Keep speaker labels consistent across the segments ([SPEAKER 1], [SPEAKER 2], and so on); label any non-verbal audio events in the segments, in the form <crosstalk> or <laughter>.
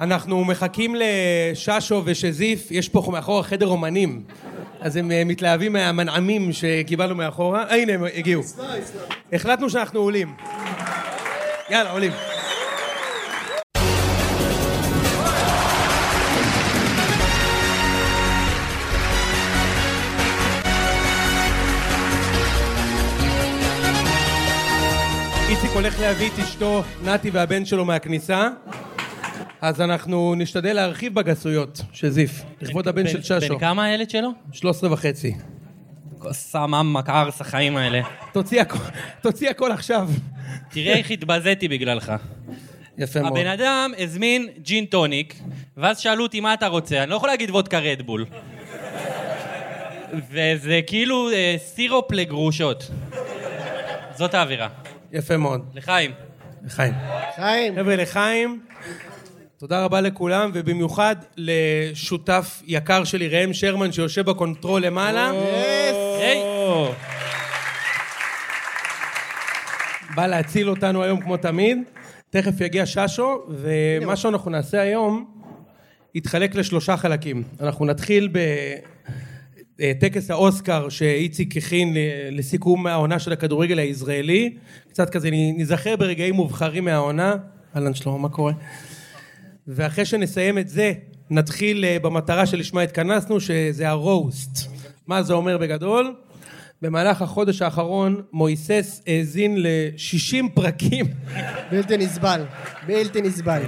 [SPEAKER 1] אנחנו מחכים לששו ושזיף, יש פה מאחורה חדר אומנים. אז הם אה, מתלהבים מהמנעמים שקיבלנו מאחורה. אה, הנה הם הגיעו. החלטנו שאנחנו עולים. יאללה, עולים. איציק הולך להביא את אשתו, נתי והבן שלו מהכניסה. אז אנחנו נשתדל להרחיב בגסויות של זיף, לכבוד הבן של ששו.
[SPEAKER 2] בן כמה הילד שלו?
[SPEAKER 1] 13 וחצי.
[SPEAKER 2] סם אמק ארס החיים האלה.
[SPEAKER 1] תוציא הכל, תוציא הכל עכשיו.
[SPEAKER 2] תראה איך התבזיתי בגללך.
[SPEAKER 1] יפה כן, מאוד.
[SPEAKER 2] הבן אדם הזמין ג'ין טוניק, ואז שאלו אותי מה אתה רוצה, אני לא יכול להגיד וודקה רדבול. וזה כאילו אה, סירופ לגרושות. זאת האווירה.
[SPEAKER 1] יפה מאוד.
[SPEAKER 2] לחיים.
[SPEAKER 1] לחיים.
[SPEAKER 3] חיים,
[SPEAKER 1] חבר'ה, לחיים. תודה רבה לכולם, ובמיוחד לשותף יקר שלי, ראם שרמן, שיושב בקונטרול למעלה.
[SPEAKER 2] היי.
[SPEAKER 1] בא להציל אותנו היום כמו תמיד. תכף יגיע ששו, ומה שאנחנו נעשה היום, יתחלק לשלושה חלקים. אנחנו נתחיל בטקס האוסקר שאיציק הכין ל- לסיכום העונה של הכדורגל הישראלי. קצת כזה נ- ניזכר ברגעים מובחרים מהעונה. אהלן שלמה, מה קורה? ואחרי שנסיים את זה, נתחיל אה, במטרה שלשמה התכנסנו, שזה הרוסט. מה זה אומר בגדול? במהלך החודש האחרון מויסס האזין ל-60 פרקים.
[SPEAKER 3] בלתי נסבל, בלתי נסבל.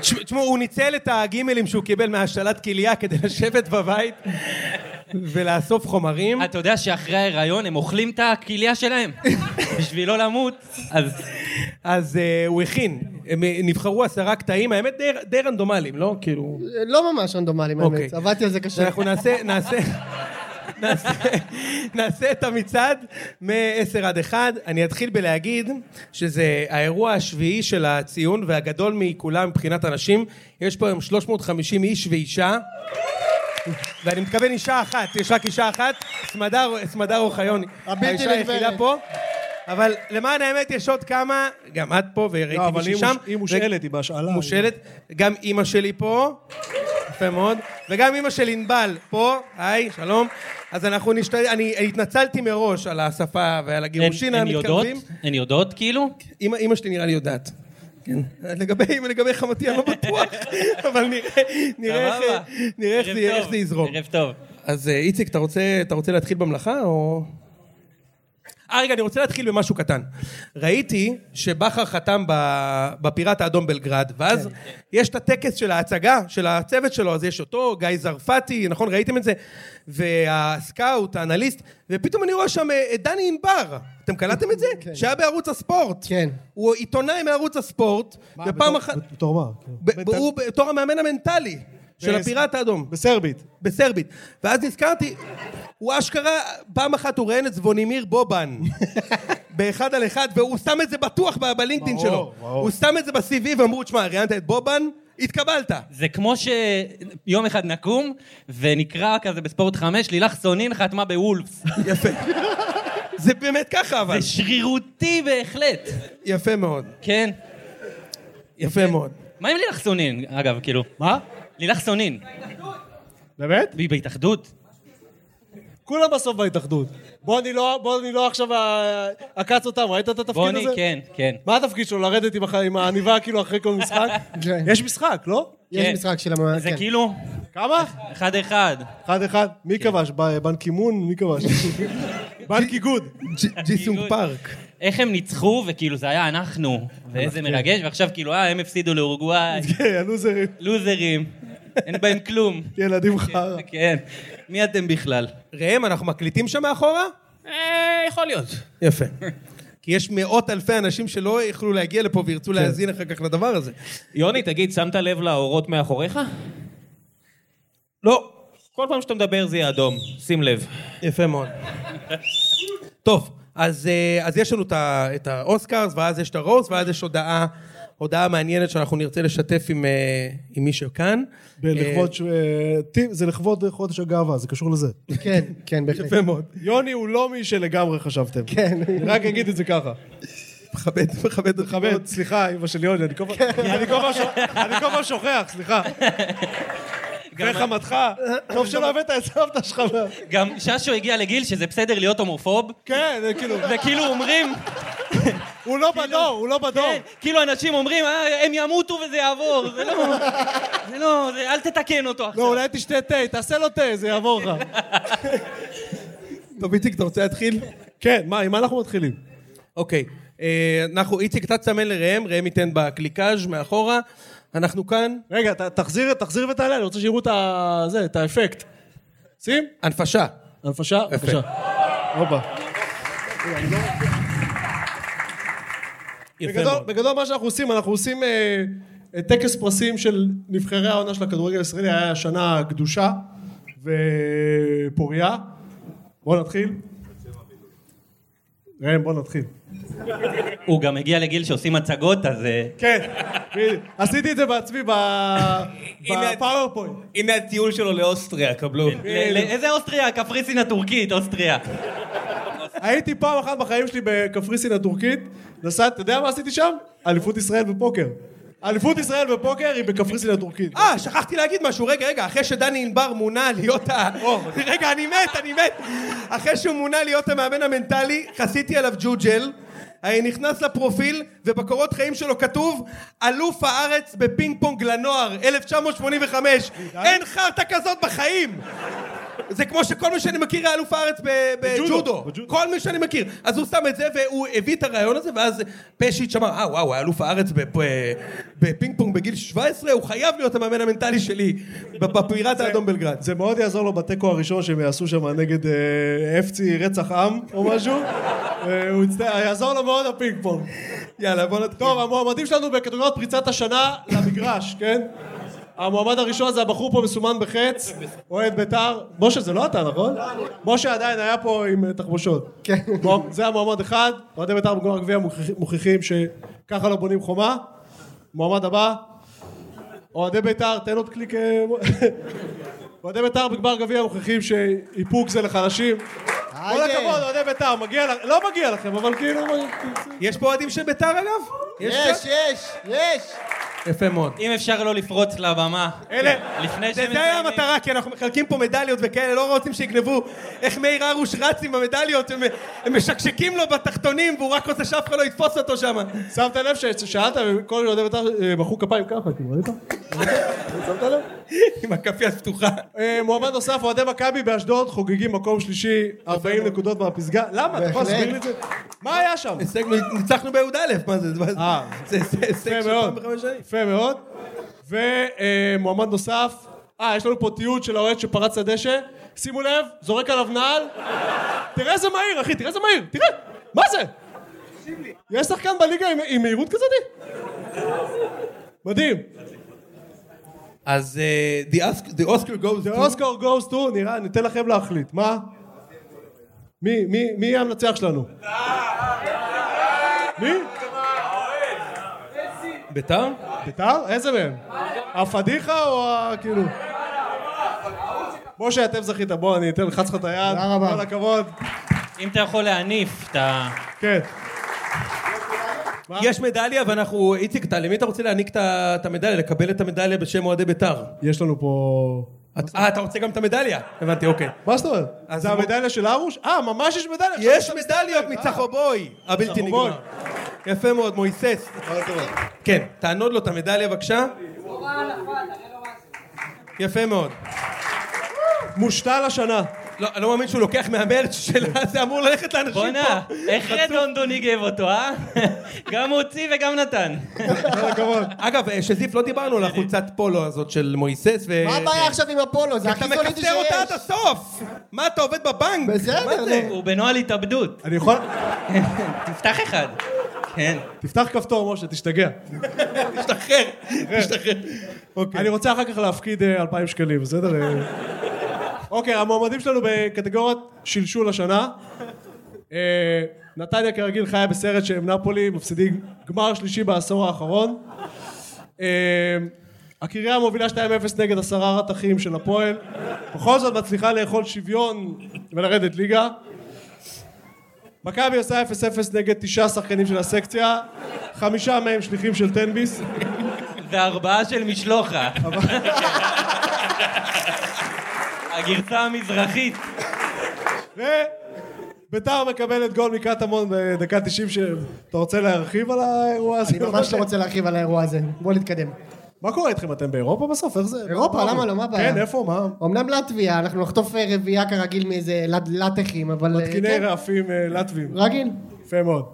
[SPEAKER 1] תש- תשמעו, הוא ניצל את הגימלים שהוא קיבל מהשתלת כליה כדי לשבת בבית ולאסוף חומרים.
[SPEAKER 2] אתה יודע שאחרי ההיריון הם אוכלים את הכליה שלהם.
[SPEAKER 1] <laughs>
[SPEAKER 2] בשביל לא למות, אז...
[SPEAKER 1] אז אה, הוא הכין. הם אה, נבחרו עשרה קטעים, האמת די, די רנדומליים, לא? כאילו...
[SPEAKER 3] לא ממש רנדומלי,
[SPEAKER 1] אוקיי.
[SPEAKER 3] האמת. עבדתי על זה קשה.
[SPEAKER 1] אנחנו נעשה, נעשה, נעשה, נעשה את המצעד מ-10 עד 1. אני אתחיל בלהגיד שזה האירוע השביעי של הציון והגדול מכולם מבחינת אנשים. יש פה היום 350 איש ואישה. ואני מתכוון אישה אחת, יש רק אישה אחת, סמדר, סמדר אוחיון,
[SPEAKER 3] הבלתי
[SPEAKER 1] האישה היחידה
[SPEAKER 3] נגמרת.
[SPEAKER 1] פה. אבל למען האמת יש עוד כמה, גם את פה וראיתי
[SPEAKER 4] לא, אבל
[SPEAKER 1] מישהי
[SPEAKER 4] היא
[SPEAKER 1] שם.
[SPEAKER 4] מוש- היא מושאלת, היא בהשאלה.
[SPEAKER 1] מושאלת, גם אימא שלי פה, יפה מאוד, וגם אימא של ענבל פה, היי, שלום. אז אנחנו נשתדל, אני התנצלתי מראש על השפה ועל הגירושין
[SPEAKER 2] הן- הן יודעות?
[SPEAKER 1] המתקרבים.
[SPEAKER 2] הן יודעות כאילו?
[SPEAKER 1] אימא, אימא שלי נראה לי יודעת. כן. לגבי אימא, לגבי חמותי אני לא
[SPEAKER 2] <laughs>
[SPEAKER 1] בטוח, אבל נראה, נראה,
[SPEAKER 2] סבבה.
[SPEAKER 1] איך, נראה איך,
[SPEAKER 2] ערב
[SPEAKER 1] זה, יהיה, איך
[SPEAKER 2] טוב.
[SPEAKER 1] זה יזרום.
[SPEAKER 2] ערב טוב.
[SPEAKER 1] אז אה, איציק, אתה רוצה, אתה רוצה להתחיל במלאכה או... אה, רגע, אני רוצה להתחיל במשהו קטן. ראיתי שבכר חתם ב- בפיראט האדום בלגרד, ואז יש את הטקס של ההצגה, של הצוות שלו, אז יש אותו, גיא זרפתי, נכון, ראיתם את זה? והסקאוט, האנליסט, ופתאום אני רואה שם אה, את דני ענבר. אתם קלטתם את זה?
[SPEAKER 3] כן.
[SPEAKER 1] שהיה בערוץ הספורט.
[SPEAKER 3] כן.
[SPEAKER 1] הוא עיתונאי מערוץ הספורט, ופעם
[SPEAKER 4] בתור-
[SPEAKER 1] אחת...
[SPEAKER 4] בתור מה? כאילו?
[SPEAKER 1] ב- כן. הוא בתור המאמן המנטלי של
[SPEAKER 4] בס-
[SPEAKER 1] הפיראט האדום.
[SPEAKER 4] בסרבית.
[SPEAKER 1] בסרבית. ואז נזכרתי, הוא אשכרה, פעם אחת הוא ראיין את זבונימיר
[SPEAKER 4] <laughs>
[SPEAKER 1] בובן. באחד על אחד, והוא שם את זה בטוח ב- בלינקדאין
[SPEAKER 4] ברור,
[SPEAKER 1] שלו.
[SPEAKER 4] ברור.
[SPEAKER 1] הוא שם את זה ב-CV ואמרו, תשמע, ראיינת את בובן, התקבלת.
[SPEAKER 4] <laughs>
[SPEAKER 2] זה כמו שיום אחד נקום ונקרא כזה בספורט חמש, לילך סונין חתמה בוולפס.
[SPEAKER 1] יפה. זה באמת ככה, אבל.
[SPEAKER 2] זה שרירותי בהחלט.
[SPEAKER 1] יפה מאוד.
[SPEAKER 2] כן.
[SPEAKER 4] כן.
[SPEAKER 1] יפה מאוד.
[SPEAKER 2] מה עם לילך סונין, אגב, כאילו?
[SPEAKER 4] מה?
[SPEAKER 2] לילך סונין.
[SPEAKER 4] באמת?
[SPEAKER 2] היא בהתאחדות?
[SPEAKER 4] כולם בסוף בהתאחדות. בוא אני לא- בוא אני לא עכשיו אה, עקץ אותם, ראית את התפקיד הזה?
[SPEAKER 2] בוני, כן, כן.
[SPEAKER 4] מה התפקיד שלו? לרדת עם הח- עם העניבה כאילו אחרי כל <laughs> משחק?
[SPEAKER 3] כן.
[SPEAKER 4] יש משחק, לא?
[SPEAKER 3] יש
[SPEAKER 2] כן.
[SPEAKER 3] משחק של המ...
[SPEAKER 2] זה
[SPEAKER 3] כן.
[SPEAKER 2] כאילו,
[SPEAKER 4] כמה?
[SPEAKER 2] אחד אחד.
[SPEAKER 4] אחד אחד. מי
[SPEAKER 2] כן.
[SPEAKER 4] כבש? ב- בן קימון? מי <laughs> כבש? בן קיגוד.
[SPEAKER 1] ג'- ג'י
[SPEAKER 4] לא-
[SPEAKER 1] סונג פארק.
[SPEAKER 2] איך הם ניצחו, וכאילו זה היה אנחנו, ואיזה מרגש, ועכשיו כאילו, אה, הם הפסידו לאורוגוואי,
[SPEAKER 4] כן, הלוזרים.
[SPEAKER 2] לוזרים, אין בהם כלום.
[SPEAKER 4] ילדים חרא.
[SPEAKER 2] כן. מי אתם בכלל?
[SPEAKER 1] ראם, אנחנו מקליטים שם מאחורה?
[SPEAKER 2] אה, יכול להיות.
[SPEAKER 1] יפה. כי יש מאות אלפי אנשים שלא יכלו להגיע לפה
[SPEAKER 4] כן.
[SPEAKER 1] וירצו להאזין אחר כך לדבר הזה.
[SPEAKER 5] יוני, תגיד, שמת לב לאורות מאחוריך? לא. כל פעם שאתה מדבר זה יהיה אדום, שים לב.
[SPEAKER 1] יפה מאוד. טוב, אז, אה, אז יש לנו את ה- את האוסקרס, ואז יש את הרוס, ואז יש הודעה, הודעה מעניינת שאנחנו נרצה לשתף עם, אה, עם מישהו כאן.
[SPEAKER 4] בלכבוד... ש- אה, טיפ- זה לכבוד חודש הגאווה, זה קשור לזה.
[SPEAKER 3] כן, כן, בהחלט.
[SPEAKER 1] יפה מאוד.
[SPEAKER 4] יוני הוא לא מי שלגמרי חשבתם.
[SPEAKER 3] כן.
[SPEAKER 4] אני רק אגיד את זה ככה.
[SPEAKER 1] מכבד, מכבד אותי.
[SPEAKER 4] חבר, סליחה, אמא של יוני, אני כל פעם- אני כל פעם שוכח, אני כל פעם שוכח, סליחה. וחמתך, טוב שלא הבאת את סבתא שלך. מה-
[SPEAKER 2] גם ששו הגיע לגיל שזה בסדר להיות הומופוב,
[SPEAKER 4] כן, זה כאילו,
[SPEAKER 2] וכאילו
[SPEAKER 5] <laughs>
[SPEAKER 2] אומרים,
[SPEAKER 4] הוא לא בדור, הוא לא בדור.
[SPEAKER 2] כן, כאילו אנשים אומרים, "אה, הם ימותו וזה יעבור, זה לא, זה לא, זה- אל תתקן אותו
[SPEAKER 4] לא,
[SPEAKER 2] עכשיו.
[SPEAKER 4] אולי תשתה תה, תעשה לו תה, זה יעבור לך.
[SPEAKER 1] טוב, איציק, אתה רוצה להתחיל?
[SPEAKER 4] כן, מה, עם מה אנחנו מתחילים?
[SPEAKER 1] אוקיי. אה, אנחנו, איציק, אתה תסמן לראם, ראם ייתן בקליקאז' מאחורה. אנחנו כאן,
[SPEAKER 4] רגע, ת- תחזיר תחזיר ותעלה, אני רוצה שיראו את ה... זה, את האפקט. שים?
[SPEAKER 1] הנפשה.
[SPEAKER 4] הנפשה, בבקשה. הופה. בגדול, בגדול מה שאנחנו עושים, אנחנו עושים אה, אה, טקס פרסים של נבחרי העונה של הכדורגל הישראלי, היה שנה גדושה ופוריה. בואו נתחיל. ראם, בואו נתחיל.
[SPEAKER 2] הוא גם הגיע לגיל שעושים הצגות, אז... אה,
[SPEAKER 4] כן, בדיוק. עשיתי את זה בעצמי ב-
[SPEAKER 5] הנה-
[SPEAKER 4] בפאורפוינט.
[SPEAKER 5] הנה הטיול שלו לאוסטריה, קבלו.
[SPEAKER 2] כן. ל- לאיזה אוסטריה? הקפריסין הטורקית, אוסטריה.
[SPEAKER 4] הייתי פעם אחת בחיים שלי בקפריסין הטורקית, נסעת, אתה יודע מה עשיתי שם? אליפות ישראל בפוקר. אליפות ישראל בפוקר היא בקפריסין הטורקית.
[SPEAKER 1] אה, שכחתי להגיד משהו. רגע, רגע, אחרי שדני ענבר מונה להיות ה... רגע, אני מת, אני מת. אחרי שהוא מונה להיות המאמן המנטלי, חסיתי עליו ג'וג'ל. אה, נכנס לפרופיל, ובקורות חיים שלו כתוב אלוף הארץ בפינג פונג לנוער, 1985. אין חרטא כזאת בחיים! זה כמו שכל מי שאני מכיר היה אלוף הארץ ב- בג'ודו. כל מי שאני מכיר. אז הוא שם את זה והוא הביא את הרעיון הזה, ואז פשיץ' אמר, אה וואו, הוא היה אלוף הארץ בפ- בפינג פונג בגיל 17, הוא חייב להיות המאמן המנטלי שלי בפיראט האדום בלגרד.
[SPEAKER 4] זה מאוד יעזור לו בתיקו הראשון שהם יעשו שם נגד אה, אפצי רצח עם או משהו. אה, הוא יצטע- יעזור לו מאוד הפינג פונג.
[SPEAKER 1] יאללה, בוא נתחיל.
[SPEAKER 4] טוב, המועמדים שלנו בקטגוריית פריצת השנה למגרש, כן? המועמד הראשון זה הבחור פה מסומן בחץ, אוהד בית"ר. משה, זה לא אתה, נכון? משה עדיין היה פה עם אה, תחבושות.
[SPEAKER 3] כן.
[SPEAKER 4] בוא, זה המועמד אחד, אוהדי בית"ר בגמר הגביע מוכיח- מוכיחים שככה לא בונים חומה. מועמד הבא, אוהדי בית"ר, תן עוד
[SPEAKER 1] <laughs>
[SPEAKER 4] קליק... אה, אוהדי בית"ר בגמר גביע מוכיחים שאיפוק זה לחלשים. כל
[SPEAKER 3] היידה.
[SPEAKER 4] הכבוד, אוהדי בית"ר, מגיע לכם, לא מגיע לכם, אבל כאילו...
[SPEAKER 1] יש פה אוהדים של ביתר אגב?
[SPEAKER 3] יש,
[SPEAKER 1] שם?
[SPEAKER 3] יש, יש.
[SPEAKER 1] יפה מאוד.
[SPEAKER 2] אם אפשר לא לפרוץ לבמה.
[SPEAKER 1] אלה,
[SPEAKER 2] לפני
[SPEAKER 1] זה
[SPEAKER 2] שמסיימים-
[SPEAKER 1] זה היה המטרה, כי אנחנו מחלקים פה מדליות וכאלה, לא רוצים שיגנבו איך מאיר הרוש רץ עם המדליות, הם- הם משקשקים לו בתחתונים והוא רק רוצה שאף אחד לא יתפוס אותו שם.
[SPEAKER 4] שמת לב ששאלת וכל אוהדי בית"ר אה, מחאו כפיים ככה, כאילו, ראית? שמת לב?
[SPEAKER 1] עם הכאפיה הפתוחה.
[SPEAKER 4] אה, מועמד נוסף, אוהדי מכבי באשדוד חוגגים מקום שלישי, 40 נקודות מהפסגה. למה? אתה יכול
[SPEAKER 3] בהחלט.
[SPEAKER 4] להסביר לי את זה? מה היה שם?
[SPEAKER 1] הישג, ניצחנו בי"א, מה זה? מה זה-
[SPEAKER 4] אה.
[SPEAKER 1] זה זה הישג
[SPEAKER 4] יפה
[SPEAKER 1] של
[SPEAKER 4] מאוד.
[SPEAKER 1] פעם בחמש שנים.
[SPEAKER 4] יפה מאוד. ומועמד נוסף, אה, יש לנו פה תיעוד של האוהד שפרץ לדשא. שימו לב, זורק עליו נעל. תראה איזה מהיר, אחי, תראה איזה מהיר, תראה! מה זה? יש שחקן בליגה עם- עם מהירות כזאת? מדהים.
[SPEAKER 1] אז אה, the Osc- the Oscar goes
[SPEAKER 4] The
[SPEAKER 1] to-
[SPEAKER 4] Oscar goes to, נראה, ניתן לכם להחליט. מה? מי, מי, מי יהיה המנצח שלנו? מי?
[SPEAKER 1] ביתר?
[SPEAKER 4] ביתר? איזה מהם? הפדיחה או ה... כאילו... משה, אתם זכית, בוא, אני אתן, לחץ לך את היד.
[SPEAKER 3] תודה רבה.
[SPEAKER 4] כל הכבוד.
[SPEAKER 2] אם אתה יכול להניף את ה...
[SPEAKER 4] כן.
[SPEAKER 1] יש מדליה ואנחנו... איציק, אתה- למי אתה רוצה להעניק את ה- את המדליה? לקבל את המדליה בשם אוהדי ביתר.
[SPEAKER 4] יש לנו פה...
[SPEAKER 1] את- אה, אתה רוצה גם את המדליה? הבנתי, אוקיי.
[SPEAKER 4] מה זאת אומרת?
[SPEAKER 1] אז
[SPEAKER 4] זה
[SPEAKER 1] מו-
[SPEAKER 4] המדליה של ארוש? אה, ממש יש מדליה.
[SPEAKER 1] יש מדליות
[SPEAKER 4] אה,
[SPEAKER 1] מצחובוי, הבלתי
[SPEAKER 4] מצחובוי.
[SPEAKER 1] נגמר. יפה מאוד, מויסס. כן, תענוד לו את המדליה בבקשה. יפה מאוד.
[SPEAKER 4] מושתל השנה.
[SPEAKER 1] לא, אני לא מאמין שהוא לוקח מהמרץ' שלה, זה אמור ללכת לאנשים פה.
[SPEAKER 2] בואנה, איך רדונדוני גב אותו, אה? גם הוציא וגם נתן.
[SPEAKER 4] כל הכבוד.
[SPEAKER 1] אגב, אה, שזיף, לא דיברנו על החולצת פולו הזאת של מויסס ו...
[SPEAKER 4] כן.
[SPEAKER 3] מה הבעיה עכשיו עם הפולו? זה
[SPEAKER 1] אתה
[SPEAKER 3] הכי זולידי
[SPEAKER 1] מכפתר אותה עד
[SPEAKER 3] שיש.
[SPEAKER 1] הסוף! מה, אתה עובד בבנק?
[SPEAKER 3] בסדר,
[SPEAKER 1] מה זה?
[SPEAKER 2] הוא בנוהל התאבדות.
[SPEAKER 4] אני יכול...
[SPEAKER 2] תפתח אחד. כן.
[SPEAKER 4] תפתח כפתור, משה, תשתגע.
[SPEAKER 1] תשתחרר, תשתחרר.
[SPEAKER 4] אני רוצה אחר כך להפקיד אה, 2,000 שקלים, בסדר? אה. אוקיי, המועמדים שלנו בקטגוריית שלשול השנה. אה, נתניה כרגיל חיה בסרט שהם נפולי, מפסידים גמר שלישי בעשור האחרון. אה, הקריה מובילה 2-0 נגד עשרה רתכים של הפועל. בכל זאת מצליחה לאכול שוויון ולרדת ליגה. מכבי עושה 0-0 נגד תשעה שחקנים של הסקציה, חמישה מהם שליחים של תן-ביס.
[SPEAKER 2] זה ארבעה של משלוחה. הגרסה המזרחית.
[SPEAKER 4] וביתר מקבלת גול מקטמון בדקה 90, ש- אתה רוצה להרחיב על האירוע הזה?
[SPEAKER 3] אני ממש לא רוצה להרחיב על האירוע הזה. בואו נתקדם.
[SPEAKER 4] מה קורה איתכם? אתם באירופה בסוף? איך זה?
[SPEAKER 3] אירופה,
[SPEAKER 4] מה-
[SPEAKER 3] למה לא? מה הבעיה?
[SPEAKER 4] כן, איפה? מה?
[SPEAKER 3] אמנם לטביה, אנחנו נחטוף אה, רביעייה כרגיל מאיזה לט- לטחים, אבל... אה,
[SPEAKER 4] מתקיני
[SPEAKER 3] כן,
[SPEAKER 4] רעפים אה, לטבים.
[SPEAKER 3] רגיל.
[SPEAKER 4] יפה מאוד.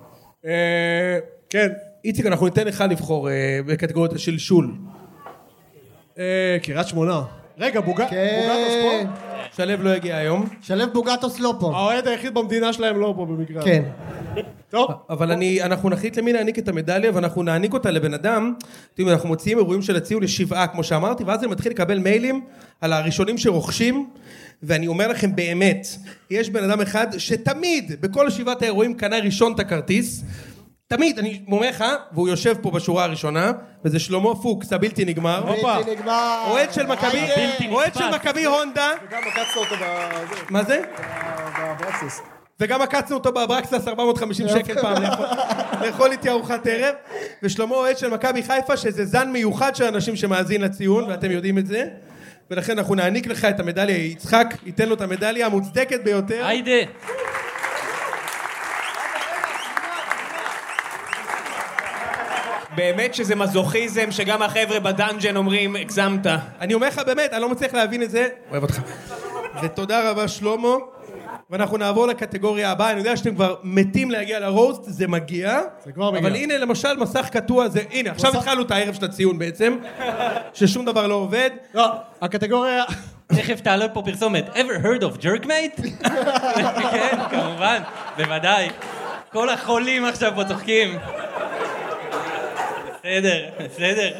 [SPEAKER 4] אה, כן,
[SPEAKER 1] איציק, אנחנו ניתן לך לבחור אה, בקטגוריית השלשול.
[SPEAKER 4] אה, קריית שמונה. רגע, בוגה- בוגטוס
[SPEAKER 3] כן.
[SPEAKER 4] פה?
[SPEAKER 1] שלו לא הגיע היום,
[SPEAKER 3] שלו בוגטוס לא פה.
[SPEAKER 4] האוהד היחיד במדינה שלהם לא פה במקרה.
[SPEAKER 3] כן. אה.
[SPEAKER 4] טוב,
[SPEAKER 1] אבל אני, אנחנו נחליט למי להעניק את המדליה ואנחנו נעניק אותה לבן אדם. תראו, אנחנו מוציאים אירועים של הציון לשבעה, כמו שאמרתי, ואז אני מתחיל לקבל מיילים על הראשונים שרוכשים, ואני אומר לכם באמת, יש בן אדם אחד שתמיד, בכל שבעת האירועים, קנה ראשון את הכרטיס. תמיד, אני אומר לך, והוא יושב פה בשורה הראשונה, וזה שלמה פוקס, הבלתי נגמר.
[SPEAKER 4] הופה.
[SPEAKER 3] בלתי נגמר.
[SPEAKER 1] אוהד של מכבי,
[SPEAKER 2] הבלתי
[SPEAKER 1] אוהד
[SPEAKER 2] נתפס.
[SPEAKER 1] של מכבי הונדה,
[SPEAKER 4] גם עקצת אותו בזה,
[SPEAKER 1] מה זה?
[SPEAKER 4] באברקסס.
[SPEAKER 1] וגם עקצנו אותו באברקסס 450 שקל פעם לאכול- לאכול איתי ארוחת ערב ושלמה אוהד של מכבי חיפה שזה זן מיוחד של אנשים שמאזין לציון ואתם יודעים את זה ולכן אנחנו נעניק לך את המדליה יצחק ייתן לו את המדליה המוצדקת ביותר
[SPEAKER 2] היידה.
[SPEAKER 5] באמת שזה מזוכיזם שגם החבר'ה בדאנג'ן אומרים, הגזמת.
[SPEAKER 1] אני אומר לך באמת אני לא מצליח להבין את זה אוהב אותך ותודה רבה שלמה ואנחנו נעבור לקטגוריה הבאה אני יודע שאתם כבר מתים להגיע לרוסט זה מגיע
[SPEAKER 4] זה כבר מגיע.
[SPEAKER 1] אבל הנה למשל מסך קטוע זה הנה עכשיו התחלנו את הערב של הציון בעצם ששום דבר לא עובד
[SPEAKER 4] לא, הקטגוריה...
[SPEAKER 2] תכף תעלה פה פרסומת. ever heard of jerkmate? כן, כמובן, בוודאי. כל החולים עכשיו פה צוחקים. בסדר, בסדר.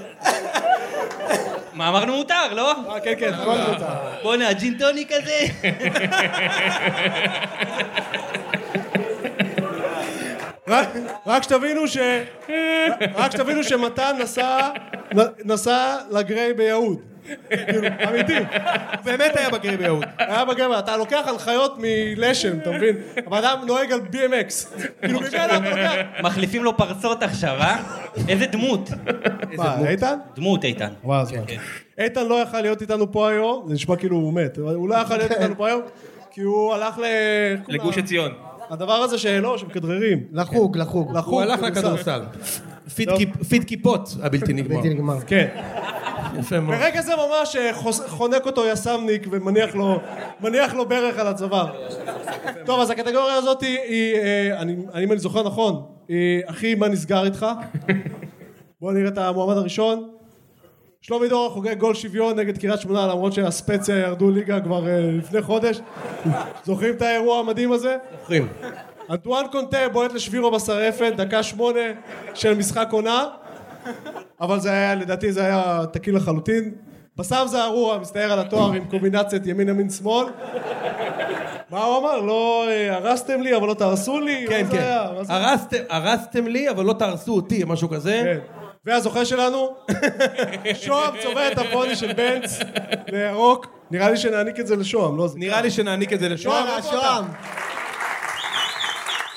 [SPEAKER 2] מה אמרנו מותר, לא?
[SPEAKER 4] אה, כן, כן, כל
[SPEAKER 3] לא,
[SPEAKER 4] קבוצה.
[SPEAKER 2] בואנה, הג'ינטוני כזה.
[SPEAKER 4] רק- רק שתבינו ש... רק שתבינו שמתן נסע... נסע לגריי ביהוד. כאילו, אמיתי.
[SPEAKER 1] באמת היה בגרי ביהוד.
[SPEAKER 4] היה בגמר, אתה לוקח הנחיות מלשם, אתה מבין? הבן אדם נוהג על BMX. כאילו, ממנו אתה לוקח...
[SPEAKER 2] מחליפים לו פרסות עכשיו, אה? איזה דמות.
[SPEAKER 4] מה, איתן?
[SPEAKER 2] דמות, איתן.
[SPEAKER 4] וואו,
[SPEAKER 1] כן,
[SPEAKER 4] אז מה? איתן לא יכל להיות איתנו פה היום, זה נשמע כאילו הוא מת. אבל הוא לא יכל
[SPEAKER 1] כן.
[SPEAKER 4] להיות איתנו פה היום, כי הוא הלך ל...
[SPEAKER 5] לגוש עציון.
[SPEAKER 4] הדבר הזה שלא, שמכדררים.
[SPEAKER 3] לחוג, לחוג.
[SPEAKER 1] הוא הלך
[SPEAKER 4] כדורסל.
[SPEAKER 1] לכדורסל. פיד כיפ- פיד כיפות הבלתי נגמר.
[SPEAKER 3] בלתי נגמר.
[SPEAKER 4] כן.
[SPEAKER 1] יפה מאוד.
[SPEAKER 4] ברגע זה ממש אה, חוס- חונק אותו יס"מניק ומניח לו, מניח לו ברך על הצוואר. טוב, אז הקטגוריה הזאת היא, היא אה, אני, אני- אם אני זוכר נכון, היא אחי, מה נסגר איתך? בואו נראה את המועמד הראשון. שלומי דורה חוגג גול שוויון נגד קריית שמונה למרות שהספציה ירדו ליגה כבר אה, לפני חודש. זוכרים את האירוע המדהים הזה?
[SPEAKER 1] זוכרים.
[SPEAKER 4] אנטואן קונטה בועט לשבירו בשרעפת, דקה שמונה של משחק עונה, אבל זה היה, לדעתי זה היה תקין לחלוטין. בסם זערורה מסתער על התואר עם קומבינציית ימין ימין שמאל. מה הוא אמר? לא אה, הרסתם לי אבל לא תהרסו לי?
[SPEAKER 1] כן,
[SPEAKER 4] מה זה
[SPEAKER 1] כן.
[SPEAKER 4] היה? מה זה-
[SPEAKER 1] הרסתם- הרסתם לי, אבל לא תהרסו אותי, משהו כזה.
[SPEAKER 4] כן. והזוכה שלנו, שוהם צובע את הפוני של בנץ לירוק. נראה לי שנעניק את זה לשוהם, לא זה.
[SPEAKER 1] נראה לי שנעניק את זה לשוהם.
[SPEAKER 3] יאללה,
[SPEAKER 4] איפה
[SPEAKER 3] שוהם.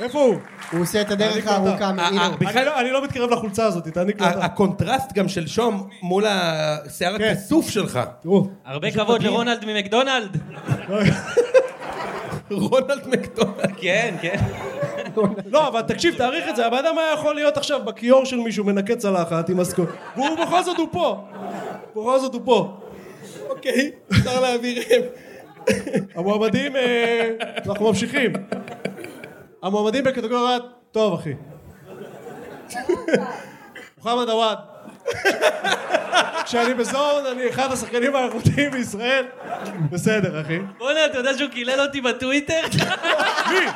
[SPEAKER 4] איפה הוא?
[SPEAKER 3] הוא עושה את הדרך
[SPEAKER 4] תעניק
[SPEAKER 3] הארוכה.
[SPEAKER 1] אה,
[SPEAKER 3] הנה הוא.
[SPEAKER 1] אה, בכלל- אה,
[SPEAKER 4] אני לא- אני לא מתקרב לחולצה הזאת, תעניק לו
[SPEAKER 1] ה-
[SPEAKER 4] אותה.
[SPEAKER 1] הקונטרסט גם של שום מול השיער
[SPEAKER 4] כן.
[SPEAKER 1] הכסוף שלך.
[SPEAKER 4] תראו.
[SPEAKER 2] הרבה כבוד לרונלד ממקדונלד.
[SPEAKER 1] רונלד מקדונלד.
[SPEAKER 2] כן, כן.
[SPEAKER 4] לא, אבל תקשיב, תעריך את זה, הבן אדם היה יכול להיות עכשיו בכיור של מישהו מנקה צלחת עם הסקוט, והוא בכל זאת הוא פה, בכל זאת הוא פה.
[SPEAKER 1] אוקיי, אפשר להעביר.
[SPEAKER 4] המועמדים, אה, אנחנו ממשיכים. המועמדים בקטגוריית, טוב אחי. מוחמד עוואד. כשאני בזון, אני אחד השחקנים האיכותיים בישראל. בסדר, אחי.
[SPEAKER 2] בואנה, אתה יודע שהוא קילל אותי בטוויטר?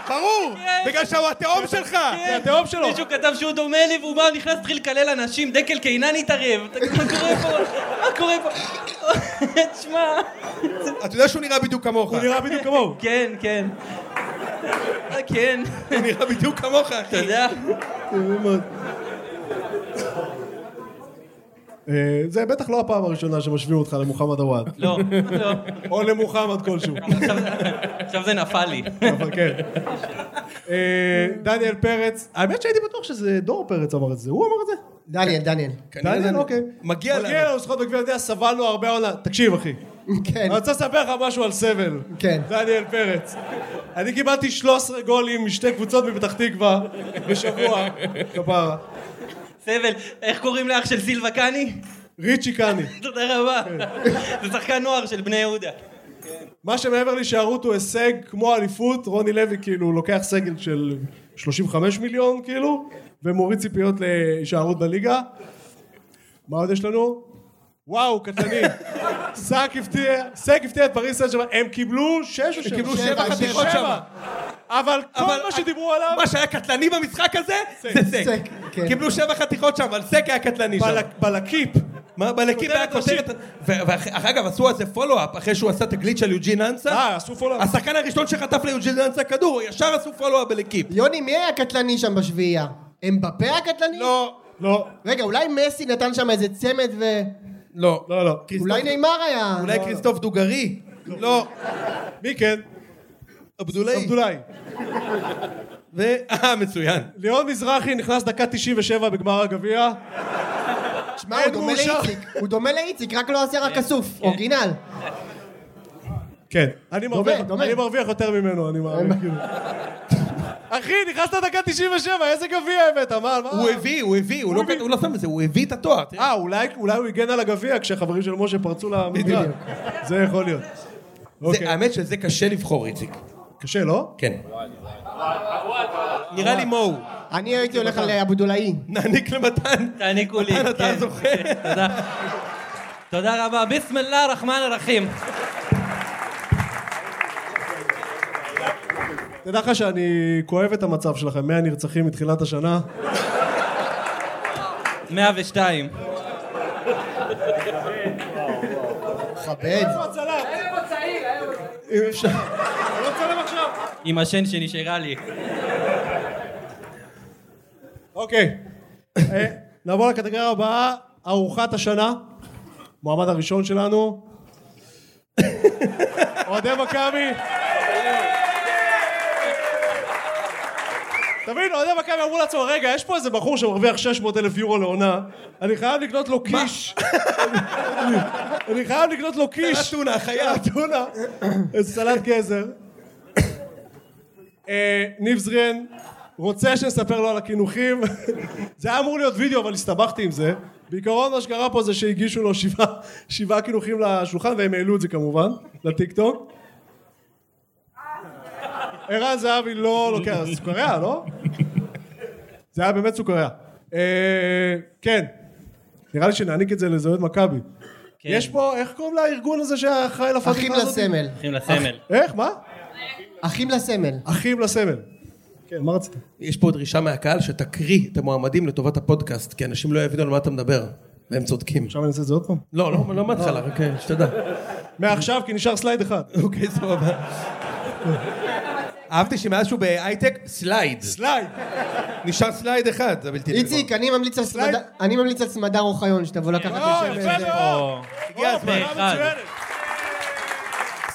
[SPEAKER 1] ברור!
[SPEAKER 2] כן.
[SPEAKER 1] בגלל שהוא התהום שלך!
[SPEAKER 4] זה התהום שלו.
[SPEAKER 2] מישהו כתב שהוא דומה לי והוא בא, נכנס, התחיל לקלל אנשים, דקל קינן התערב. תגיד, מה קורה פה? מה קורה פה? <laughs> תשמע,
[SPEAKER 1] אתה יודע שהוא נראה בדיוק כמוך.
[SPEAKER 4] הוא נראה בדיוק כמוהו.
[SPEAKER 2] כן, כן. אה, כן,
[SPEAKER 1] הוא נראה בדיוק כמוך,
[SPEAKER 2] אתה
[SPEAKER 1] אחי.
[SPEAKER 4] כן.
[SPEAKER 2] יודע.
[SPEAKER 4] אה, זה בטח לא הפעם הראשונה שמשווים אותך למוחמד עוואד.
[SPEAKER 2] לא, לא.
[SPEAKER 4] <laughs> או למוחמד כלשהו.
[SPEAKER 2] עכשיו זה נפל לי.
[SPEAKER 4] אבל כן. אה, דניאל פרץ, האמת שהייתי בטוח שזה דור פרץ אמר את זה, הוא אמר את זה?
[SPEAKER 3] דניאל, דניאל. <laughs>
[SPEAKER 1] כנראה
[SPEAKER 4] דניאל,
[SPEAKER 1] זה-
[SPEAKER 4] אוקיי.
[SPEAKER 1] מגיע לנו.
[SPEAKER 4] מגיע לנו זכות בגביע, אתה יודע, סבלנו הרבה עונה. תקשיב, אחי.
[SPEAKER 3] כן.
[SPEAKER 4] אני רוצה לספר לך משהו על סבל.
[SPEAKER 3] כן.
[SPEAKER 4] דניאל פרץ. אני קיבלתי 13 גולים משתי קבוצות מפתח תקווה בשבוע. כפרה.
[SPEAKER 2] סבל, איך קוראים לאח של סילבה קאני?
[SPEAKER 4] ריצ'י קאני.
[SPEAKER 2] תודה רבה. זה שחקן נוער של בני יהודה.
[SPEAKER 4] מה שמעבר להישארות הוא הישג כמו אליפות, רוני לוי כאילו לוקח סגל של 35 מיליון כאילו, ומוריד ציפיות להישארות בליגה. מה עוד יש לנו? וואו, קטלני. סאק הפתיע, סאק הפתיע את פריס סן ג'רמן, הם קיבלו שש או שבע?
[SPEAKER 1] קיבלו
[SPEAKER 3] שבע
[SPEAKER 1] שבע חתיכות
[SPEAKER 3] שבע.
[SPEAKER 1] שמה.
[SPEAKER 4] אבל
[SPEAKER 1] אבל-
[SPEAKER 4] כל מה שדיברו עליו,
[SPEAKER 1] מה שהיה קטלני במשחק הזה, זה סק.
[SPEAKER 3] סק, כן.
[SPEAKER 1] קיבלו שבע חתיכות שם, אבל סק היה קטלני שם.
[SPEAKER 4] בלק- בלקיפ.
[SPEAKER 1] מה, בלקים היה
[SPEAKER 4] כותרת ראשית.
[SPEAKER 1] כותרת... ואגב, עשו על זה פולו-אפ, אחרי שהוא עשה את הגליץ' של יוג'ין אנסה.
[SPEAKER 4] אה, עשו פולאפ.
[SPEAKER 1] השחקן הראשון שחטף ליוג'ין אנסה כדור, ישר עשו פולו-אפ בלקיפ.
[SPEAKER 3] יוני, מי היה קטלני שם בשביעייה? אמבפה הקטלני?
[SPEAKER 4] לא, לא,
[SPEAKER 3] רגע, אולי מסי נתן שם איזה צמד ו...
[SPEAKER 1] לא.
[SPEAKER 4] לא, לא.
[SPEAKER 1] כריסטוף-
[SPEAKER 3] אולי נאמר היה.
[SPEAKER 1] אולי כריסטוף דוגרי? לא.
[SPEAKER 4] מי כן?
[SPEAKER 1] עבדולאי.
[SPEAKER 4] עבדולאי.
[SPEAKER 1] ו- <laughs> אה, מצוין.
[SPEAKER 4] ליאון מזרחי נכנס דקה 97 בגמר הגביע.
[SPEAKER 3] שמע, הוא
[SPEAKER 4] אין
[SPEAKER 3] דומה
[SPEAKER 4] מאושר.
[SPEAKER 3] לאיציק. הוא דומה לאיציק, רק לא השיער הכסוף. אורגינל.
[SPEAKER 4] כן. אני מרוויח,
[SPEAKER 3] דומה.
[SPEAKER 4] אני מרוויח יותר ממנו, אני מאמין. כאילו. אחי, נכנסת דקה 97, איזה גביע הבאת, מה? מה?
[SPEAKER 1] הוא הביא, הוא הביא, הוא לא
[SPEAKER 4] הביא.
[SPEAKER 1] כת- הוא לא שם את זה, הוא הביא את התואר. תראה.
[SPEAKER 4] אה, אולי, אולי הוא הגן על הגביע כשהחברים של משה פרצו למגרש.
[SPEAKER 3] בדיוק. אה-
[SPEAKER 4] זה יכול להיות.
[SPEAKER 1] זה-
[SPEAKER 4] אוקיי.
[SPEAKER 1] האמת שזה קשה לבחור, איציק.
[SPEAKER 4] קשה, לא?
[SPEAKER 1] כן. נראה לי מו.
[SPEAKER 3] אני הייתי הולך על אבודולאי.
[SPEAKER 1] נעניק למתן.
[SPEAKER 2] תעניקו לי.
[SPEAKER 1] מתן, אתה
[SPEAKER 2] כן.
[SPEAKER 1] זוכה.
[SPEAKER 2] תודה. תודה רבה. ביסמיללה הרחמן הרחים.
[SPEAKER 4] תדע לך שאני כואב את המצב שלכם, 100 נרצחים מתחילת השנה.
[SPEAKER 2] 102.
[SPEAKER 3] כבד.
[SPEAKER 4] אם אפשר. לא צלם עכשיו.
[SPEAKER 2] עם השן שנשארה לי.
[SPEAKER 4] אוקיי. אה, נעבור לקטגוריה הבאה, ארוחת השנה. מועמד הראשון שלנו. אוהדי מכבי. תבין, אוהדי מכבי אמרו לעצמם, רגע, יש פה איזה בחור שמרוויח 600 אלף יורו לעונה, אני חייב לקנות לו קיש. אני- אני חייב לקנות לו קיש.
[SPEAKER 1] אתונה, חייב.
[SPEAKER 4] אתונה. איזה סלט גזר. אה, ניב זריאן רוצה שנספר לו על הקינוחים. <laughs> זה היה אמור להיות וידאו, אבל הסתבכתי עם זה. בעיקרון מה שקרה פה זה שהגישו לו שבעה- שבעה קינוחים לשולחן, והם העלו את זה כמובן, לטיקטוק. ערן זהבי לא לוקח, זה סוכריה, לא? זה היה באמת סוכריה. אה, כן, נראה לי שנעניק את זה לזוהד מכבי.
[SPEAKER 2] כן.
[SPEAKER 4] יש פה, איך קוראים לארגון הזה שאחראי
[SPEAKER 3] אחים
[SPEAKER 4] לפאטימה הזאת?
[SPEAKER 3] לסמל.
[SPEAKER 2] הולכים לסמל.
[SPEAKER 4] איך, מה?
[SPEAKER 3] אחים לסמל.
[SPEAKER 4] אחים לסמל. כן, מה רצית?
[SPEAKER 1] יש פה דרישה מהקהל שתקריא את המועמדים לטובת הפודקאסט, כי אנשים לא יבינו על מה אתה מדבר. והם צודקים.
[SPEAKER 4] עכשיו אני אעשה את זה עוד פעם.
[SPEAKER 1] לא, לא, לא מההתחלה, רק אה, שתדע.
[SPEAKER 4] מעכשיו, כי נשאר סלייד אחד.
[SPEAKER 1] אוקיי, סבבה. אהבתי שמאז שהוא בהייטק, סלייד.
[SPEAKER 4] סלייד!
[SPEAKER 1] נשאר סלייד אחד, זה בלתי
[SPEAKER 3] איציק, אני ממליץ על
[SPEAKER 4] סלייד.
[SPEAKER 3] סמדר- אני ממליץ על סמדר אוחיון, שתבוא לקחת
[SPEAKER 4] או,
[SPEAKER 3] לשם
[SPEAKER 4] יפה
[SPEAKER 3] איזה...
[SPEAKER 4] מאוד!
[SPEAKER 2] או,
[SPEAKER 1] אה, הגיע
[SPEAKER 4] או,
[SPEAKER 1] הזמן.
[SPEAKER 2] אחד.
[SPEAKER 4] בחירה מצוינת.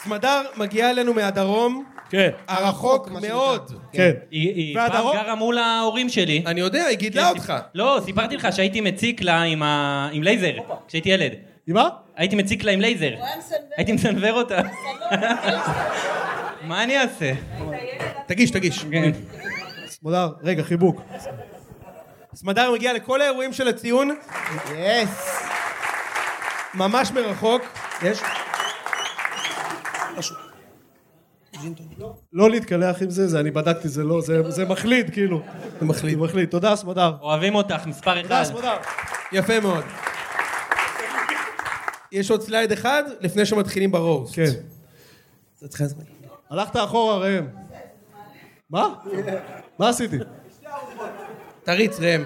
[SPEAKER 1] סמדר מגיעה אלינו מהדרום,
[SPEAKER 4] כן.
[SPEAKER 1] הרחוק
[SPEAKER 3] מה שנקרא.
[SPEAKER 1] מאוד.
[SPEAKER 4] כן.
[SPEAKER 2] היא היא פעם
[SPEAKER 4] והדרום-
[SPEAKER 2] גרה מול ההורים שלי.
[SPEAKER 1] אני יודע, כן, היא גידלה אותך.
[SPEAKER 2] לא, סיפרתי לך שהייתי מציק לה עם ה- עם לייזר, כשהייתי ילד.
[SPEAKER 4] עם מה?
[SPEAKER 2] הייתי מציק לה עם לייזר. הייתי מסנוור אותה. מה אני אעשה?
[SPEAKER 1] תגיש, תגיש.
[SPEAKER 2] כן.
[SPEAKER 4] סמודר, רגע, חיבוק.
[SPEAKER 1] סמדר מגיעה לכל האירועים של הציון,
[SPEAKER 3] יס.
[SPEAKER 1] ממש מרחוק. יש?
[SPEAKER 4] לא להתקלח עם זה, זה אני בדקתי, זה לא, זה- זה מחליד, כאילו.
[SPEAKER 1] זה
[SPEAKER 4] זה
[SPEAKER 1] מחליט.
[SPEAKER 4] מחליד. תודה, סמודר.
[SPEAKER 2] אוהבים אותך, מספר אחד.
[SPEAKER 4] תודה, סמודר.
[SPEAKER 1] יפה מאוד. יש עוד סלייד אחד לפני שמתחילים ברוסט.
[SPEAKER 4] כן.
[SPEAKER 1] זה צריך זמן.
[SPEAKER 4] הלכת אחורה, ראם. מה? מה עשיתי?
[SPEAKER 1] תריץ, ראם.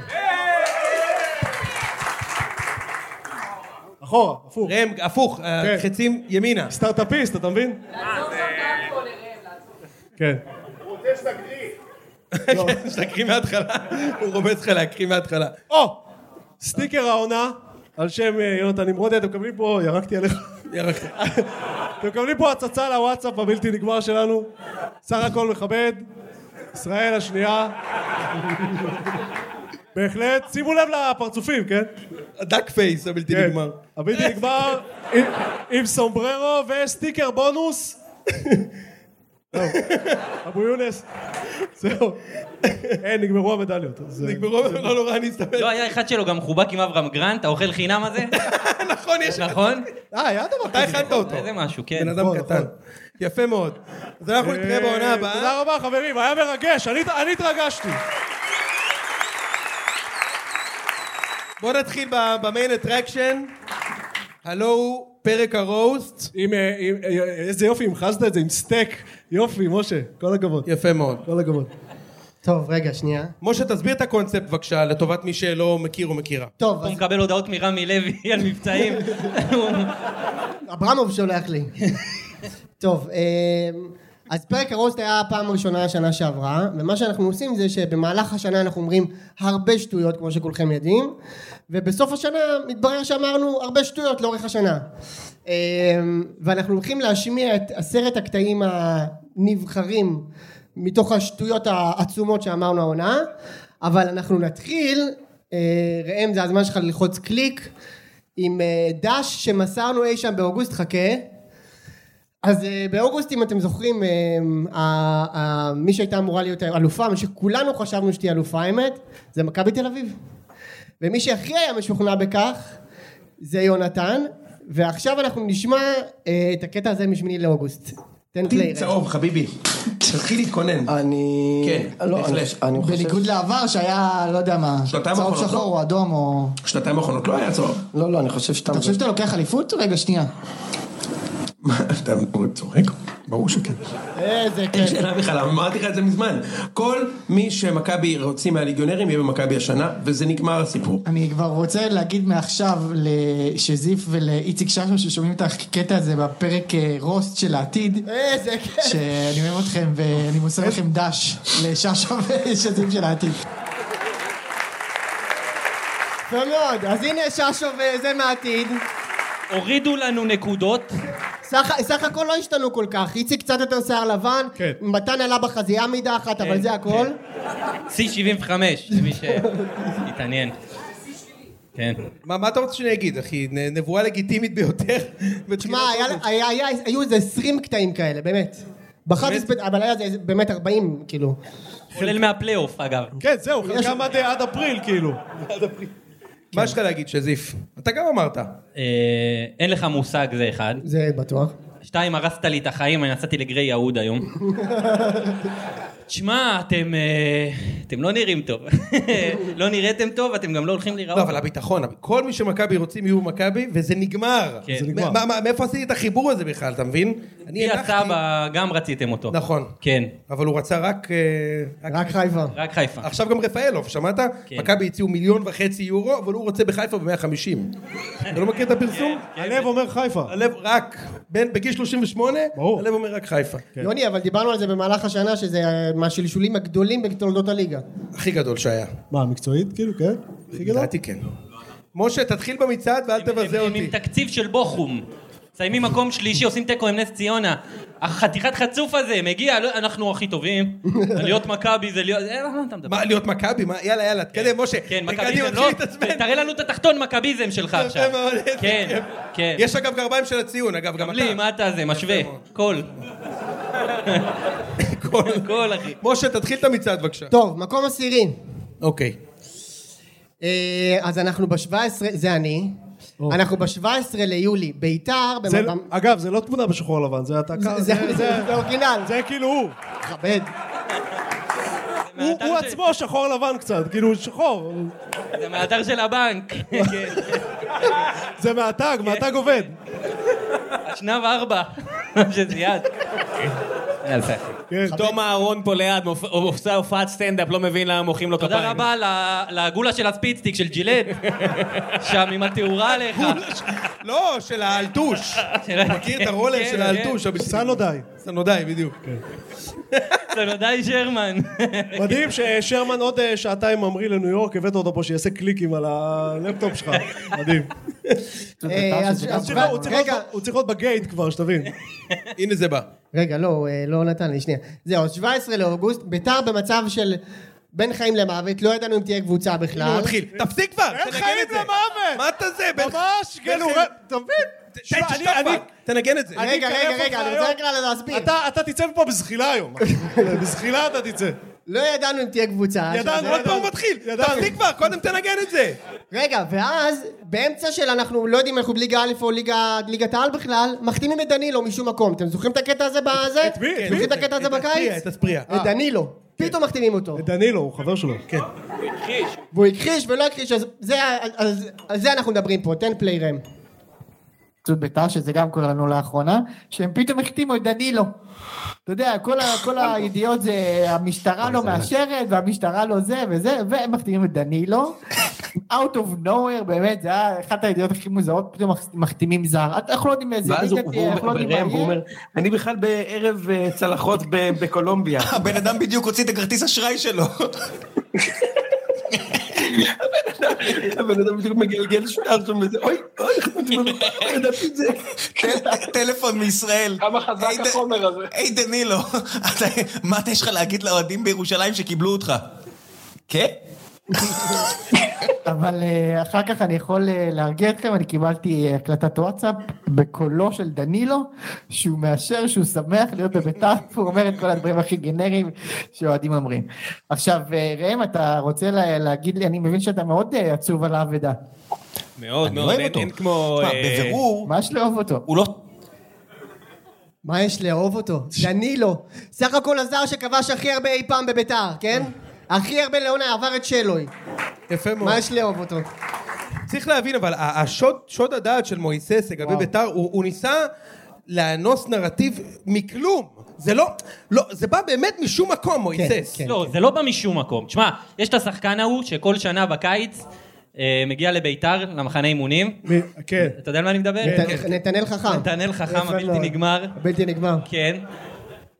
[SPEAKER 4] אחורה, הפוך.
[SPEAKER 1] ראם, הפוך,
[SPEAKER 4] כן.
[SPEAKER 1] החצים
[SPEAKER 4] <laughs>
[SPEAKER 1] ימינה.
[SPEAKER 4] סטארט-אפיסט, אתה מבין? כן. לא.
[SPEAKER 1] שתקריא מההתחלה. הוא רומז לך להקריא מההתחלה.
[SPEAKER 4] או! סטיקר העונה, על שם אה, יונתן נמרודי, אתם מקבלים פה, ירקתי עליך.
[SPEAKER 1] ירקת.
[SPEAKER 4] אתם מקבלים פה הצצה לוואטסאפ הבלתי נגמר שלנו. סך הכל מכבד. ישראל השנייה. בהחלט, שימו לב לפרצופים, כן?
[SPEAKER 1] הדאק פייס הבלתי
[SPEAKER 4] כן.
[SPEAKER 1] נגמר.
[SPEAKER 4] הבלתי נגמר, עם- עם סומבררו וסטיקר בונוס. זהו. אבו יונס, זהו. אין, נגמרו המדליות. אז, אה,
[SPEAKER 1] נגמרו, לא נורא, אני אסתפק.
[SPEAKER 2] לא היה אחד שלו גם חובק עם אברהם גרנט, האוכל חינם הזה,
[SPEAKER 1] <laughs> נכון, יש...
[SPEAKER 2] נכון?
[SPEAKER 1] אה, היה דבר כזה. אתה הכנת אותו.
[SPEAKER 2] איזה משהו, כן.
[SPEAKER 1] בן אדם קטן. יפה מאוד. אז אנחנו נתראה בעונה
[SPEAKER 4] אה,
[SPEAKER 1] הבאה.
[SPEAKER 4] תודה רבה, חברים, היה מרגש, אני אני התרגשתי.
[SPEAKER 1] בוא נתחיל ב- במיין אטרקשן. הלו הוא פרק הרוסט.
[SPEAKER 4] עם, אה, עם, אה, איזה יופי, המחזת את זה עם סטייק. יופי, משה, כל הכבוד.
[SPEAKER 1] יפה מאוד.
[SPEAKER 4] כל הכבוד.
[SPEAKER 3] טוב, רגע, שנייה.
[SPEAKER 1] משה, תסביר את הקונספט בבקשה, לטובת מי שלא מכיר או מכירה.
[SPEAKER 3] טוב,
[SPEAKER 2] הוא
[SPEAKER 3] אז
[SPEAKER 2] מקבל הודעות מרמי לוי <laughs> על מבצעים.
[SPEAKER 3] אברמוב שולח לי. טוב, אמ, אז פרק הרוסט היה הפעם הראשונה השנה שעברה, ומה שאנחנו עושים זה שבמהלך השנה אנחנו אומרים הרבה שטויות, כמו שכולכם יודעים, ובסוף השנה מתברר שאמרנו הרבה שטויות לאורך השנה. אמ, ואנחנו הולכים להשמיע את עשרת הקטעים הנבחרים מתוך השטויות העצומות שאמרנו העונה, אבל אנחנו נתחיל, אה, ראם זה הזמן שלך ללחוץ קליק, עם אה, דש שמסרנו אי שם באוגוסט, חכה. אז אה, באוגוסט, אם אתם זוכרים, אה, ה- ה- מי שהייתה אמורה להיות אלופה, מה שכולנו חשבנו שתהיה אלופה, האמת, זה מכבי תל אביב. ומי שהכי היה משוכנע בכך, זה יונתן. ועכשיו אנחנו נשמע אה, את הקטע הזה משמיני לאוגוסט. תן פליי. רגע.
[SPEAKER 6] צהוב, חביבי. תתחיל להתכונן.
[SPEAKER 7] אני...
[SPEAKER 6] כן,
[SPEAKER 7] לא,
[SPEAKER 6] בהחלט.
[SPEAKER 7] אני, אני חושב...
[SPEAKER 6] בניגוד
[SPEAKER 7] לעבר שהיה, לא יודע מה,
[SPEAKER 6] שנתיים צהוב אחרונות, שחור לא?
[SPEAKER 7] או אדום או...
[SPEAKER 6] שנתיים האחרונות לא היה צהוב.
[SPEAKER 7] לא, לא, אני חושב שאתה... אתה חושב שאתה לוקח אליפות? רגע, שנייה.
[SPEAKER 6] מה, אתה צוחק? ברור שכן.
[SPEAKER 3] איזה
[SPEAKER 7] אה,
[SPEAKER 6] אין
[SPEAKER 3] קטע.
[SPEAKER 6] שאלה בכלל, אמרתי לך את זה מזמן. כל מי שמכבי רוצים מהליגיונרים יהיה במכבי השנה, וזה נגמר הסיפור.
[SPEAKER 7] אני כבר רוצה להגיד מעכשיו שזיף ולאיציק ששו ששומעים את הקטע הזה בפרק אה, רוסט של העתיד,
[SPEAKER 3] אה, איזה קטע.
[SPEAKER 7] שאני אוהב אתכם ואני מוסר לכם דש לששו ושזיף של העתיד.
[SPEAKER 3] יפה מאוד. אז הנה ששו וזה מהעתיד.
[SPEAKER 2] הורידו לנו נקודות,
[SPEAKER 3] סך, סך הכל לא השתנו כל כך, איציק קצת יותר שיער לבן,
[SPEAKER 4] כן.
[SPEAKER 3] מתן עלה בחזייה מידה אחת, אבל זה הכל.
[SPEAKER 2] שיא 75, למי שהתעניין. כן.
[SPEAKER 1] מה מה אתה רוצה שאני אגיד, אחי? נ- נבואה לגיטימית ביותר.
[SPEAKER 3] תשמע,
[SPEAKER 1] בתחילת
[SPEAKER 3] היה-
[SPEAKER 1] אוגוסט.
[SPEAKER 3] היה- היה- היו איזה 20 קטעים כאלה, באמת. בחרתי, ספ- אבל היה איזה- באמת 40, כאילו.
[SPEAKER 2] כולל מהפלייאוף, אגב.
[SPEAKER 4] כן, זהו, חלקם עד- עד אפריל, כאילו.
[SPEAKER 1] מה יש לך להגיד, שזיף? אתה גם אמרת.
[SPEAKER 2] אה, אין לך מושג, זה אחד.
[SPEAKER 3] זה בטוח.
[SPEAKER 2] שתיים, הרסת לי את החיים, אני נסעתי לגרי יהוד היום.
[SPEAKER 1] <laughs>
[SPEAKER 2] תשמע, אתם אה, אתם לא נראים טוב. <laughs> לא נראיתם טוב, אתם גם לא הולכים
[SPEAKER 1] לא,
[SPEAKER 2] להיראות.
[SPEAKER 1] אבל הביטחון, כל מי שמכבי רוצים יהיו במכבי, וזה נגמר.
[SPEAKER 2] כן. זה
[SPEAKER 4] נגמר.
[SPEAKER 1] מה- מה- מאיפה עשיתי את החיבור הזה בכלל, אתה מבין? אני
[SPEAKER 2] כי
[SPEAKER 1] הנחתי-
[SPEAKER 2] הסבא, גם רציתם אותו.
[SPEAKER 1] נכון.
[SPEAKER 2] כן,
[SPEAKER 1] אבל הוא רצה רק... אה,
[SPEAKER 3] רק חיפה.
[SPEAKER 2] רק חיפה.
[SPEAKER 1] עכשיו גם רפאלוב, שמעת?
[SPEAKER 2] כן.
[SPEAKER 1] מכבי הציעו מיליון וחצי יורו, אבל הוא רוצה בחיפה ב-150. אתה לא מכיר את הפרסום?
[SPEAKER 4] הלב אומר חיפה.
[SPEAKER 1] הלב רק, בין- בגיל 38,
[SPEAKER 4] כן. ברור.
[SPEAKER 1] הלב אומר רק חיפה.
[SPEAKER 3] יוני, אבל דיברנו על זה במהלך השנה, שזה אה, מהשלשולים הגדולים בתולדות הליגה.
[SPEAKER 1] הכי גדול שהיה.
[SPEAKER 4] מה, מקצועית? כאילו, כן? הכי גדול?
[SPEAKER 1] לדעתי כן. משה, תתחיל במצעד ואל
[SPEAKER 2] הם-
[SPEAKER 1] תבזה
[SPEAKER 2] הם עם
[SPEAKER 1] אותי.
[SPEAKER 2] תקציב של בוכום. מסיימים מקום שלישי, עושים תיקו עם נס ציונה. החתיכת חצוף הזה, מגיע, לא- אנחנו הכי
[SPEAKER 1] <laughs>
[SPEAKER 2] טובים. להיות מכבי זה להיות... אה, מה אתה מדבר?
[SPEAKER 1] מה, להיות מכבי? מה? יאללה, יאללה, תתקדם, משה.
[SPEAKER 2] כן,
[SPEAKER 1] קדימה,
[SPEAKER 2] מכביזם,
[SPEAKER 1] תתחיל
[SPEAKER 2] לא?
[SPEAKER 1] להתעצבן.
[SPEAKER 2] תראה לנו את התחתון מכביזם שלך
[SPEAKER 1] יפה
[SPEAKER 2] עכשיו.
[SPEAKER 1] מאוד, איזה
[SPEAKER 2] כן,
[SPEAKER 1] כיף.
[SPEAKER 2] כן.
[SPEAKER 1] יש אגב גרביים של הציון, אגב, גם
[SPEAKER 2] בלי,
[SPEAKER 1] אתה.
[SPEAKER 2] מה אתה זה, משווה. קול. אה?
[SPEAKER 1] <laughs>
[SPEAKER 2] קול, אחי.
[SPEAKER 1] משה, תתחיל את המצעד בבקשה.
[SPEAKER 3] טוב, מקום עשירי.
[SPEAKER 1] אוקיי.
[SPEAKER 3] אה, אז אנחנו ב-17, זה אני. אנחנו ב-17 ליולי, ביתר,
[SPEAKER 4] זה-
[SPEAKER 3] במ-
[SPEAKER 4] אגב, זה לא תמונה בשחור לבן, זה אתה...
[SPEAKER 3] זה- זה- זה אורגינל.
[SPEAKER 4] זה כאילו הוא.
[SPEAKER 3] תכבד.
[SPEAKER 4] הוא הוא
[SPEAKER 2] של-
[SPEAKER 4] עצמו שחור לבן קצת, כאילו הוא שחור.
[SPEAKER 2] זה מהאתר של הבנק. כן.
[SPEAKER 4] זה מהתג, מהתג עובד.
[SPEAKER 2] אשנב ארבע. <laughs> שזה יד. יאללה, סחי.
[SPEAKER 4] כן.
[SPEAKER 8] תום אהרון פה ליד, מופ- עושה הופעת סטנדאפ, לא מבין למה מוחאים לו כפיים.
[SPEAKER 2] תודה רבה ל- לגולה של הספיצטיק של ג'ילט, שם עם התאורה עליך.
[SPEAKER 1] לא, של
[SPEAKER 4] <laughs>
[SPEAKER 1] האלטוש. מכיר את הרולר
[SPEAKER 2] כן,
[SPEAKER 1] של האלטוש? הבלתי-
[SPEAKER 4] סנודאי.
[SPEAKER 1] סנודאי, בדיוק.
[SPEAKER 2] כן. תנודאי שרמן.
[SPEAKER 4] מדהים ששרמן עוד אה, שעתיים ממריא לניו יורק, הבאת אותו פה שיעשה קליקים על הלפטופ שלך. מדהים.
[SPEAKER 3] אה, אז-
[SPEAKER 7] שזה
[SPEAKER 3] אז-
[SPEAKER 4] הוא צריך להיות- הוא צריך להיות-
[SPEAKER 3] רגע,
[SPEAKER 4] הוא צריך להיות בגייט כבר, שתבין.
[SPEAKER 1] הנה זה בא.
[SPEAKER 3] רגע, לא, הוא, אה, לא נתן לי, שנייה. זהו, 17 לאוגוסט, ביתר במצב של בין חיים למוות, לא ידענו אם תהיה קבוצה בכלל.
[SPEAKER 1] הוא מתחיל. תפסיק כבר!
[SPEAKER 4] אין
[SPEAKER 1] תנגן
[SPEAKER 4] חיים
[SPEAKER 1] את זה.
[SPEAKER 4] למוות!
[SPEAKER 1] מה אתה זה? בן-
[SPEAKER 4] ממש,
[SPEAKER 1] בן
[SPEAKER 4] כן, הוא...
[SPEAKER 1] חיים-
[SPEAKER 4] אתה מבין?
[SPEAKER 1] די,
[SPEAKER 4] תשמע,
[SPEAKER 1] תשתוק
[SPEAKER 4] אני-
[SPEAKER 1] כבר. תנגן את זה.
[SPEAKER 4] אני
[SPEAKER 3] רגע,
[SPEAKER 4] אקרב
[SPEAKER 3] רגע,
[SPEAKER 4] אותך
[SPEAKER 3] רגע, אני
[SPEAKER 4] היום.
[SPEAKER 3] רוצה רק לה- להסביר.
[SPEAKER 4] אתה- אתה תצא מפה בזחילה היום. <laughs> בזחילה אתה תצא.
[SPEAKER 3] לא ידענו אם תהיה קבוצה.
[SPEAKER 4] ידענו,
[SPEAKER 3] שזה-
[SPEAKER 4] עוד פעם הוא מתחיל. ידענו.
[SPEAKER 1] תפסיק כבר, קודם תנגן את זה.
[SPEAKER 3] רגע, ואז, באמצע של אנחנו לא יודעים אם אנחנו בליגה א' או ליגה- ליגת העל בכלל, מחתימים את דנילו משום מקום. אתם זוכרים את הקטע הזה בזה? את
[SPEAKER 4] מי? את
[SPEAKER 3] זוכרים את הקטע הזה
[SPEAKER 1] את הספריה,
[SPEAKER 3] בקיץ?
[SPEAKER 1] את הספריה.
[SPEAKER 3] את דנילו. פתאום מחתימים אותו.
[SPEAKER 4] דנילו, הוא חבר שלו. כן.
[SPEAKER 3] והוא הכחיש ולא הכחיש, אז זה ה- אז- על זה אנחנו מדברים פה. תן פליי רם.
[SPEAKER 7] פשוט בית"ר, שזה גם קורה לנו לאחרונה, שהם פתאום החתימו את דנילו. אתה יודע, כל, ה, כל הידיעות זה המשטרה לא מאשרת, והמשטרה לא זה וזה, והם מחתימים את דנילו. Out of nowhere, באמת, זה היה אחת הידיעות הכי מוזרות, פתאום מח- מחתימים זר. אנחנו לא יודעים איזה
[SPEAKER 9] ואז הוא
[SPEAKER 7] ליגה תהיה, אנחנו לא
[SPEAKER 9] הוא
[SPEAKER 7] יודעים
[SPEAKER 9] אומר,
[SPEAKER 7] מה
[SPEAKER 9] הוא
[SPEAKER 7] יהיה.
[SPEAKER 9] אומר, אני בכלל בערב אה, צלחות ב- בקולומביה.
[SPEAKER 10] הבן אדם בדיוק הוציא את הכרטיס אשראי שלו.
[SPEAKER 9] הבן אדם בדיוק מגלגל שער שם וזה, אוי, אוי, איך ידעתי את זה.
[SPEAKER 10] טל- טלפון מישראל. כמה חזק החומר הזה. היי דנילו, אתה- מה אתה יש לך להגיד לאוהדים בירושלים שקיבלו אותך? כן?
[SPEAKER 7] אבל אה, אחר כך אני יכול אה, להרגיע אתכם, אני קיבלתי אה, הקלטת וואטסאפ בקולו של דנילו, שהוא מאשר שהוא שמח להיות בביתר, <laughs> והוא אומר את כל הדברים הכי גנריים שאוהדים אומרים. עכשיו, אה, ראם, אתה רוצה לה- להגיד לי, אני מבין שאתה מאוד אה, עצוב על האבדה,
[SPEAKER 11] מאוד
[SPEAKER 10] אני
[SPEAKER 11] מאוד,
[SPEAKER 10] אוהב
[SPEAKER 11] אין
[SPEAKER 10] אותו.
[SPEAKER 11] אין כמו...
[SPEAKER 10] תשמע,
[SPEAKER 11] אה,
[SPEAKER 10] בבירור,
[SPEAKER 7] ממש לאהוב אותו.
[SPEAKER 10] הוא לא...
[SPEAKER 3] מה יש לאהוב אותו? דנילו. סך הכל הזר שכבש הכי הרבה אי פעם בביתר, כן? הכי הרבה לעונה עבר את שלוי.
[SPEAKER 1] יפה מאוד.
[SPEAKER 3] מה יש לאהוב אותו?
[SPEAKER 1] צריך להבין, אבל ה- השוד שוד הדעת של מויסס לגבי
[SPEAKER 7] וואו.
[SPEAKER 1] ביתר, הוא הוא ניסה לאנוס נרטיב מכלום. זה לא, לא, זה בא באמת משום מקום, מויסס.
[SPEAKER 3] כן.
[SPEAKER 2] לא, זה לא בא משום מקום. תשמע, יש את השחקן ההוא שכל שנה בקיץ אה, מגיע לביתר, למחנה אימונים.
[SPEAKER 4] כן.
[SPEAKER 2] אתה יודע על מה אני מדבר?
[SPEAKER 3] נת- נתנאל חכם.
[SPEAKER 2] כן. נתנאל חכם,
[SPEAKER 3] יפה
[SPEAKER 2] הבלתי
[SPEAKER 3] מאוד.
[SPEAKER 2] נגמר.
[SPEAKER 3] הבלתי נגמר.
[SPEAKER 2] כן.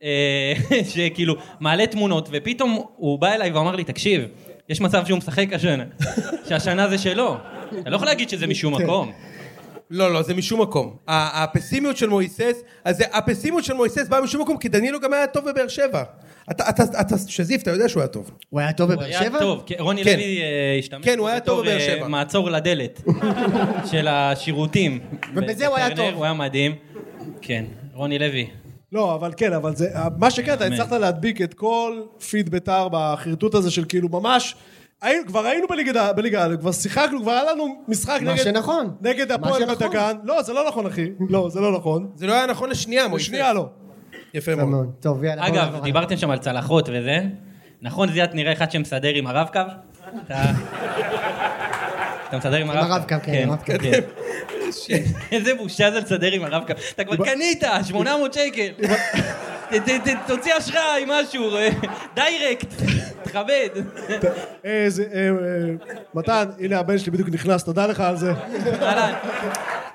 [SPEAKER 2] אה, <laughs> שכאילו, מעלה תמונות, ופתאום הוא בא אליי ואמר לי, תקשיב, יש מצב שהוא משחק השנה,
[SPEAKER 1] <laughs>
[SPEAKER 2] שהשנה זה שלו. אתה לא יכול להגיד שזה משום מקום.
[SPEAKER 1] לא, לא, כן. זה משום מקום. ה- הפסימיות של מויסס, אז זה- הפסימיות של מויסס באה משום מקום, כי דנילו גם היה טוב בבאר שבע. אתה, אתה, אתה, שזיף, אתה יודע שהוא היה טוב.
[SPEAKER 3] הוא היה טוב
[SPEAKER 2] הוא
[SPEAKER 3] בבאר
[SPEAKER 2] היה
[SPEAKER 3] שבע?
[SPEAKER 2] טוב, כן, רוני
[SPEAKER 1] כן.
[SPEAKER 2] לוי אה, השתמש
[SPEAKER 1] כן, הוא
[SPEAKER 2] בו
[SPEAKER 1] היה טוב
[SPEAKER 2] בתור,
[SPEAKER 1] בבאר
[SPEAKER 2] אה,
[SPEAKER 1] שבע. <laughs>
[SPEAKER 2] מעצור לדלת של השירותים.
[SPEAKER 3] ובזה הוא היה
[SPEAKER 2] בטרנר,
[SPEAKER 3] טוב.
[SPEAKER 2] הוא היה מדהים. כן, רוני לוי.
[SPEAKER 4] לא, אבל כן, אבל זה... מה שכן, אתה הצלחת להדביק את כל פיד בית"ר בחרטוט הזה של כאילו ממש... היינו, כבר היינו בליגה בליגה א', כבר שיחקנו, כבר היה לנו משחק
[SPEAKER 3] מה
[SPEAKER 4] נגד...
[SPEAKER 3] שנכון.
[SPEAKER 4] נגד
[SPEAKER 3] מה
[SPEAKER 4] הפועל
[SPEAKER 3] שנכון.
[SPEAKER 4] בדגן. לא, זה לא נכון, אחי. לא, זה לא נכון.
[SPEAKER 1] זה לא היה נכון לשנייה, מויסס.
[SPEAKER 4] שנייה לא.
[SPEAKER 1] יפה
[SPEAKER 3] יפה
[SPEAKER 1] מאוד.
[SPEAKER 3] מאוד. טוב, יאללה. בוא נעבור
[SPEAKER 2] אגב,
[SPEAKER 3] הלאה.
[SPEAKER 2] דיברתם שם על צלחות וזה. נכון, זיאת נראה אחד שמסדר עם הרב-קו? אתה- אתה מסדר עם הרב-קו?
[SPEAKER 3] הרב-קו, כן, הרב-קו.
[SPEAKER 2] כן. איזה בושה זה לסדר עם הרב-קו. אתה כבר קנית, 800 שקל. ת- ת- ת- תוציא אשראי, משהו, אה, דיירקט, תכבד.
[SPEAKER 4] אה, זה... אה, אה, מתן, הנה הבן שלי בדיוק נכנס, תודה לך על זה.
[SPEAKER 2] אהלן.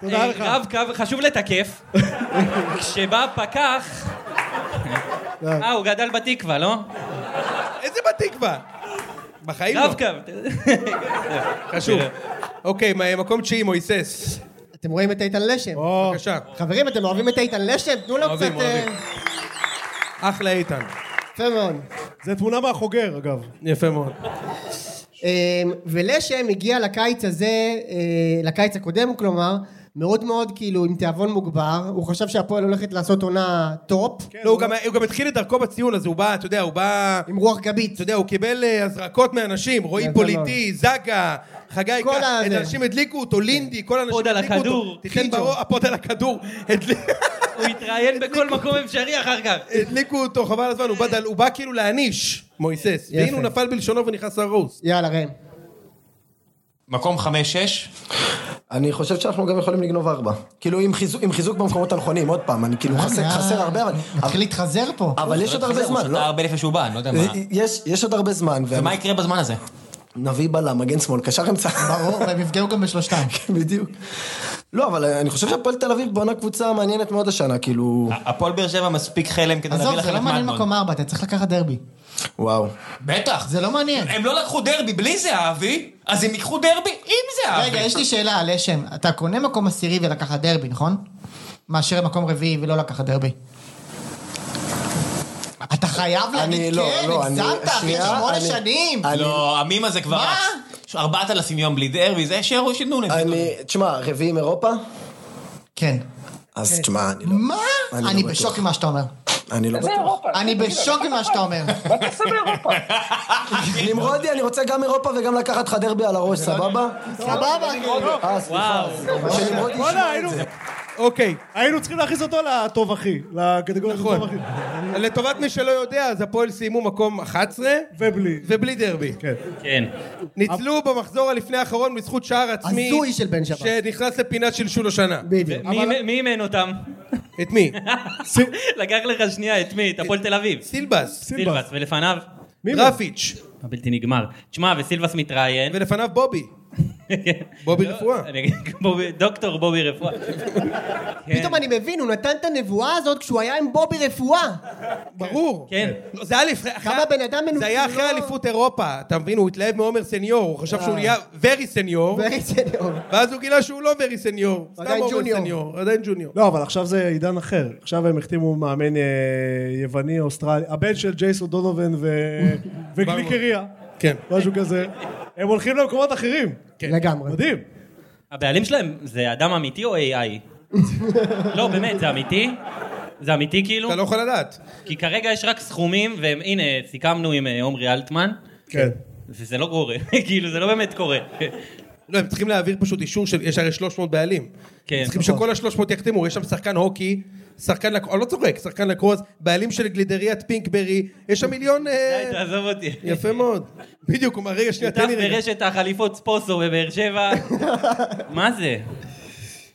[SPEAKER 4] תודה
[SPEAKER 2] אה,
[SPEAKER 4] לך.
[SPEAKER 2] רב-קו, חשוב לתקף. כשבא פקח... אה, הוא גדל בתקווה, לא?
[SPEAKER 3] לא-
[SPEAKER 1] איזה בתקווה? בחיים לא.
[SPEAKER 2] רב-קו.
[SPEAKER 1] חשוב. אוקיי, מה- מקום תשיעי, מויסס.
[SPEAKER 3] אתם רואים את איתן לשם?
[SPEAKER 4] או,
[SPEAKER 1] בבקשה.
[SPEAKER 3] חברים, אתם אוהבים את איתן לשם? תנו לו קצת...
[SPEAKER 1] אוהבים,
[SPEAKER 3] אה,
[SPEAKER 1] אוהבים. אחלה איתן.
[SPEAKER 3] יפה מאוד.
[SPEAKER 4] זה תמונה מהחוגר, אגב.
[SPEAKER 1] יפה מאוד.
[SPEAKER 3] אמ, ולשם הגיע לקיץ הזה, אה, לקיץ הקודם כלומר, מאוד מאוד כאילו עם תיאבון מוגבר, הוא חשב שהפועל הולכת לעשות עונה טופ,
[SPEAKER 12] כן.
[SPEAKER 1] לא, הוא גם- הוא גם התחיל את דרכו בציון, אז הוא בא, אתה יודע, הוא בא...
[SPEAKER 3] עם רוח גבית.
[SPEAKER 1] אתה יודע, הוא קיבל אה, הזרקות מאנשים, רועי
[SPEAKER 3] יפה
[SPEAKER 1] פוליטי, זגה, חגי
[SPEAKER 3] כל
[SPEAKER 1] כץ, את
[SPEAKER 3] הזה.
[SPEAKER 1] האנשים הדליקו אותו, לינדי, כל האנשים
[SPEAKER 2] הפוד על
[SPEAKER 1] הדליקו
[SPEAKER 2] הכדור,
[SPEAKER 1] אותו. תיתן
[SPEAKER 2] חיג'ו.
[SPEAKER 1] בראש, הפוד על הכדור. הדל-
[SPEAKER 2] <laughs> הוא יתראיין בכל מקום אפשרי אחר כך.
[SPEAKER 1] הדליקו אותו, חבל על הזמן, הוא בא דל- הוא בא כאילו להעניש, מויסס.
[SPEAKER 3] יפה.
[SPEAKER 1] והנה הוא נפל בלשונו ונכנס לרוס.
[SPEAKER 3] יאללה ראם.
[SPEAKER 10] מקום חמש-שש.
[SPEAKER 12] אני חושב שאנחנו גם יכולים לגנוב ארבע. כאילו עם חיזוק, עם חיזוק במקומות הנכונים, עוד פעם, אני
[SPEAKER 3] אה,
[SPEAKER 12] כאילו חסר, חסר הרבה, אבל,
[SPEAKER 7] מתחיל
[SPEAKER 12] אבל,
[SPEAKER 7] להתחזר פה.
[SPEAKER 12] אבל יש עוד הרבה
[SPEAKER 10] הוא
[SPEAKER 12] זמן,
[SPEAKER 10] שתה
[SPEAKER 12] לא?
[SPEAKER 10] הרבה לפני שהוא בא, אני לא יודע מה.
[SPEAKER 12] יש, יש עוד הרבה זמן,
[SPEAKER 10] ומה יקרה בזמן הזה?
[SPEAKER 12] נביא בלם, מגן שמאל, קשר אמצע.
[SPEAKER 13] ברור, והם יפגעו גם בשלושתם.
[SPEAKER 12] <laughs> בדיוק. לא, אבל אני חושב שהפועל תל אביב בונה קבוצה מעניינת מאוד השנה, כאילו...
[SPEAKER 10] הפועל באר שבע מספיק חלם כדי להביא
[SPEAKER 13] עזוב,
[SPEAKER 10] לך
[SPEAKER 13] זה לא מעניין מקום ארבע, אתה צריך לקחת דרבי.
[SPEAKER 12] וואו.
[SPEAKER 10] בטח.
[SPEAKER 13] זה לא מעניין.
[SPEAKER 10] הם לא לקחו דרבי בלי זהבי, אז הם ייקחו דרבי עם זהבי.
[SPEAKER 13] רגע, יש לי שאלה על אשם. אתה קונה מקום עשירי ולקחת דרבי, נכון? מאשר מקום רביעי ולא לקחת דרבי. אתה חייב להגיד
[SPEAKER 12] לא,
[SPEAKER 13] כן,
[SPEAKER 12] לא, אני-
[SPEAKER 13] הגזמת אחרי
[SPEAKER 12] שנייה,
[SPEAKER 13] שמונה
[SPEAKER 12] אני-
[SPEAKER 13] שנים.
[SPEAKER 10] לא, המים הזה כבר...
[SPEAKER 13] מה?
[SPEAKER 10] רץ. 4,000 יום בלי דרבי, זה שירו שינו להם.
[SPEAKER 12] אני... תשמע, רביעי עם אירופה?
[SPEAKER 13] כן.
[SPEAKER 12] אז תשמע, אני לא...
[SPEAKER 13] מה?
[SPEAKER 12] אני לא
[SPEAKER 13] אני
[SPEAKER 12] בטוח.
[SPEAKER 13] בשוק ממה שאתה אומר.
[SPEAKER 12] אני לא
[SPEAKER 14] זה
[SPEAKER 12] בטוח.
[SPEAKER 14] אירופה.
[SPEAKER 13] אני בשוק ממה שאתה
[SPEAKER 3] <laughs>
[SPEAKER 13] אומר.
[SPEAKER 14] מה אתה עושה באירופה?
[SPEAKER 12] נמרודי, אני רוצה גם אירופה וגם לקחת לך דרבי על הראש, סבבה?
[SPEAKER 13] סבבה,
[SPEAKER 12] אה, סליחה.
[SPEAKER 4] וואלה,
[SPEAKER 12] שנמרודי ישמע את
[SPEAKER 4] היינו...
[SPEAKER 12] זה.
[SPEAKER 1] אוקיי,
[SPEAKER 4] היינו צריכים להכניס אותו לטוב אחי, לקטגוריה
[SPEAKER 1] נכון.
[SPEAKER 4] של טוב אחי.
[SPEAKER 1] לטובת מי שלא יודע, אז הפועל סיימו מקום 11
[SPEAKER 4] ובלי.
[SPEAKER 1] ובלי דרבי.
[SPEAKER 4] כן.
[SPEAKER 2] כן.
[SPEAKER 1] ניצלו במחזור הלפני האחרון בזכות שער עצמי.
[SPEAKER 3] הזוי של בן שבת.
[SPEAKER 1] שנכנס לפינת שלשול השנה.
[SPEAKER 3] בדיוק.
[SPEAKER 2] מי- מי אימן אותם?
[SPEAKER 1] את מי?
[SPEAKER 2] <laughs> לקח לך שנייה את מי? את הפועל תל אביב.
[SPEAKER 1] סילבס.
[SPEAKER 2] סילבס, ולפניו?
[SPEAKER 4] מי מהם?
[SPEAKER 1] רפיץ'.
[SPEAKER 2] הבלתי נגמר. תשמע, וסילבס מתראיין.
[SPEAKER 1] ולפניו בובי. בובי רפואה.
[SPEAKER 2] כן. לא, אני אגיד, בובי- דוקטור בובי רפואה.
[SPEAKER 13] כן.
[SPEAKER 3] פתאום אני מבין, הוא נתן את הנבואה הזאת כשהוא היה עם בובי
[SPEAKER 13] <laughs>
[SPEAKER 3] רפואה.
[SPEAKER 1] ברור.
[SPEAKER 2] כן.
[SPEAKER 1] לא, זה היה לפני... אחרי-
[SPEAKER 3] כמה בן אדם מנוצל. לא?
[SPEAKER 1] זה
[SPEAKER 3] אה.
[SPEAKER 1] היה אחרי אליפות אירופה, אתה מבין? הוא התלהב מעומר סניור, הוא חשב שהוא נהיה ורי סניור,
[SPEAKER 3] ברצינות.
[SPEAKER 1] ואז הוא גילה שהוא לא ורי סניור, סתם
[SPEAKER 3] עדיין
[SPEAKER 1] עומר
[SPEAKER 3] ג'וניור.
[SPEAKER 1] סניור, עדיין ג'וניור.
[SPEAKER 4] לא, אבל עכשיו זה עידן אחר. עכשיו הם החתימו מאמן אה, יווני, אוסטרלי, הבן של ג'ייסון דונובן ו- וגליקריה,
[SPEAKER 1] כן.
[SPEAKER 4] משהו כזה. הם הולכים למקומות אחרים.
[SPEAKER 3] לגמרי.
[SPEAKER 4] מדהים.
[SPEAKER 2] הבעלים שלהם זה אדם אמיתי
[SPEAKER 1] <laughs>
[SPEAKER 2] או AI? לא, באמת, זה אמיתי? זה אמיתי כאילו?
[SPEAKER 1] אתה לא יכול לדעת.
[SPEAKER 2] כי כרגע יש רק סכומים, והנה, סיכמנו עם אה, עומרי אלטמן,
[SPEAKER 4] כן.
[SPEAKER 2] וזה לא קורה, <laughs> כאילו, זה לא באמת קורה.
[SPEAKER 1] לא, הם צריכים להעביר פשוט אישור של... יש הרי 300 בעלים.
[SPEAKER 2] כן.
[SPEAKER 1] צריכים שכל ה-300 יחתימו, יש שם שחקן הוקי, שחקן לקרוס, לא צוחק, שחקן לקרוס, בעלים של גלידריית פינקברי, יש שם מיליון... אה,
[SPEAKER 2] די, תעזוב אותי.
[SPEAKER 1] יפה מאוד. בדיוק, הוא אמר, רגע, שנייה,
[SPEAKER 2] שותף
[SPEAKER 1] כן, תן לי רגע.
[SPEAKER 2] ברשת החליפות ספוסו בבאר שבע. מה זה?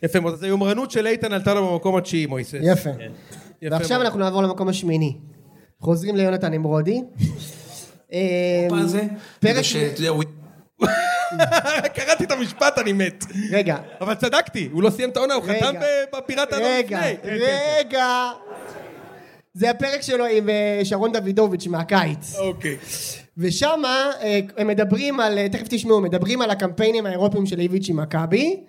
[SPEAKER 1] יפה מאוד, אז היומרנות של איתן עלתה לו במקום התשיעי, מויסס.
[SPEAKER 3] יפה.
[SPEAKER 13] כן.
[SPEAKER 1] יפה
[SPEAKER 3] ועכשיו
[SPEAKER 1] מאוד.
[SPEAKER 3] אנחנו נעבור למקום השמיני. חוזרים ליונתן נמרודי. אה,
[SPEAKER 15] מה זה?
[SPEAKER 3] פרק-
[SPEAKER 15] שאתה יודע, הוא-
[SPEAKER 1] <laughs> קראתי את המשפט, אני מת.
[SPEAKER 3] רגע,
[SPEAKER 1] אבל צדקתי, הוא לא סיים את העונה, הוא
[SPEAKER 3] רגע.
[SPEAKER 1] חתם ב- בפיראט האדום
[SPEAKER 3] רגע,
[SPEAKER 1] לא לפני. כן,
[SPEAKER 3] רגע. זה הפרק שלו עם אה, שרון דוידוביץ' מהקיץ.
[SPEAKER 1] אוקיי.
[SPEAKER 3] ושם הם מדברים על, אה, תכף תשמעו, מדברים על הקמפיינים האירופיים של איביץ' עם מכבי,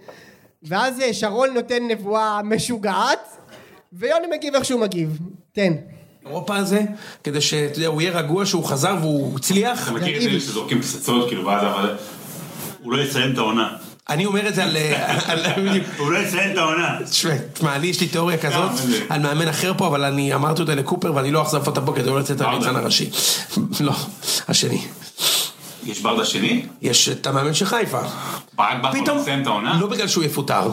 [SPEAKER 3] ואז אה, שרון נותן נבואה משוגעת, ויוני מגיב איך שהוא מגיב. תן.
[SPEAKER 15] אירופה הזה, כדי שאתה יודע, הוא יהיה רגוע שהוא חזר והוא הצליח.
[SPEAKER 16] אתה מכיר את אלה שזורקים פצצות, כאילו, ואז אבל... הוא לא יסיים את העונה.
[SPEAKER 15] אני אומר את
[SPEAKER 16] <laughs>
[SPEAKER 15] זה על... על- בדיוק.
[SPEAKER 16] הוא לא יסיים את העונה.
[SPEAKER 15] תשמע, תשמע, לי יש לי תיאוריה כזאת
[SPEAKER 16] כמה זה?
[SPEAKER 15] על מאמן אחר פה, אבל אני אמרתי אותה לקופר ואני לא אחזף אותה פה כדי לא לצאת
[SPEAKER 16] ברדה.
[SPEAKER 15] הריצן הראשי. <laughs> לא, השני.
[SPEAKER 16] יש ברדה שני?
[SPEAKER 15] יש את המאמן של חיפה.
[SPEAKER 16] ברק בכר לא יסיים את העונה?
[SPEAKER 15] לא בגלל שהוא יפוטר.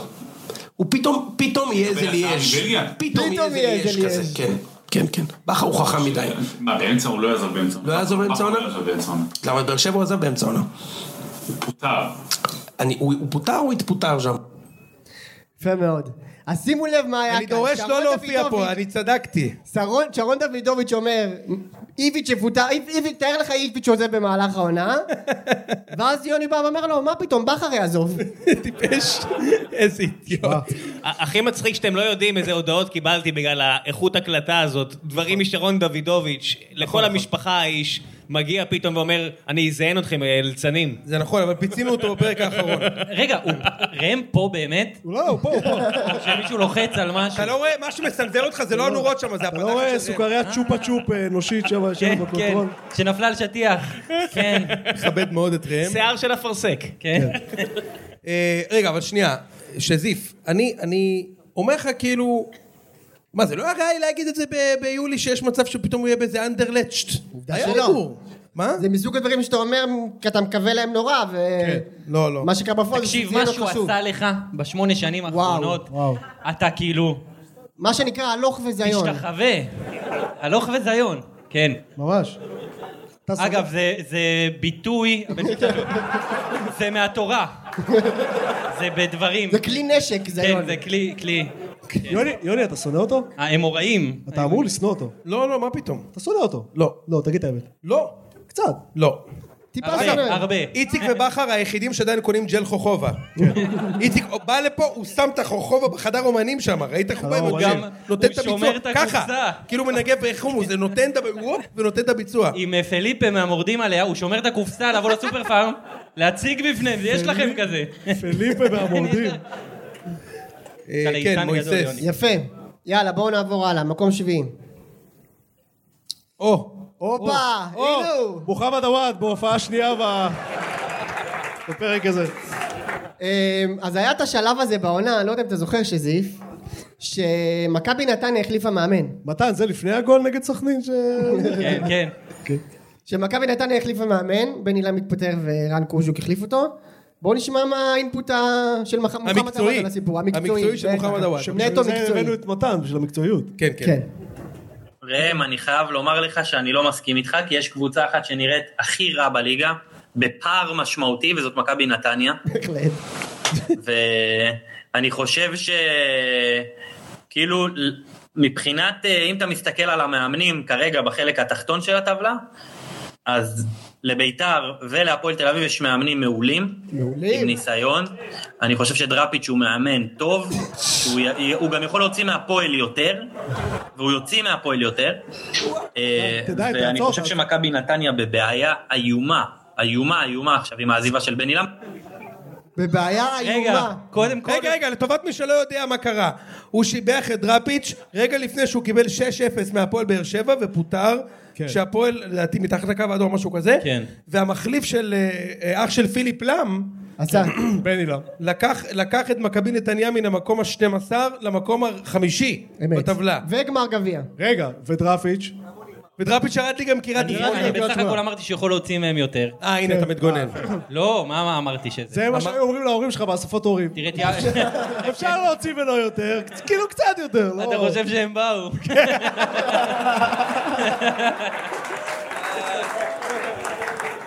[SPEAKER 15] הוא פתאום, פתאום יהיה איזה
[SPEAKER 16] יצא
[SPEAKER 15] ליאש.
[SPEAKER 16] מבלגיה?
[SPEAKER 15] פתאום יהיה איזה ליאש כזה, כן. כן, כן. בכר הוא חכם מדי.
[SPEAKER 16] מה, באמצע הוא לא יעזוב באמצע העונה.
[SPEAKER 15] לא יעזוב באמצע
[SPEAKER 16] בכר
[SPEAKER 15] העונה?
[SPEAKER 16] לא יעזוב באמצע העונה.
[SPEAKER 15] למה את באר שבע הוא עזב באמצע העונה?
[SPEAKER 16] הוא פוטר.
[SPEAKER 15] אני- הוא הוא פוטר או התפוטר שם?
[SPEAKER 3] יפה מאוד. אז שימו לב מה היה
[SPEAKER 1] אני דורש
[SPEAKER 3] שרון
[SPEAKER 1] לא להופיע
[SPEAKER 3] דוידוביץ'-
[SPEAKER 1] פה, אני צדקתי.
[SPEAKER 3] שרון, שרון דוידוביץ' אומר, איביץ' יפוטר, איב- איב- תאר לך איביץ' עוזב במהלך העונה, ואז יוני בא ואומר לו, מה פתאום, בכר יעזוב.
[SPEAKER 1] טיפש. איזה אידיוט.
[SPEAKER 17] הכי מצחיק שאתם לא יודעים איזה הודעות קיבלתי בגלל האיכות הקלטה הזאת. דברים משרון דוידוביץ', לכל המשפחה האיש מגיע פתאום ואומר, אני אזיין אתכם, אה, ליצנים.
[SPEAKER 1] זה נכון, אבל פיצינו אותו
[SPEAKER 15] <laughs>
[SPEAKER 1] בפרק האחרון.
[SPEAKER 2] רגע, הוא- ראם פה באמת?
[SPEAKER 4] הוא לא, הוא פה, הוא פה.
[SPEAKER 2] שמישהו לוחץ על משהו?
[SPEAKER 1] אתה לא רואה, מה שמסנדל אותך זה לא הנורות שם, זה
[SPEAKER 4] אתה
[SPEAKER 1] הפתחת
[SPEAKER 4] לא רואה
[SPEAKER 1] של...
[SPEAKER 4] סוכריית צ'ופה צ'ופ אה, אנושית שם
[SPEAKER 2] כן,
[SPEAKER 4] יושבת
[SPEAKER 2] כן,
[SPEAKER 4] בקונטרול?
[SPEAKER 2] שנפלה על שטיח. כן,
[SPEAKER 1] מכבד מאוד את ראם.
[SPEAKER 17] <laughs> שיער של אפרסק.
[SPEAKER 2] כן.
[SPEAKER 1] אה, רגע, אבל שנייה, שזיף, אני, אני אומר לך כאילו, מה זה לא היה ראי להגיד את זה ב- ביולי שיש מצב שפתאום הוא יהיה באיזה אנדרלצ'ט? היה
[SPEAKER 3] שלא.
[SPEAKER 1] דיבור. מה?
[SPEAKER 3] זה מסוג הדברים שאתה אומר, כי אתה מקווה להם נורא,
[SPEAKER 1] לא, לא.
[SPEAKER 3] ומה שקרה בפועל זה
[SPEAKER 2] תקשיב,
[SPEAKER 3] שזה
[SPEAKER 2] מה
[SPEAKER 3] לא
[SPEAKER 2] שהוא
[SPEAKER 3] חשוב.
[SPEAKER 2] עשה לך בשמונה שנים
[SPEAKER 3] וואו,
[SPEAKER 2] האחרונות,
[SPEAKER 4] וואו.
[SPEAKER 2] אתה כאילו,
[SPEAKER 3] מה שנקרא הלוך וזיון.
[SPEAKER 2] תשתחווה. הלוך וזיון. כן.
[SPEAKER 4] ממש. אתה סובל.
[SPEAKER 2] אגב, זה- זה ביטוי...
[SPEAKER 4] <laughs>
[SPEAKER 2] זה מהתורה. זה בדברים.
[SPEAKER 3] זה כלי נשק,
[SPEAKER 2] כן,
[SPEAKER 3] זיון.
[SPEAKER 2] זה כלי, כלי.
[SPEAKER 4] יוני- יוני, אתה שונא אותו?
[SPEAKER 2] האמוראים.
[SPEAKER 4] אתה אמור לשנוא אותו.
[SPEAKER 1] לא, לא, מה פתאום?
[SPEAKER 4] אתה שונא אותו.
[SPEAKER 1] לא.
[SPEAKER 4] לא, תגיד את האמת.
[SPEAKER 1] לא.
[SPEAKER 4] קצת.
[SPEAKER 1] לא.
[SPEAKER 18] הרבה,
[SPEAKER 1] אגב,
[SPEAKER 18] הרבה.
[SPEAKER 1] איציק ובכר היחידים שעדיין קונים ג'ל
[SPEAKER 2] <laughs>
[SPEAKER 1] חוכובה. איציק בא לפה, הוא שם את החוכובה בחדר אומנים שם, ראית איך הוא בא? עם
[SPEAKER 2] הוא
[SPEAKER 1] הג'ל?
[SPEAKER 2] גם-
[SPEAKER 1] נותן
[SPEAKER 2] הוא
[SPEAKER 1] את הביצוע,
[SPEAKER 2] שומר את
[SPEAKER 1] ככה,
[SPEAKER 2] הקופסה.
[SPEAKER 1] כאילו מנגב איך הוא, זה נותן את הב-
[SPEAKER 2] <laughs>
[SPEAKER 1] וופ, ונותן את הביצוע.
[SPEAKER 2] עם אה, פליפה מהמורדים עליה, הוא שומר את הקופסה לבוא לסופר פארם, להציג בפניהם, יש לכם כזה.
[SPEAKER 4] פליפה מהמורדים.
[SPEAKER 1] כן,
[SPEAKER 2] ליצן גדול, יוני.
[SPEAKER 3] יפה. יאללה, בואו נעבור הלאה, מקום שביעי.
[SPEAKER 1] או.
[SPEAKER 3] הופה, הנה הוא.
[SPEAKER 4] מוחמד עוואד בהופעה שנייה ב- בפרק הזה.
[SPEAKER 3] אמ, אז היה את השלב הזה בעונה, אני לא יודע אם אתה זוכר שזיף, שמכבי נתניה החליפה מאמן.
[SPEAKER 4] מתן, זה לפני הגול נגד סכנין? ש...
[SPEAKER 2] כן, כן.
[SPEAKER 3] שמכבי נתניה החליפה מאמן, בן אילם התפטר ורן קוז'וק החליף אותו. בואו נשמע מה האינפוט ה- של מח- מוחמד עוואד על הסיפור.
[SPEAKER 1] המקצועי של
[SPEAKER 3] בטח.
[SPEAKER 1] מוחמד עוואד.
[SPEAKER 3] <laughs> נטו מקצועי.
[SPEAKER 4] הבאנו את מתן, בשביל המקצועיות.
[SPEAKER 1] כן,
[SPEAKER 3] כן.
[SPEAKER 12] ראם, אני חייב לומר לך שאני לא מסכים איתך, כי יש קבוצה אחת שנראית הכי רע בליגה, בפער משמעותי, וזאת מכבי נתניה.
[SPEAKER 3] בהחלט.
[SPEAKER 12] ואני חושב ש... כאילו, ל- מבחינת, אה, אם אתה מסתכל על המאמנים כרגע בחלק התחתון של הטבלה, אז לביתר ולהפועל תל אביב יש מאמנים מעולים,
[SPEAKER 3] מעולים.
[SPEAKER 12] עם ניסיון. אני חושב שדראפיץ' הוא מאמן טוב, הוא, י... הוא גם יכול להוציא מהפועל יותר, והוא יוציא מהפועל יותר. אה,
[SPEAKER 4] תדע,
[SPEAKER 12] ואני
[SPEAKER 4] תעצור,
[SPEAKER 12] חושב שמכבי נתניה בבעיה איומה, איומה, איומה עכשיו עם העזיבה של בן אילם.
[SPEAKER 3] בבעיה איומה.
[SPEAKER 2] קודם כל...
[SPEAKER 1] רגע, רגע, לטובת מי שלא יודע מה קרה. הוא שיבח את דראפיץ' רגע לפני שהוא קיבל 6-0 מהפועל באר שבע ופוטר.
[SPEAKER 18] כן.
[SPEAKER 1] שהפועל, לדעתי, מתחת לקו האדום או משהו כזה.
[SPEAKER 18] כן.
[SPEAKER 1] והמחליף של אה, אה, אח של פיליפ
[SPEAKER 3] <coughs>
[SPEAKER 1] לם.
[SPEAKER 3] עשה.
[SPEAKER 4] בן אילם.
[SPEAKER 1] לקח, לקח את מכבי נתניה מן המקום ה-12 למקום החמישי
[SPEAKER 3] אמת.
[SPEAKER 1] בטבלה.
[SPEAKER 3] וגמר גביע.
[SPEAKER 4] רגע, ודרפיץ'?
[SPEAKER 1] ודראפיץ' ירד לי גם קירת
[SPEAKER 2] אני אני בסך הכל אמרתי שיכול להוציא מהם יותר.
[SPEAKER 1] אה,
[SPEAKER 3] כן.
[SPEAKER 1] הנה, אתה מתגונן.
[SPEAKER 2] לא, מה מה אמרתי שזה?
[SPEAKER 4] זה מה
[SPEAKER 2] אמר-
[SPEAKER 4] שהיו אומרים להורים שלך באספות הורים.
[SPEAKER 2] תראה, תראה,
[SPEAKER 4] אפשר להוציא ממנו יותר, כאילו קצת יותר, לא...
[SPEAKER 2] אתה חושב
[SPEAKER 1] <laughs>
[SPEAKER 2] שהם באו.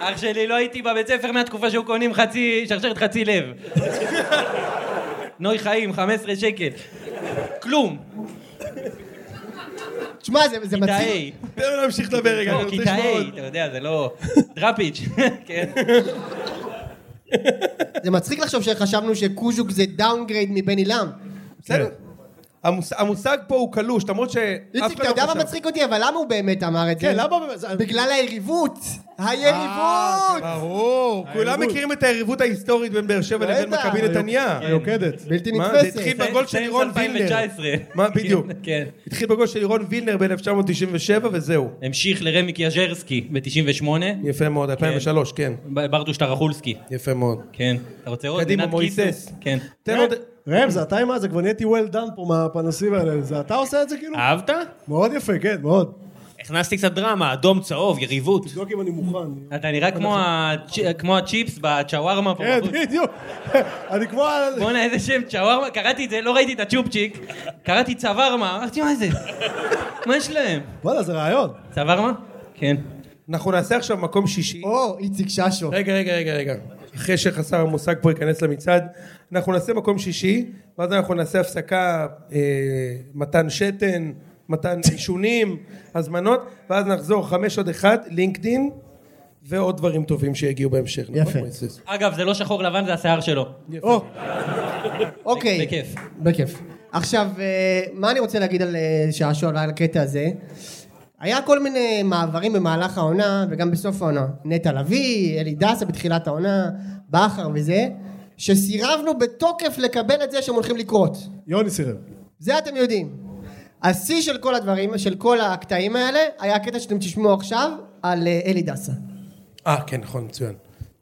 [SPEAKER 2] אח שלי, לא הייתי בבית ספר מהתקופה שהיו קונים חצי, שרשרת חצי לב. נוי חיים, 15 שקל. כלום.
[SPEAKER 3] תשמע, זה-
[SPEAKER 2] כיתה
[SPEAKER 3] זה מצחיק.
[SPEAKER 2] A.
[SPEAKER 1] תן לו להמשיך לדבר רגע, אני
[SPEAKER 2] לא,
[SPEAKER 1] רוצה
[SPEAKER 2] כיתה
[SPEAKER 1] לשמוע
[SPEAKER 2] A,
[SPEAKER 1] עוד.
[SPEAKER 2] אתה יודע, זה
[SPEAKER 1] <laughs>
[SPEAKER 2] לא... דראפיץ'. כן.
[SPEAKER 3] זה מצחיק לחשוב שחשבנו שקוז'וק זה דאונגרייד מבן אילם.
[SPEAKER 1] בסדר. המוס- המושג פה הוא קלוש, למרות שאף
[SPEAKER 3] איציק,
[SPEAKER 1] אחד
[SPEAKER 3] אתה
[SPEAKER 1] לא
[SPEAKER 3] יודע מה
[SPEAKER 1] חשב.
[SPEAKER 3] מצחיק אותי? אבל למה הוא באמת אמר את זה?
[SPEAKER 4] כן, למה... באמת? זה-
[SPEAKER 3] בגלל היריבות! היריבות!
[SPEAKER 1] אה, ברור, כולם מכירים את היריבות ההיסטורית בין באר שבע לבין
[SPEAKER 3] בטח.
[SPEAKER 1] מכבי נתניה.
[SPEAKER 2] כן. אוקיי.
[SPEAKER 4] היוקדת.
[SPEAKER 3] בלתי
[SPEAKER 1] כן. מה,
[SPEAKER 3] נתפסת.
[SPEAKER 1] זה התחיל בגול של
[SPEAKER 2] סיימס
[SPEAKER 1] לירון וילנר.
[SPEAKER 2] 2019.
[SPEAKER 1] מה, בדיוק.
[SPEAKER 2] <laughs> כן.
[SPEAKER 1] התחיל בגול של לירון וילנר ב-1997 וזהו.
[SPEAKER 2] המשיך לרמי קיאז'רסקי ב-98,
[SPEAKER 1] יפה מאוד, 2003, כן.
[SPEAKER 2] ברטוש טרחולסקי.
[SPEAKER 1] יפה מאוד.
[SPEAKER 2] כן. אתה רוצה עוד?
[SPEAKER 1] קדימה,
[SPEAKER 2] פינת
[SPEAKER 1] מויסס.
[SPEAKER 2] קיצור? כן.
[SPEAKER 1] תן עוד...
[SPEAKER 4] ראם, זה אתה עם מה? זה כבר נהייתי well done פה מהפנסים האלה. זה אתה עושה את זה
[SPEAKER 2] אה.
[SPEAKER 4] כאילו?
[SPEAKER 19] אהבת?
[SPEAKER 4] מאוד יפה, כן, מאוד.
[SPEAKER 19] הכנסתי קצת דרמה, אדום צהוב, יריבות.
[SPEAKER 4] תבדוק אם אני מוכן.
[SPEAKER 2] אתה נראה כמו הצ'- כמו הצ'יפס בצ'ווארמה פה
[SPEAKER 4] כן,
[SPEAKER 2] בחוץ.
[SPEAKER 4] בדיוק. <laughs> אני כמו... ה-
[SPEAKER 2] בואנה איזה שם צ'ווארמה, קראתי את זה, לא ראיתי את הצ'ופצ'יק, קראתי צווארמה, אמרתי מה זה? מה יש להם?
[SPEAKER 4] וואלה, זה רעיון.
[SPEAKER 2] צווארמה? כן.
[SPEAKER 1] אנחנו נעשה עכשיו מקום שישי.
[SPEAKER 3] או, איציק ששו.
[SPEAKER 1] אוקיי. רגע, רגע, רגע, רגע. אחרי שחסר המושג פה ייכנס למצעד. אנחנו נעשה מקום שישי, ואז אנחנו נעשה הפסקה, אה, מתן שתן, מתן עישונים, הזמנות, ואז נחזור חמש עוד אחד, לינקדין, ועוד דברים טובים שיגיעו בהמשך. נכון,
[SPEAKER 3] יפה.
[SPEAKER 1] מויסס?
[SPEAKER 2] אגב, זה לא שחור לבן, זה השיער שלו.
[SPEAKER 3] או. אוקיי.
[SPEAKER 2] בכיף.
[SPEAKER 3] בכיף. עכשיו, אה, מה אני רוצה להגיד על אה, שעשוע, על הקטע הזה? היה כל מיני מעברים במהלך העונה, וגם בסוף העונה. נטע לביא, אלי דסה בתחילת העונה, בכר וזה, שסירבנו בתוקף לקבל את זה שהם הולכים לקרות.
[SPEAKER 4] יוני סירב.
[SPEAKER 3] זה אתם יודעים. השיא של כל הדברים, של כל הקטעים האלה, היה הקטע שאתם תשמעו עכשיו על אה, אלי דסה.
[SPEAKER 1] אה, כן, נכון, מצוין.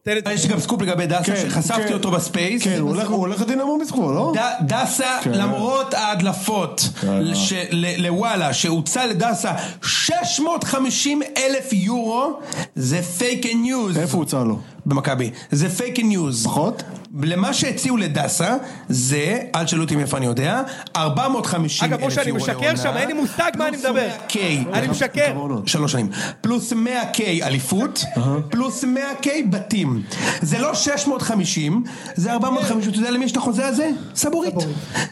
[SPEAKER 1] תן את זה.
[SPEAKER 20] יש גם סקופ לגבי דסה, שחשפתי אותו בספייס.
[SPEAKER 21] כן, הוא הולך- הוא הולך לדינמו מסקו, לא?
[SPEAKER 20] ד- דסה,
[SPEAKER 21] כן. אה.
[SPEAKER 20] למרות ההדלפות לש- ל- לוואלה, שהוצע לדסה 650 אלף יורו, זה פייק ניוז.
[SPEAKER 21] איפה הוצע לו?
[SPEAKER 12] במכבי. זה פייק ניוז. פחות? למה שהציעו לדסה, זה, אל תשאלו אותי מאיפה אני יודע, 450 אלף
[SPEAKER 1] אגב,
[SPEAKER 12] יורו
[SPEAKER 1] משה, אני משקר שם, אין לי מושג מה
[SPEAKER 20] לא
[SPEAKER 1] אני מדבר.
[SPEAKER 12] K.
[SPEAKER 1] אני משקר.
[SPEAKER 12] לא. שלוש שנים. פלוס 100K אליפות, פלוס 100K בתים. זה לא 650, זה 450. אתה יודע למי יש את החוזה הזה? סבורית.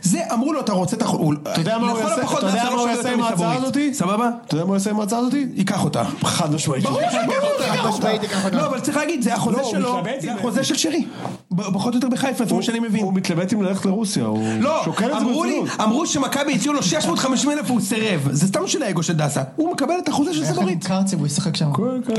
[SPEAKER 12] זה, אמרו לו, אתה רוצה את החוזה. נכון
[SPEAKER 4] אתה יודע מה הוא יעשה- אתה יודע מה הוא יעשה עם ההצעה הזאתי?
[SPEAKER 12] סבבה?
[SPEAKER 4] אתה יודע מה הוא יעשה עם ההצעה הזאתי?
[SPEAKER 12] ייקח אותה.
[SPEAKER 4] חד משמעית.
[SPEAKER 12] ברור שהוא ייקח אותה. לא, אבל צריך להגיד, זה החוזה
[SPEAKER 4] לא, הוא
[SPEAKER 12] שלו,
[SPEAKER 4] מתלבט
[SPEAKER 12] זה
[SPEAKER 4] עם-
[SPEAKER 12] החוזה של שרי. ב- פחות או יותר בחיפה, לפי מה שאני מבין.
[SPEAKER 4] הוא מתלבט אם ללכת לרוסיה, הוא
[SPEAKER 12] לא,
[SPEAKER 4] שוקל את זה
[SPEAKER 12] אמרו לי,
[SPEAKER 4] ברצינות.
[SPEAKER 12] אמרו שמכבי הציעו לו 650 אלף והוא סירב. זה סתם של האגו של דסה. הוא מקבל את החוזה של סבורית.
[SPEAKER 7] קרצב, הוא ישחק שם.
[SPEAKER 12] כן,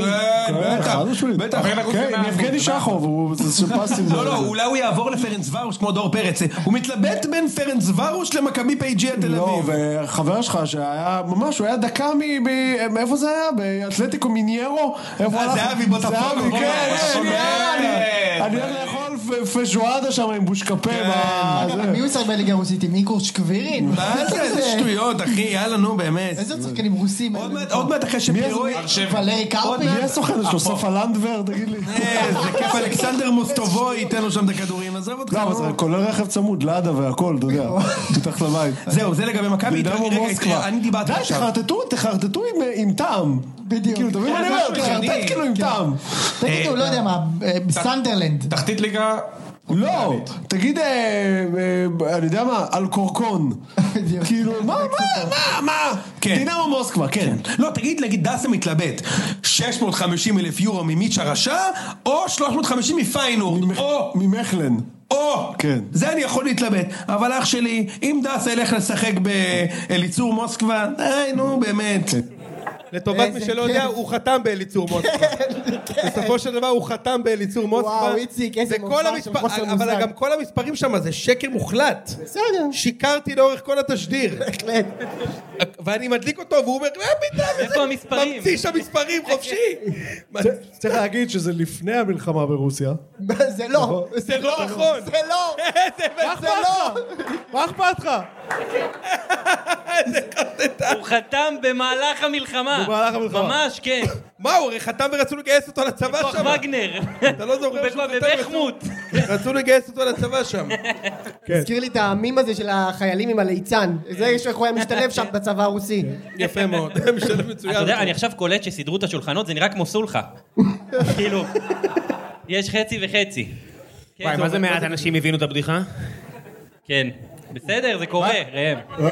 [SPEAKER 12] בטח. בטח.
[SPEAKER 4] כן, עם יבגני שחוב, הוא זה סופסים.
[SPEAKER 12] לא, לא, אולי הוא יעבור לפרנס ורוש כמו דור פרץ. הוא מתלבט בין פרנס ורוש למכבי פייג'יה תל
[SPEAKER 4] לא,
[SPEAKER 12] אביב.
[SPEAKER 4] וחבר שלך שהיה ממש, הוא היה דקה מ... ב- מאיפה זה היה? באתלטיקו מיניירו? איפה הלך?
[SPEAKER 12] זהבי, בוטפוגו.
[SPEAKER 4] זהבי, כן,
[SPEAKER 12] בוטפוגו.
[SPEAKER 4] שנייה,
[SPEAKER 12] כן.
[SPEAKER 4] אני הולך לאכול פ- פז'ואדה שם עם בושקפה. ב- זה.
[SPEAKER 7] מי הוא שחק בליגה הרוסית? עם איקור שקבירין?
[SPEAKER 12] מה
[SPEAKER 3] <laughs>
[SPEAKER 12] זה, איזה
[SPEAKER 4] <laughs>
[SPEAKER 12] שטויות, אחי, יאללה, נו, באמת.
[SPEAKER 7] איזה שחקנים רוסים? עוד מעט,
[SPEAKER 12] עוד מעט אחרי שפירוי...
[SPEAKER 7] ולרי קרפין?
[SPEAKER 4] מי הסוכן
[SPEAKER 12] אה,
[SPEAKER 4] שלו? סופה לנדבר? תגיד לי.
[SPEAKER 12] איזה אה, כיף, אלכסנדר מוסטובוי ייתן לו שם את הכדורים, עזוב אותך.
[SPEAKER 4] לא, אבל
[SPEAKER 12] נו.
[SPEAKER 4] זה כולל רכב צמוד, לאדה והכל, אתה יודע. מתחת לבית.
[SPEAKER 12] זהו, אה, זה לגבי מכבי.
[SPEAKER 4] דינמו
[SPEAKER 12] רגע,
[SPEAKER 4] מוסקבה.
[SPEAKER 12] אני דיברתי
[SPEAKER 4] די,
[SPEAKER 12] עכשיו.
[SPEAKER 4] תחרטטו, תחרטטו עם- עם טעם. בדיוק. כאילו, אתה מבין מה אני
[SPEAKER 7] כן,
[SPEAKER 4] אומר?
[SPEAKER 7] כן.
[SPEAKER 4] תחרטט כאילו עם טעם.
[SPEAKER 7] תגידו, לא יודע מה, אה, סנדרלנד.
[SPEAKER 22] תחתית ליגה...
[SPEAKER 4] לא, תגיד, אה, אה, אני יודע מה, אלקורקון. כאילו, מה, מה,
[SPEAKER 12] מה, מה? כן.
[SPEAKER 4] דינמו מוסקבה, כן.
[SPEAKER 12] לא, תגיד, נגיד דסה מתלבט, 650 אלף יורו ממיץ' הרשע, או 350 מפיינורד, או...
[SPEAKER 4] ממכלן.
[SPEAKER 12] או!
[SPEAKER 4] כן.
[SPEAKER 12] זה אני יכול להתלבט, אבל אח שלי, אם דסה ילך לשחק באליצור מוסקבה, די, נו, באמת.
[SPEAKER 23] כן.
[SPEAKER 1] לטובת מי שלא יודע, הוא חתם באליצור מוסקבה. בסופו של דבר הוא חתם באליצור מוסקבה.
[SPEAKER 3] כן, וואו, איציק, איזה
[SPEAKER 1] וכל
[SPEAKER 3] מופע של
[SPEAKER 1] המספר-
[SPEAKER 3] חוסר
[SPEAKER 1] אבל
[SPEAKER 3] מושג.
[SPEAKER 1] גם כל המספרים שם זה שקר מוחלט.
[SPEAKER 3] בסדר.
[SPEAKER 1] שיקרתי לאורך כל התשדיר.
[SPEAKER 3] בהחלט.
[SPEAKER 1] ואני מדליק אותו, והוא אומר, מה פתאום? איפה המספרים? ממציא שם מספרים, חופשי. מה-
[SPEAKER 24] צריך להגיד שזה לפני המלחמה ברוסיה.
[SPEAKER 3] זה לא.
[SPEAKER 1] זה לא נכון.
[SPEAKER 3] זה לא. זה לא.
[SPEAKER 24] מה אכפת לך?
[SPEAKER 2] הוא חתם במהלך המלחמה.
[SPEAKER 1] במהלך המלחמה.
[SPEAKER 2] ממש,
[SPEAKER 1] <laughs>
[SPEAKER 2] כן.
[SPEAKER 1] מה, הוא הרי חתם ורצו לגייס אותו לצבא
[SPEAKER 2] כוח
[SPEAKER 1] שם.
[SPEAKER 2] וגנר.
[SPEAKER 1] אתה לא זוכר שהוא חתם?
[SPEAKER 2] בבחמוט.
[SPEAKER 1] רצו לגייס אותו לצבא שם.
[SPEAKER 3] הזכיר לי את המים הזה של החיילים עם הליצן. זה
[SPEAKER 1] כן.
[SPEAKER 3] יש איך הוא היה משתלב שם בצבא הרוסי.
[SPEAKER 1] יפה
[SPEAKER 3] <laughs>
[SPEAKER 1] מאוד. משלם מצוין.
[SPEAKER 2] אתה יודע, אני עכשיו קולט שסידרו את השולחנות, זה נראה כמו
[SPEAKER 1] <laughs>
[SPEAKER 2] סולחה. כאילו, יש חצי וחצי. כן,
[SPEAKER 25] וואי, מה זה
[SPEAKER 2] עובד,
[SPEAKER 25] מעט אנשים הבינו את הבדיחה?
[SPEAKER 2] כן. בסדר, זה קורה, ראם.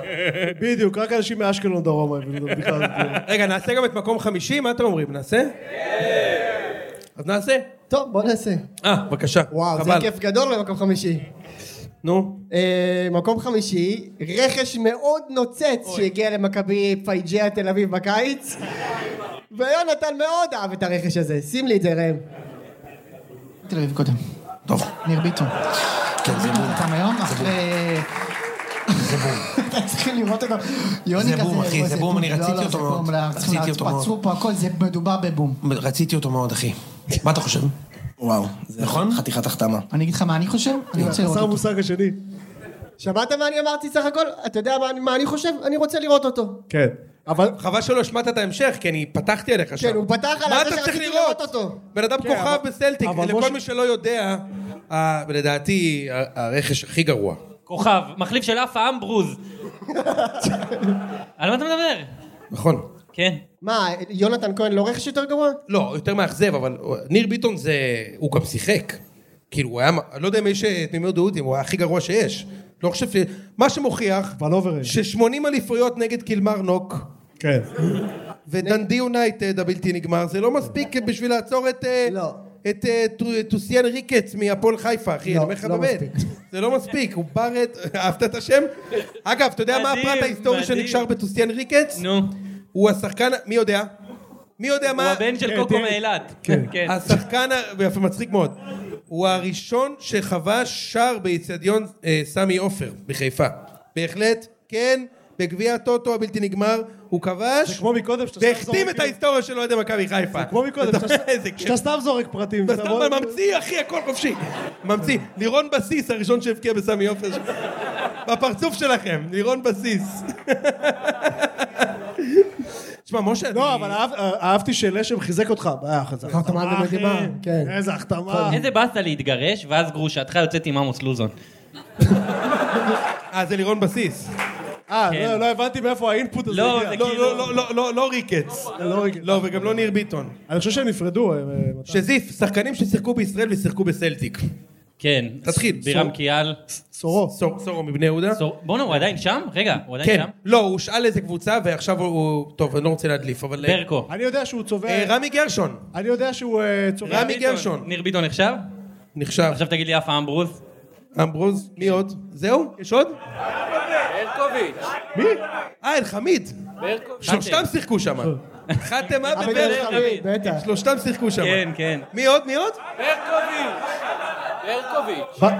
[SPEAKER 24] בדיוק, רק אנשים מאשקלון דרומה הבינו את הבדיחה הזאת.
[SPEAKER 1] רגע, נעשה גם את מקום חמישי? מה אתם אומרים? נעשה? אז נעשה.
[SPEAKER 3] טוב, בוא נעשה.
[SPEAKER 1] אה, בבקשה.
[SPEAKER 3] כן. וואו, זה
[SPEAKER 1] חבל.
[SPEAKER 3] כיף גדול במקום חמישי.
[SPEAKER 1] נו.
[SPEAKER 3] אה, מקום חמישי, רכש מאוד נוצץ שהגיע למכבי פייג'יה תל אביב בקיץ, ויונתן מאוד אהב את הרכש הזה. שים לי את זה ראם.
[SPEAKER 7] תל אביב קודם.
[SPEAKER 12] טוב.
[SPEAKER 7] ניר ביטון. כן, זה בום. חתם היום אחרי...
[SPEAKER 12] זה בום.
[SPEAKER 7] <laughs> אתם צריכים לראות אותו. יוני
[SPEAKER 12] זה
[SPEAKER 7] כזה...
[SPEAKER 12] בום, אחי, זה בום, אני
[SPEAKER 7] לא, לא,
[SPEAKER 12] רציתי
[SPEAKER 7] זה
[SPEAKER 12] אותו
[SPEAKER 7] בום,
[SPEAKER 12] מאוד.
[SPEAKER 7] לא, צריכים לעצור-
[SPEAKER 12] רציתי אותו מאוד.
[SPEAKER 7] עצרו פה הכל, זה מדובר בבום.
[SPEAKER 12] רציתי אותו מאוד, אחי. מה אתה חושב?
[SPEAKER 23] וואו, זה
[SPEAKER 12] נכון?
[SPEAKER 23] חתיכת החתמה.
[SPEAKER 7] אני אגיד לך מה אני חושב? אני רוצה לראות
[SPEAKER 24] חסר
[SPEAKER 7] אותו.
[SPEAKER 24] מושג השני.
[SPEAKER 3] שמעת מה אני אמרתי סך הכל? אתה יודע מה אני- מה אני חושב? אני רוצה לראות אותו.
[SPEAKER 24] כן. אבל
[SPEAKER 1] חבל שלא השמעת את ההמשך, כי אני פתחתי עליך שם.
[SPEAKER 3] כן, הוא פתח על
[SPEAKER 1] מה
[SPEAKER 3] זה
[SPEAKER 1] אתה צריך
[SPEAKER 3] שרציתי
[SPEAKER 1] לראות?
[SPEAKER 3] לראות אותו. כן,
[SPEAKER 1] בן אדם כוכב בסלטיק.
[SPEAKER 24] אבל
[SPEAKER 1] לכל
[SPEAKER 24] משה-
[SPEAKER 1] מי שלא יודע, ה- לדעתי ה- הרכש הכי גרוע.
[SPEAKER 2] כוכב, מחליף של אף
[SPEAKER 25] <laughs>
[SPEAKER 2] העם ברוז. על מה אתה מדבר?
[SPEAKER 1] נכון.
[SPEAKER 2] כן.
[SPEAKER 3] מה, יונתן כהן לא רכש יותר גרוע?
[SPEAKER 1] לא, יותר מאכזב, אבל ניר ביטון זה... הוא גם שיחק. כאילו, הוא היה... אני לא יודע אם יש אה, תמימות דעות, אם הוא היה הכי גרוע שיש. לא חושב ש... מה שמוכיח,
[SPEAKER 3] לא-
[SPEAKER 24] ולאוברן.
[SPEAKER 1] ש-80 אליפויות נגד קילמרנוק,
[SPEAKER 24] כן.
[SPEAKER 1] ודנדי יונייטד הבלתי נגמר, זה לא מספיק בשביל לעצור את... אה,
[SPEAKER 3] לא.
[SPEAKER 1] את אה, טו- טוסיאן ריקץ מהפועל חיפה, אחי,
[SPEAKER 3] לא,
[SPEAKER 1] אני אומר לך
[SPEAKER 3] לא
[SPEAKER 1] באמת.
[SPEAKER 3] מספיק.
[SPEAKER 1] זה לא מספיק, הוא בארד... אהבת את השם? אגב, אתה יודע מה
[SPEAKER 2] מדהים,
[SPEAKER 1] הפרט ההיסטורי
[SPEAKER 2] מדהים.
[SPEAKER 1] שנקשר בטוסיאן ריקץ?
[SPEAKER 2] נו.
[SPEAKER 1] הוא השחקן... מי יודע? מי יודע
[SPEAKER 2] הוא
[SPEAKER 1] מה...
[SPEAKER 2] הבן של
[SPEAKER 24] כן,
[SPEAKER 2] קוקו
[SPEAKER 24] תראה.
[SPEAKER 2] מאילת.
[SPEAKER 24] כן.
[SPEAKER 2] כן.
[SPEAKER 1] השחקן, ה- ויפה, מצחיק מאוד, הוא הראשון שחבש שער באיצטדיון אה, סמי עופר בחיפה. בהחלט, כן, בגביע הטוטו הבלתי נגמר, הוא
[SPEAKER 24] זה
[SPEAKER 1] כבש,
[SPEAKER 24] כמו מקודם שאתה סתם זורק-
[SPEAKER 1] והחתים את ההיסטוריה של אוהדי מכבי חיפה.
[SPEAKER 24] כמו מקודם,
[SPEAKER 1] אתה-
[SPEAKER 24] שאתה-
[SPEAKER 1] איזה כיף.
[SPEAKER 24] שאתה סתם זורק פרטים.
[SPEAKER 1] אתה סתם
[SPEAKER 24] בוא-
[SPEAKER 1] ממציא, אחי, הכל חופשי. ממציא. לירון בסיס, הראשון שהבקיע בסמי עופר. בפרצוף שלכם, לירון בסיס.
[SPEAKER 4] תשמע, משה, אני... לא, אבל אהב- אה, אהבתי שלשם חיזק אותך. אה, חזק.
[SPEAKER 3] החתמה במדינה,
[SPEAKER 4] אחי.
[SPEAKER 3] כן.
[SPEAKER 4] איזה החתמה.
[SPEAKER 2] איזה באסה להתגרש, ואז גרושתך יוצאת עם עמוס לוזון.
[SPEAKER 1] אה, זה לירון בסיס.
[SPEAKER 4] אה,
[SPEAKER 2] כן.
[SPEAKER 4] לא, לא הבנתי מאיפה האינפוט הזה.
[SPEAKER 1] לא,
[SPEAKER 4] הגיע.
[SPEAKER 1] זה כאילו... לא, לא, לא, לא ריקץ. לא, וגם לא ניר ביטון.
[SPEAKER 4] אני חושב שהם נפרדו. אה,
[SPEAKER 1] שזיף, שחקנים ששיחקו בישראל ושיחקו בסלטיק.
[SPEAKER 2] כן.
[SPEAKER 1] תתחיל.
[SPEAKER 2] בירם קיאל.
[SPEAKER 4] סורו.
[SPEAKER 1] סורו מבני יהודה.
[SPEAKER 2] בואנה, הוא עדיין שם? רגע, הוא עדיין
[SPEAKER 1] כן.
[SPEAKER 2] שם?
[SPEAKER 1] לא, הוא הושאל לאיזה קבוצה ועכשיו הוא- הוא... טוב, אני לא רוצה להדליף, אבל...
[SPEAKER 2] ברקו.
[SPEAKER 4] אני יודע שהוא צובע...
[SPEAKER 1] אה, רמי גרשון.
[SPEAKER 4] אני יודע שהוא אה, צובע...
[SPEAKER 1] רמי גרשון.
[SPEAKER 2] ניר ביטון נחשב?
[SPEAKER 1] נחשב.
[SPEAKER 2] עכשיו תגיד לי יפה אמברוז.
[SPEAKER 1] אמברוז, מי עוד? זהו? יש עוד?
[SPEAKER 26] ברקוביץ'.
[SPEAKER 1] מי? אה, אלחמיד.
[SPEAKER 26] ברקוביץ'.
[SPEAKER 1] שלושתם שיחקו שם. חתם
[SPEAKER 26] עבד
[SPEAKER 1] עבד
[SPEAKER 26] אל
[SPEAKER 1] ברקוביץ'. שלושתם שיחקו שם. כן,
[SPEAKER 2] כן.
[SPEAKER 1] מי עוד? מי עוד?
[SPEAKER 26] ברקוביץ'. ברקוביץ'.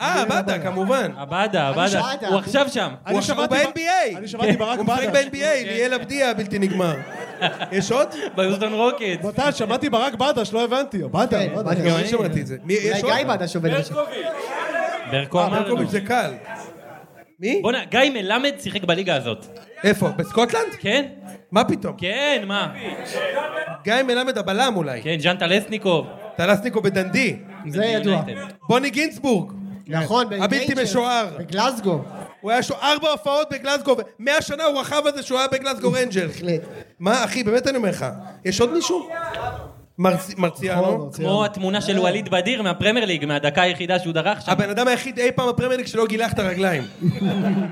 [SPEAKER 1] אה, עבדה, כמובן.
[SPEAKER 2] עבדה,
[SPEAKER 26] עבדה. הוא עכשיו
[SPEAKER 2] שם.
[SPEAKER 1] הוא עכשיו הוא ב-NBA.
[SPEAKER 4] אני שמעתי ברק
[SPEAKER 1] הוא משחק
[SPEAKER 4] בדש.
[SPEAKER 1] ב-NBA, ליאל עבדיה הבלתי נגמר. יש עוד?
[SPEAKER 2] ביוסטון רוקט.
[SPEAKER 4] מתן, שמעתי ברק בדש, לא הבנתי. בדש. בדש.
[SPEAKER 1] גם אני שמעתי את זה. מי- יש עוד? אה,
[SPEAKER 2] ברקו אמר לנו.
[SPEAKER 1] ברקוביץ', זה קל. מי?
[SPEAKER 2] בואנה, גיא מלמד שיחק בליגה הזאת.
[SPEAKER 1] איפה? בסקוטלנד?
[SPEAKER 2] כן.
[SPEAKER 1] מה פתאום?
[SPEAKER 2] כן, מה?
[SPEAKER 1] גיא מלמד הבלם אולי.
[SPEAKER 2] כן, ג'אן טלסניקוב.
[SPEAKER 1] טלסניקוב בדנדי.
[SPEAKER 2] זה ידוע. יונייטד.
[SPEAKER 1] בוני גינצבורג.
[SPEAKER 3] נכון,
[SPEAKER 1] הבלתי
[SPEAKER 3] בגיינג'ר,
[SPEAKER 1] משוער.
[SPEAKER 3] בגלסגו.
[SPEAKER 1] הוא היה שוער ארבע הופעות בגלסגו, מאה שנה הוא רכב על זה שהוא היה בגלסגו רנג'ר. מה, אחי, באמת אני אומר לך, יש עוד מישהו? מרצ-
[SPEAKER 4] נכון,
[SPEAKER 1] מרציאנו?
[SPEAKER 2] כמו התמונה של ווליד בדיר מהפרמייר ליג, מהדקה היחידה שהוא דרך שם.
[SPEAKER 1] הבן אדם היחיד אי פעם בפרמייר ליג שלא גילח את
[SPEAKER 4] <laughs>
[SPEAKER 1] הרגליים.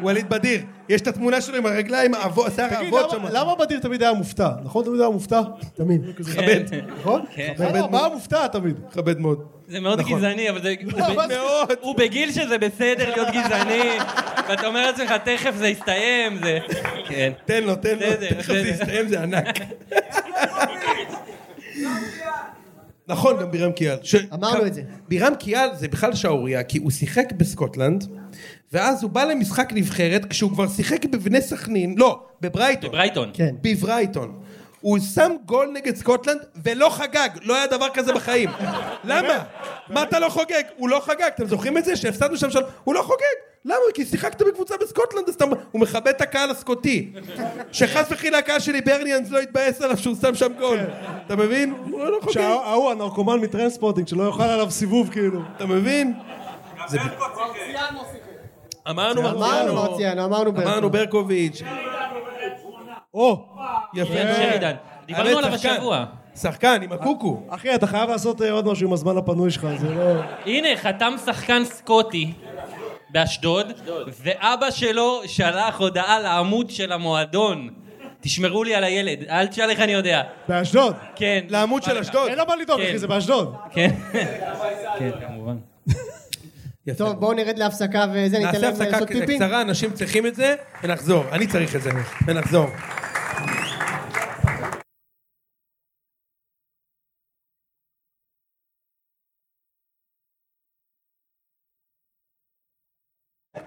[SPEAKER 1] ווליד בדיר, יש את התמונה שלו עם הרגליים, האבו- שיער
[SPEAKER 4] תגיד,
[SPEAKER 1] האבות
[SPEAKER 4] למה-
[SPEAKER 1] שם.
[SPEAKER 4] למה בדיר תמיד היה מופתע? נכון? תמיד היה מופתע? תמיד.
[SPEAKER 1] מכבד.
[SPEAKER 4] נכון?
[SPEAKER 2] כן.
[SPEAKER 4] מכבד. מה המופתע תמיד?
[SPEAKER 1] מכבד מאוד.
[SPEAKER 2] זה מאוד
[SPEAKER 1] נכון.
[SPEAKER 2] גזעני, אבל זה... הוא ב-
[SPEAKER 1] מאוד.
[SPEAKER 2] הוא בגיל שזה בסדר להיות גזעני, ואתה אומר לעצמך, תכף זה יסתיים, זה... כן.
[SPEAKER 1] תן לו, תן לו,
[SPEAKER 2] בסדר,
[SPEAKER 1] תכף זה
[SPEAKER 2] בסדר.
[SPEAKER 1] יסתיים, זה
[SPEAKER 2] <laughs>
[SPEAKER 1] ענק. נכון, גם בירם קיאל. ש-
[SPEAKER 3] אמרנו את זה.
[SPEAKER 1] בירם קיאל זה בכלל שערורייה, כי הוא שיחק בסקוטלנד, ואז הוא בא למשחק נבחרת כשהוא כבר שיחק בבני סכנין, לא, בברייטון.
[SPEAKER 2] בברייטון.
[SPEAKER 3] כן.
[SPEAKER 1] בברייטון. הוא שם גול נגד סקוטלנד ולא חגג, לא היה דבר כזה <laughs> בחיים. למה? מה אתה לא חוגג? הוא לא חגג, אתם זוכרים את זה? שהפסדנו שם שם, הוא לא חוגג. למה? כי שיחקת בקבוצה בסקוטלנד, אז אתה... הוא מכבד את הקהל הסקוטי. שחס וחלילה הקהל שלי ברניאנס לא יתבאס עליו שהוא שם שם גול. אתה מבין? הוא לא חוגג.
[SPEAKER 4] שההוא הנרקומן מטרנספורטינג שלא יאכל עליו סיבוב כאילו.
[SPEAKER 1] אתה מבין? זה- אמרנו
[SPEAKER 3] אמרנו מרציאנו, אמרנו ברקו.
[SPEAKER 1] אמרנו ברקוביץ'.
[SPEAKER 4] או,
[SPEAKER 1] יפה.
[SPEAKER 4] כן, שרידן.
[SPEAKER 2] דיברנו
[SPEAKER 1] האמת,
[SPEAKER 2] עליו
[SPEAKER 1] שחקן.
[SPEAKER 2] השבוע.
[SPEAKER 1] שחקן עם הקוקו.
[SPEAKER 4] אחי, אתה חייב לעשות אה, עוד משהו עם הזמן הפנוי שלך, זה לא...
[SPEAKER 2] הנה, חתם שחקן סקוטי באשדוד, ואבא שלו שלח הודעה לעמוד של המועדון. תשמרו לי על הילד, אל תשאל איך אני יודע.
[SPEAKER 4] באשדוד.
[SPEAKER 2] כן.
[SPEAKER 1] לעמוד של אשדוד.
[SPEAKER 4] אה, אין לו מה לדאוג, אחי, זה באשדוד.
[SPEAKER 2] כן. כן, כמובן.
[SPEAKER 3] טוב, בואו נרד להפסקה וזה, ניתן
[SPEAKER 1] נעשה
[SPEAKER 3] להם אה,
[SPEAKER 1] הפסקה
[SPEAKER 3] לעשות טיפים.
[SPEAKER 1] קצרה, אנשים צריכים את זה, ונחזור. אני צריך את זה, ונחזור.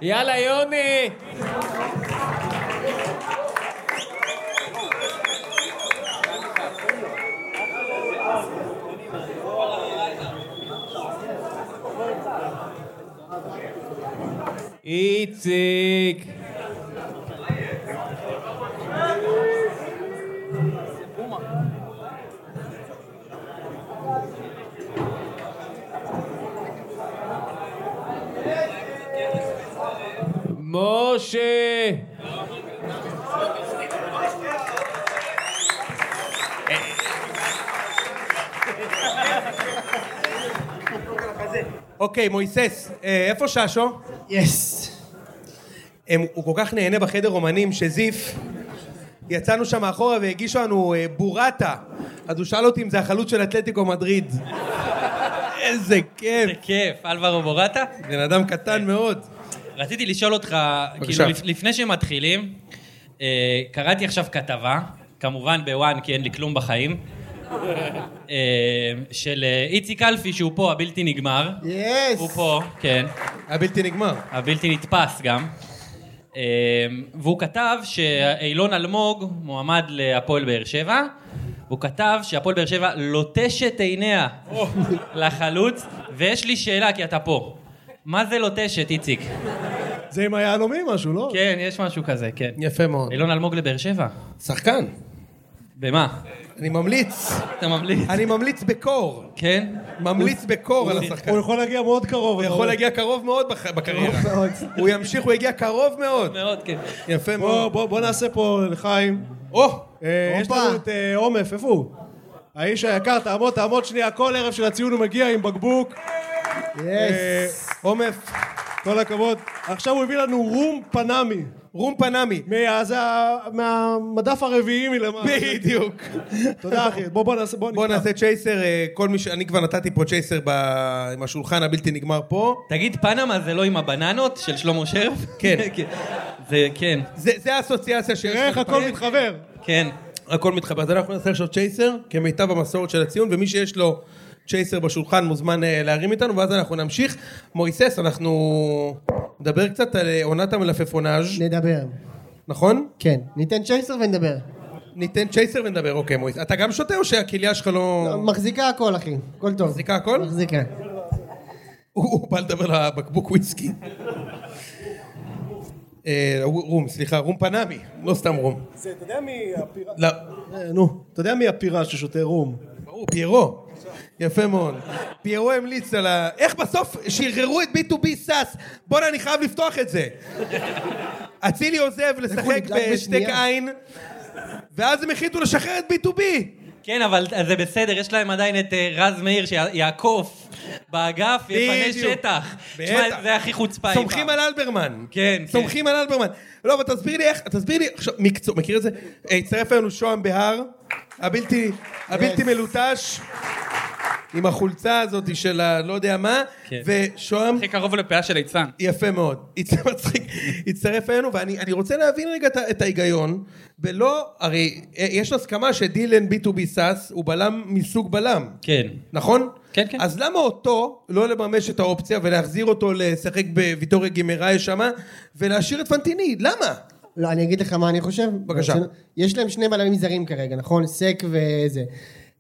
[SPEAKER 26] יאללה, יוני! איציק! משה!
[SPEAKER 1] אוקיי, מויסס, אה, איפה ששו?
[SPEAKER 3] יס.
[SPEAKER 1] הם- הוא כל כך נהנה בחדר אומנים שזיף, יצאנו שם מאחורה והגישו לנו אה, בורטה. אז הוא שאל אותי אם זה החלוץ של אתלטיקו מדריד. <laughs> איזה כיף.
[SPEAKER 2] כיף, אלברו בורטה?
[SPEAKER 1] בן אדם קטן מאוד.
[SPEAKER 2] רציתי לשאול אותך,
[SPEAKER 1] בבקשה.
[SPEAKER 2] כאילו, לפ- לפני שמתחילים, אה, קראתי עכשיו כתבה, כמובן בוואן, כי אין לי כלום בחיים, אה, של אה, איציק אלפי, שהוא פה, הבלתי נגמר.
[SPEAKER 3] יס.
[SPEAKER 2] הוא פה, כן.
[SPEAKER 1] הבלתי נגמר.
[SPEAKER 2] הבלתי נתפס גם. אה, והוא כתב שאילון אלמוג מועמד להפועל באר שבע. הוא כתב שהפועל באר שבע לוטשת עיניה לחלוץ, ויש לי שאלה כי אתה פה. מה זה לוטשת, איציק?
[SPEAKER 4] זה עם היהלומים משהו, לא?
[SPEAKER 2] כן, יש משהו כזה, כן.
[SPEAKER 1] יפה מאוד.
[SPEAKER 2] אילון אלמוג לבאר שבע.
[SPEAKER 1] שחקן.
[SPEAKER 2] במה?
[SPEAKER 1] אני ממליץ.
[SPEAKER 2] אתה ממליץ?
[SPEAKER 1] אני ממליץ בקור.
[SPEAKER 2] כן?
[SPEAKER 1] ממליץ בקור על השחקן. הוא
[SPEAKER 4] יכול להגיע מאוד קרוב.
[SPEAKER 1] הוא כן. יכול להגיע קרוב מאוד בח- בקריירה. הוא ימשיך, הוא יגיע קרוב מאוד.
[SPEAKER 2] מאוד, כן.
[SPEAKER 1] יפה
[SPEAKER 4] בוא-
[SPEAKER 1] מאוד.
[SPEAKER 4] בוא בוא נעשה פה לחיים.
[SPEAKER 1] או!
[SPEAKER 4] יש לנו את אה, עומף, איפה הוא? האיש היקר, תעמוד, תעמוד שנייה, כל ערב של הציון הוא מגיע עם בקבוק. אה, עומף, כל הכבוד. עכשיו הוא הביא לנו רום פנמי.
[SPEAKER 1] רום פנמי.
[SPEAKER 4] מהמדף הרביעי מלמעלה.
[SPEAKER 1] בדיוק.
[SPEAKER 4] תודה אחי, בוא בוא נעשה, בוא
[SPEAKER 1] בוא נעשה צ'ייסר, אה, כל מי ש... אני כבר נתתי פה צ'ייסר ב... עם השולחן הבלתי נגמר פה.
[SPEAKER 2] תגיד, פנמה זה לא עם הבננות של שלמה שרף? <laughs>
[SPEAKER 1] כן.
[SPEAKER 2] זה, כן.
[SPEAKER 1] זה, זה האסוציאציה שיש.
[SPEAKER 4] תראה איך הכל מתחבר.
[SPEAKER 2] כן.
[SPEAKER 1] הכל מתחבר. אז אנחנו נעשה עכשיו צ'ייסר, כמיטב המסורת של הציון, ומי שיש לו צ'ייסר בשולחן מוזמן אה, להרים איתנו, ואז אנחנו נמשיך. מויסס, אנחנו נדבר קצת על אה, עונת המלפפונאז'.
[SPEAKER 3] נדבר.
[SPEAKER 1] נכון?
[SPEAKER 3] כן. ניתן צ'ייסר ונדבר.
[SPEAKER 1] ניתן צ'ייסר ונדבר, אוקיי מויס. אתה גם שותה או שהכליה שלך לא...
[SPEAKER 3] מחזיקה הכל, אחי. הכל טוב.
[SPEAKER 1] מחזיקה הכל?
[SPEAKER 3] מחזיקה.
[SPEAKER 1] הוא הוא בא לדבר על הבקבוק וויסקי. אה, רום, סליחה, רום פנמי, לא סתם רום.
[SPEAKER 4] זה, אתה יודע מי הפירה?
[SPEAKER 1] לא.
[SPEAKER 4] אה, נו, אתה יודע מי הפירה ששותה רום?
[SPEAKER 1] ברור, פיירו. יפה מאוד. פיירו המליץ על ה... איך בסוף שחררו את B2B סאס? בואנה, אני חייב לפתוח את זה. אצילי עוזב לשחק
[SPEAKER 2] נדלק
[SPEAKER 1] בשתק
[SPEAKER 2] בשנייה?
[SPEAKER 1] עין, ואז הם החליטו לשחרר את B2B.
[SPEAKER 2] כן, אבל זה בסדר, יש להם עדיין את אה, רז מאיר שיעקוף באגף, יפנה
[SPEAKER 1] בדיוק.
[SPEAKER 2] שטח.
[SPEAKER 1] בטח.
[SPEAKER 2] תשמע, זה הכי חוצפה. אי פעם.
[SPEAKER 1] סומכים על אלברמן.
[SPEAKER 2] כן,
[SPEAKER 1] סומכים על אלברמן. לא, אבל תסביר לי איך, תסביר לי, עכשיו, מקצוע, מכיר את זה? אה, הצטרף אלינו שוהם בהר, הבלתי, הבלתי מלוטש, עם החולצה הזאת של ה... לא יודע מה,
[SPEAKER 27] כן.
[SPEAKER 1] ושוהם...
[SPEAKER 27] הכי קרוב לפאה של ליצן.
[SPEAKER 1] יפה מאוד, <laughs> הצ- מצחיק, הצטרף אלינו, ואני אני רוצה להבין רגע את ה- את ההיגיון, ולא, הרי אה, יש הסכמה שדילן B2B סאס הוא בלם מסוג בלם,
[SPEAKER 2] כן.
[SPEAKER 1] נכון?
[SPEAKER 2] כן, כן.
[SPEAKER 1] אז למה אותו לא לממש את האופציה ולהחזיר אותו לשחק בוויטוריה גימראי שמה, ולהשאיר את פנטיני? למה?
[SPEAKER 3] לא, אני אגיד לך מה אני חושב.
[SPEAKER 1] בבקשה.
[SPEAKER 3] ברצינות. יש להם שני בלמים זרים כרגע, נכון? סק וזה.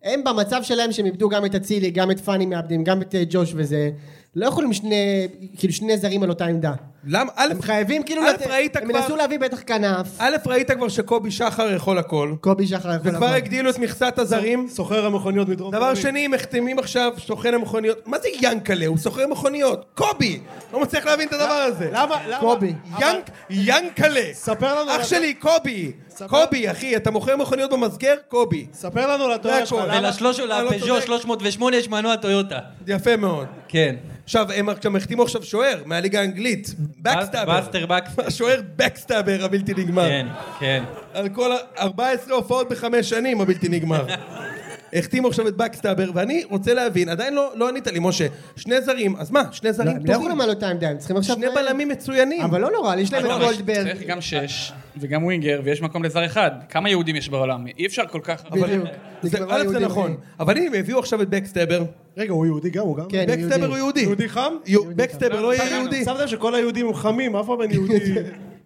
[SPEAKER 3] הם במצב שלהם שהם איבדו גם את אצילי, גם את פאני מאבדים, גם את אה, ג'וש וזה. לא יכולים שני, כאילו שני זרים על אותה עמדה.
[SPEAKER 1] למה? א',
[SPEAKER 3] הם חייבים כאילו...
[SPEAKER 1] א',
[SPEAKER 3] לתת-
[SPEAKER 1] ראית
[SPEAKER 3] הם
[SPEAKER 1] כבר-
[SPEAKER 3] ינסו להביא בטח כנף.
[SPEAKER 1] א', ראית כבר שקובי שחר יכול הכל.
[SPEAKER 3] קובי שחר יכול
[SPEAKER 1] וכבר
[SPEAKER 3] הכל.
[SPEAKER 1] הגדילו את מכסת הזרים.
[SPEAKER 4] סוחר המכוניות מדרום
[SPEAKER 1] דבר שני, הם מחתימים עכשיו סוחר המכוניות. מה זה ינקלה? הוא סוחר מכוניות. קובי! לא מצליח להבין את הדבר הזה.
[SPEAKER 4] למה? למה?
[SPEAKER 1] קובי. ינק- ינקלה.
[SPEAKER 4] ספר לנו...
[SPEAKER 1] אח שלי, קובי. קובי, אחי, אתה מוכר מכוניות במסגר? קובי.
[SPEAKER 4] ספר לנו על
[SPEAKER 1] התיאוריה שלך.
[SPEAKER 2] ולשלוש לפז'ו 308 יש מנוע טויוטה.
[SPEAKER 1] יפה מאוד.
[SPEAKER 2] כן.
[SPEAKER 1] עכשיו, הם עכשיו החתימו עכשיו שוער מהליגה האנגלית. בקסטאבר.
[SPEAKER 2] בסטר בקסטאבר.
[SPEAKER 1] <laughs> השוער בקסטאבר הבלתי נגמר.
[SPEAKER 2] כן, כן.
[SPEAKER 1] על כל ה- 14 הופעות בחמש שנים הבלתי נגמר. החתימו עכשיו את בקסטאבר, ואני רוצה להבין, עדיין לא, לא ענית לי, משה, שני זרים, אז מה, שני זרים
[SPEAKER 3] הם לא
[SPEAKER 1] טובים.
[SPEAKER 3] יכולים על אותה עמדה, הם צריכים עכשיו...
[SPEAKER 1] שני בלמים מצוינים.
[SPEAKER 3] אבל לא נורא, יש להם את
[SPEAKER 27] לא, אבל
[SPEAKER 3] גולדברג.
[SPEAKER 27] צריך גם שש, וגם ווינגר, ויש מקום לזר אחד. כמה יהודים יש בעולם? אי אפשר כל כך...
[SPEAKER 1] אבל- זה- א', זה נכון, אבל הנה, הם הביאו עכשיו את בקסטאבר.
[SPEAKER 4] רגע, הוא יהודי גם, הוא גם?
[SPEAKER 1] כן, בקסטאבר הוא יהודי.
[SPEAKER 4] יהודי חם?
[SPEAKER 1] יו- בקסטאבר לא יהיה יהודי.
[SPEAKER 4] שמת לב שכל היהודים הם חמים, אף אחד אין יהודי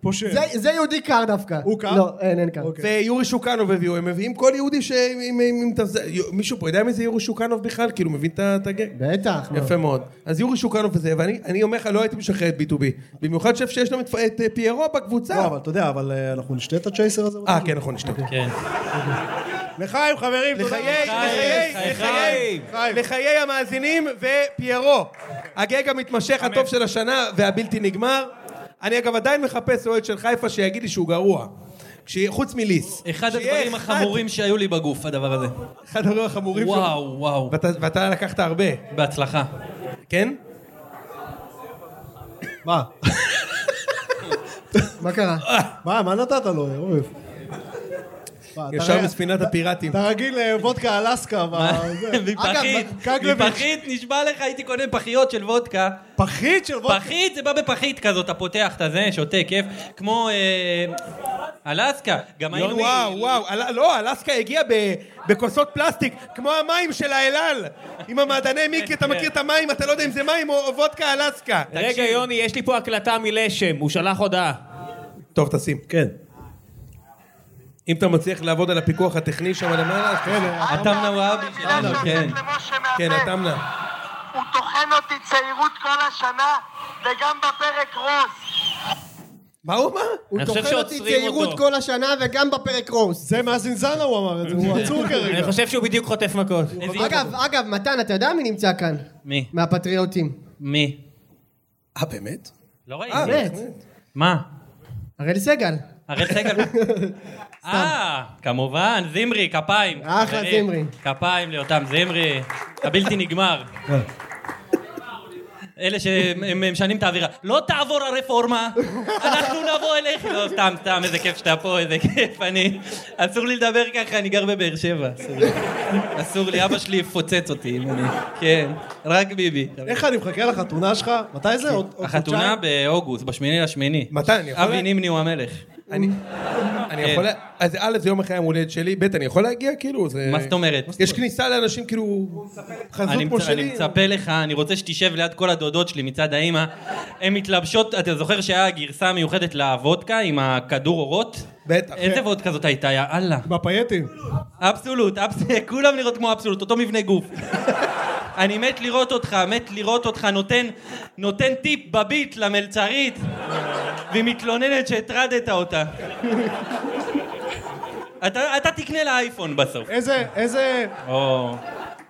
[SPEAKER 4] פושע.
[SPEAKER 3] זה- זה יהודי קר דווקא. הוא
[SPEAKER 4] קר?
[SPEAKER 3] לא, אין, אין קר.
[SPEAKER 1] אוקיי. ויורי שוקנוב הביאו, הם מביאים כל יהודי ש... אם- אם- אם תבזה- יו- מישהו פה יודע מי זה יורי שוקנוב בכלל? כאילו, מבין את ה- את הגג?
[SPEAKER 3] בטח.
[SPEAKER 2] אה.
[SPEAKER 3] לא.
[SPEAKER 1] יפה מאוד. אז יורי שוקנוב וזה, ואני אני אומר לך, לא הייתי משחרר את B2B. במיוחד שאיפה שיש להם את את, אה, פיירו
[SPEAKER 4] לא,
[SPEAKER 1] בקבוצה.
[SPEAKER 4] אבל אתה יודע, אבל אה, אנחנו נשתה את הצ'ייסר הזה?
[SPEAKER 1] אה, כן, נכון, נשתה אותו.
[SPEAKER 2] כן.
[SPEAKER 4] אה, לחיים, חברים, תודה.
[SPEAKER 1] לחיי, לחיי, לחיי, לחיי המאזינים ופיירו. הגג המתמשך הטוב של השנה והבלתי נגמר. אני אגב עדיין מחפש אוהד של חיפה שיגיד לי שהוא גרוע. שיהיה- חוץ מליס.
[SPEAKER 2] אחד
[SPEAKER 1] שיהיה
[SPEAKER 2] הדברים
[SPEAKER 1] אחד-
[SPEAKER 2] החמורים שהיו לי בגוף, הדבר הזה.
[SPEAKER 1] אחד הדברים החמורים שלו.
[SPEAKER 2] וואו, וואו.
[SPEAKER 1] ואתה- ואתה לקחת הרבה.
[SPEAKER 2] בהצלחה.
[SPEAKER 1] כן?
[SPEAKER 4] מה?
[SPEAKER 3] מה קרה?
[SPEAKER 4] מה, מה נתת לו, עורף? מה, אתה
[SPEAKER 1] ישר
[SPEAKER 4] ר-
[SPEAKER 1] מספינת
[SPEAKER 4] אתה-
[SPEAKER 1] הפיראטים.
[SPEAKER 4] אתה רגיל לוודקה אלסקה.
[SPEAKER 1] אה,
[SPEAKER 4] וה- זה.
[SPEAKER 2] <laughs> מפחית,
[SPEAKER 4] אגב, קגלביץ'.
[SPEAKER 2] מפחית, נשבע לך, הייתי קונה פחיות של וודקה.
[SPEAKER 4] פחית של
[SPEAKER 2] וודקה? פחית, זה בא בפחית כזאת, אתה פותח את הזה, שותה, כיף. כמו אה, אלסקה, גם היינו...
[SPEAKER 1] לא, וואו, וואו, אל- לא, אלסקה הגיעה ב- בכוסות פלסטיק, כמו המים של האלעל. עם המעדני מיקי, אתה מכיר את המים, אתה לא יודע אם זה מים או או וודקה אלסקה.
[SPEAKER 5] רגע, יוני, יש לי פה הקלטה מלשם, הוא שלח הודעה.
[SPEAKER 1] טוב, תשים. כן. אם אתה מצליח לעבוד על הפיקוח הטכני שם למעלה, אז כן.
[SPEAKER 2] עטמנה וואבי שלנו, כן.
[SPEAKER 1] כן, עטמנה.
[SPEAKER 28] הוא טוחן אותי צעירות כל השנה, וגם בפרק רוס.
[SPEAKER 1] מה הוא אמר?
[SPEAKER 3] הוא טוחן אותי צעירות כל השנה וגם בפרק רוסט.
[SPEAKER 4] זה מאזין זנה הוא אמר את זה, הוא עצור כרגע.
[SPEAKER 5] אני חושב שהוא בדיוק חוטף מכות.
[SPEAKER 3] אגב, אגב, מתן, אתה יודע מי נמצא כאן?
[SPEAKER 2] מי?
[SPEAKER 3] מהפטריוטים.
[SPEAKER 2] מי?
[SPEAKER 1] אה, באמת?
[SPEAKER 2] לא
[SPEAKER 3] אה,
[SPEAKER 2] ראיתי.
[SPEAKER 5] כן.
[SPEAKER 3] באמת?
[SPEAKER 2] מה?
[SPEAKER 3] הראל סגל.
[SPEAKER 2] הראל סגל. אה, כמובן, זמרי, כפיים.
[SPEAKER 3] אחלה
[SPEAKER 2] חברים.
[SPEAKER 3] זמרי.
[SPEAKER 2] כפיים ליותם זמרי, הבלתי נגמר. אלה שהם משנים את האווירה. לא תעבור הרפורמה, אנחנו נבוא אליך. לא, סתם, סתם, איזה כיף שאתה פה, איזה כיף. אני... אסור לי לדבר ככה, אני גר בבאר שבע. אסור לי. אסור לי, אבא שלי יפוצץ אותי. אם אני- כן, רק ביבי.
[SPEAKER 4] איך אני מחכה לחתונה שלך? מתי זה? עוד עוד
[SPEAKER 2] החתונה
[SPEAKER 4] חודשיים?
[SPEAKER 2] באוגוסט, בשמיני לשמיני.
[SPEAKER 1] מתי? אני יכול...
[SPEAKER 2] אבי נימני הוא המלך.
[SPEAKER 1] אני... אני יכול... לה- אז א', זה יום אחרי היום הולדת שלי, ב', אני יכול להגיע כאילו? זה...
[SPEAKER 2] מה זאת אומרת?
[SPEAKER 1] יש כניסה לאנשים כאילו... חזות
[SPEAKER 2] אני
[SPEAKER 1] כמו
[SPEAKER 2] מצ- אני
[SPEAKER 1] שלי.
[SPEAKER 2] מצפה לך, אני רוצה שתשב ליד כל הדודות שלי מצד האימא. הן מתלבשות, אתה זוכר שהיה הגרסה המיוחדת לוודקה עם הכדור אורות?
[SPEAKER 1] בטח. כן.
[SPEAKER 2] איזה וודקה זאת הייתה, יא אללה.
[SPEAKER 4] בפייטים.
[SPEAKER 2] אבסולוט, אבס- <laughs> כולם נראות כמו אבסולוט, אותו מבנה גוף. <laughs> אני מת לראות אותך, מת לראות אותך נותן, נותן טיפ בביט למלצרית, והיא מתלוננת שהטרדת אותה. <laughs> אתה, אתה תקנה לה אייפון בסוף.
[SPEAKER 4] איזה, איזה...
[SPEAKER 2] או...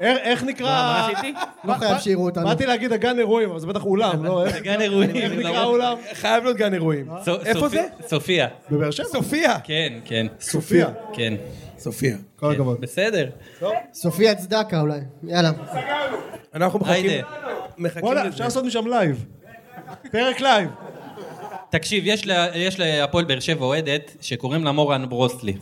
[SPEAKER 4] איך- איך נקרא... אה,
[SPEAKER 2] מה, מה עשיתי?
[SPEAKER 3] לא חייב שיראו אותנו.
[SPEAKER 4] באתי להגיד הגן אירועים, אבל זה בטח אולם, לא? איך-
[SPEAKER 2] גן אירועים.
[SPEAKER 4] איך נקרא האולם?
[SPEAKER 1] חייב להיות גן אירועים.
[SPEAKER 2] סו-
[SPEAKER 1] איפה
[SPEAKER 2] סופי-
[SPEAKER 1] זה?
[SPEAKER 2] סופיה.
[SPEAKER 4] בבאר שבע.
[SPEAKER 1] סופיה.
[SPEAKER 2] כן, כן.
[SPEAKER 4] סופיה.
[SPEAKER 2] כן.
[SPEAKER 1] סופיה.
[SPEAKER 4] כל הכבוד.
[SPEAKER 2] בסדר.
[SPEAKER 3] סופיה צדקה אולי. יאללה.
[SPEAKER 1] אנחנו
[SPEAKER 2] מחכים.
[SPEAKER 4] וואלה, אפשר לעשות משם לייב. פרק לייב.
[SPEAKER 2] תקשיב, יש לה- יש להפועל באר שבע אוהדת שקוראים לה מורן ברוסלי.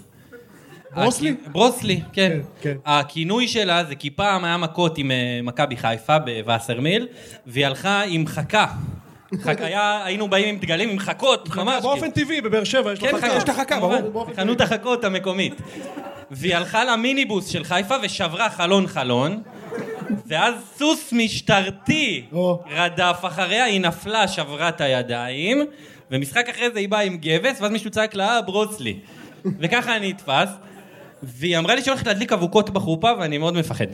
[SPEAKER 4] ברוסלי?
[SPEAKER 2] הכי- ברוסלי, כן.
[SPEAKER 4] כן.
[SPEAKER 2] הכינוי שלה זה כי פעם היה מכות עם אה, מכבי חיפה בווסרמיל, והיא הלכה עם חכה. חכה, היה- היינו באים עם דגלים עם חכות, ממש. כאילו.
[SPEAKER 4] באופן טבעי, בבאר שבע יש
[SPEAKER 2] כן,
[SPEAKER 4] לו אה, חכה.
[SPEAKER 2] חכה, כמובן, חנות החכות המקומית. והיא הלכה למיניבוס של חיפה ושברה חלון חלון, ואז סוס משטרתי רדף אחריה, היא נפלה, שברה את הידיים, ומשחק אחרי זה היא באה עם גבס, ואז מישהו צעק לה, "אה, ברוסלי. וככה אני נתפס, והיא אמרה לי שהיא הולכת להדליק אבוקות בחופה, ואני מאוד מפחד.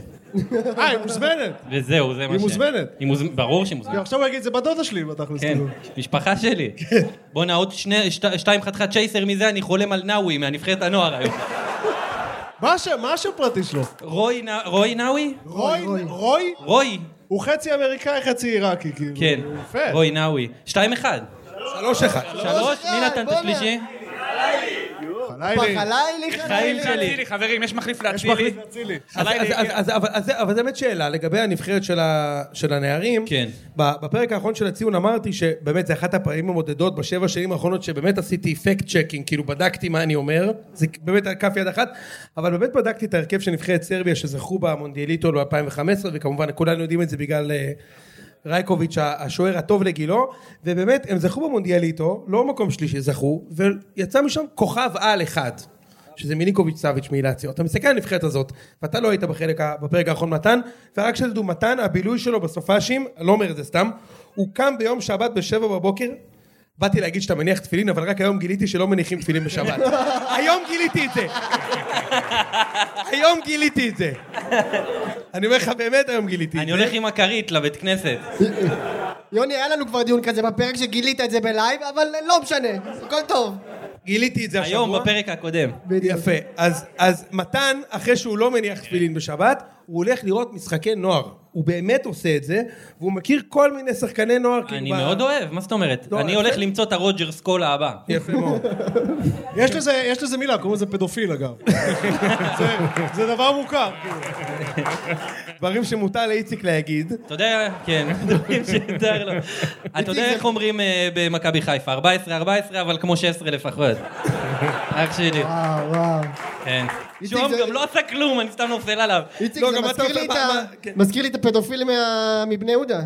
[SPEAKER 4] אה, היא מוזמנת.
[SPEAKER 2] וזהו, זה מה ש...
[SPEAKER 4] היא מוזמנת.
[SPEAKER 2] היא מוז- ברור שהיא מוזמנת.
[SPEAKER 4] עכשיו הוא יגיד, זה בדודה שלי, בתכלס.
[SPEAKER 2] כן,
[SPEAKER 4] כאילו.
[SPEAKER 2] משפחה שלי.
[SPEAKER 4] כן.
[SPEAKER 2] בואנה, עוד שני- שת- שתיים חתיכת צ'ייסר מזה, אני חולם על נאווי מהנבחרת הנוער היום.
[SPEAKER 4] מה השם, מה השם פרטי שלו?
[SPEAKER 2] רוי נא- רוי נאווי?
[SPEAKER 4] רוי? רוי?
[SPEAKER 2] רוי.
[SPEAKER 4] הוא חצי אמריקאי, חצי עיראקי, כאילו.
[SPEAKER 2] כן,
[SPEAKER 4] יפה.
[SPEAKER 2] רוי נאווי. שתיים אחד.
[SPEAKER 1] שלוש אחד.
[SPEAKER 2] שלוש, מי נתן את השלישי?
[SPEAKER 4] חלילי.
[SPEAKER 3] חלילי,
[SPEAKER 27] חיים שלי. חברים, יש מחליף לאצילי.
[SPEAKER 1] אז- אז- אז- אז- אבל- אז זה- אבל זו באמת שאלה לגבי הנבחרת של ה- של הנערים.
[SPEAKER 2] כן.
[SPEAKER 1] ב- בפרק האחרון של הציון אמרתי שבאמת זה אחת הפעמים הבודדות בשבע שנים האחרונות שבאמת עשיתי פקט צ'קינג, כאילו בדקתי מה אני אומר, זה באמת על כף יד אחת, אבל באמת בדקתי את ההרכב של נבחרת סרביה שזכו במונדיאליטו ב-2015, וכמובן כולנו יודעים את זה בגלל אה, רייקוביץ' ה- השוער הטוב לגילו, ובאמת הם זכו במונדיאליטו, לא מקום שלישי זכו, ויצא משם כוכב על אחד. שזה מיליקוביץ' סאביץ' מאילציו. אתה מסתכל על הנבחרת הזאת, ואתה לא היית בחלק, ה- בפרק האחרון מתן, ורק שתדעו, מתן, הבילוי שלו בסופאשים, אני לא אומר את זה סתם, הוא קם ביום שבת בשבע בבוקר, באתי להגיד שאתה מניח תפילין, אבל רק היום גיליתי שלא מניחים תפילין
[SPEAKER 2] <laughs>
[SPEAKER 1] בשבת. היום גיליתי את זה. היום גיליתי את זה. אני אומר לך, באמת היום גיליתי את
[SPEAKER 2] אני
[SPEAKER 1] זה.
[SPEAKER 2] הולך עם הכרית לבית כנסת.
[SPEAKER 3] יוני, היה לנו כבר דיון כזה בפרק שגילית את זה בלייב, אבל לא משנה, הכל טוב.
[SPEAKER 1] גיליתי את זה השבוע.
[SPEAKER 2] היום, בפרק הקודם.
[SPEAKER 1] יפה. אז, אז מתן, אחרי שהוא לא מניח תפילין בשבת, הוא הולך לראות משחקי נוער. הוא באמת עושה את זה, והוא מכיר כל מיני שחקני נוער. כאילו,
[SPEAKER 2] אני
[SPEAKER 1] ב-
[SPEAKER 2] מאוד אוהב, מה זאת אומרת?
[SPEAKER 1] לא,
[SPEAKER 2] אני
[SPEAKER 1] יפה.
[SPEAKER 2] הולך למצוא את הרוג'רס קולה הבא.
[SPEAKER 1] יפה מאוד.
[SPEAKER 4] יש לזה- יש לזה מילה, קוראים לזה פדופיל, אגב. <laughs> זה- זה דבר מוכר. כאילו.
[SPEAKER 1] <laughs> דברים שמותר לאיציק להגיד.
[SPEAKER 2] אתה יודע, כן, דברים שיותר לא. אתה יודע איך אומרים אה, במכבי חיפה? 14-14, אבל כמו 16 לפחות. אח שלי.
[SPEAKER 3] וואו, וואו.
[SPEAKER 2] כן.
[SPEAKER 3] איציק,
[SPEAKER 2] שום
[SPEAKER 3] זה-
[SPEAKER 2] גם לא עשה כלום, אני סתם נופל עליו. לא,
[SPEAKER 3] איציק, זה מזכיר לי את ה- מזכיר לי את הפדופיל מה- מבני יהודה,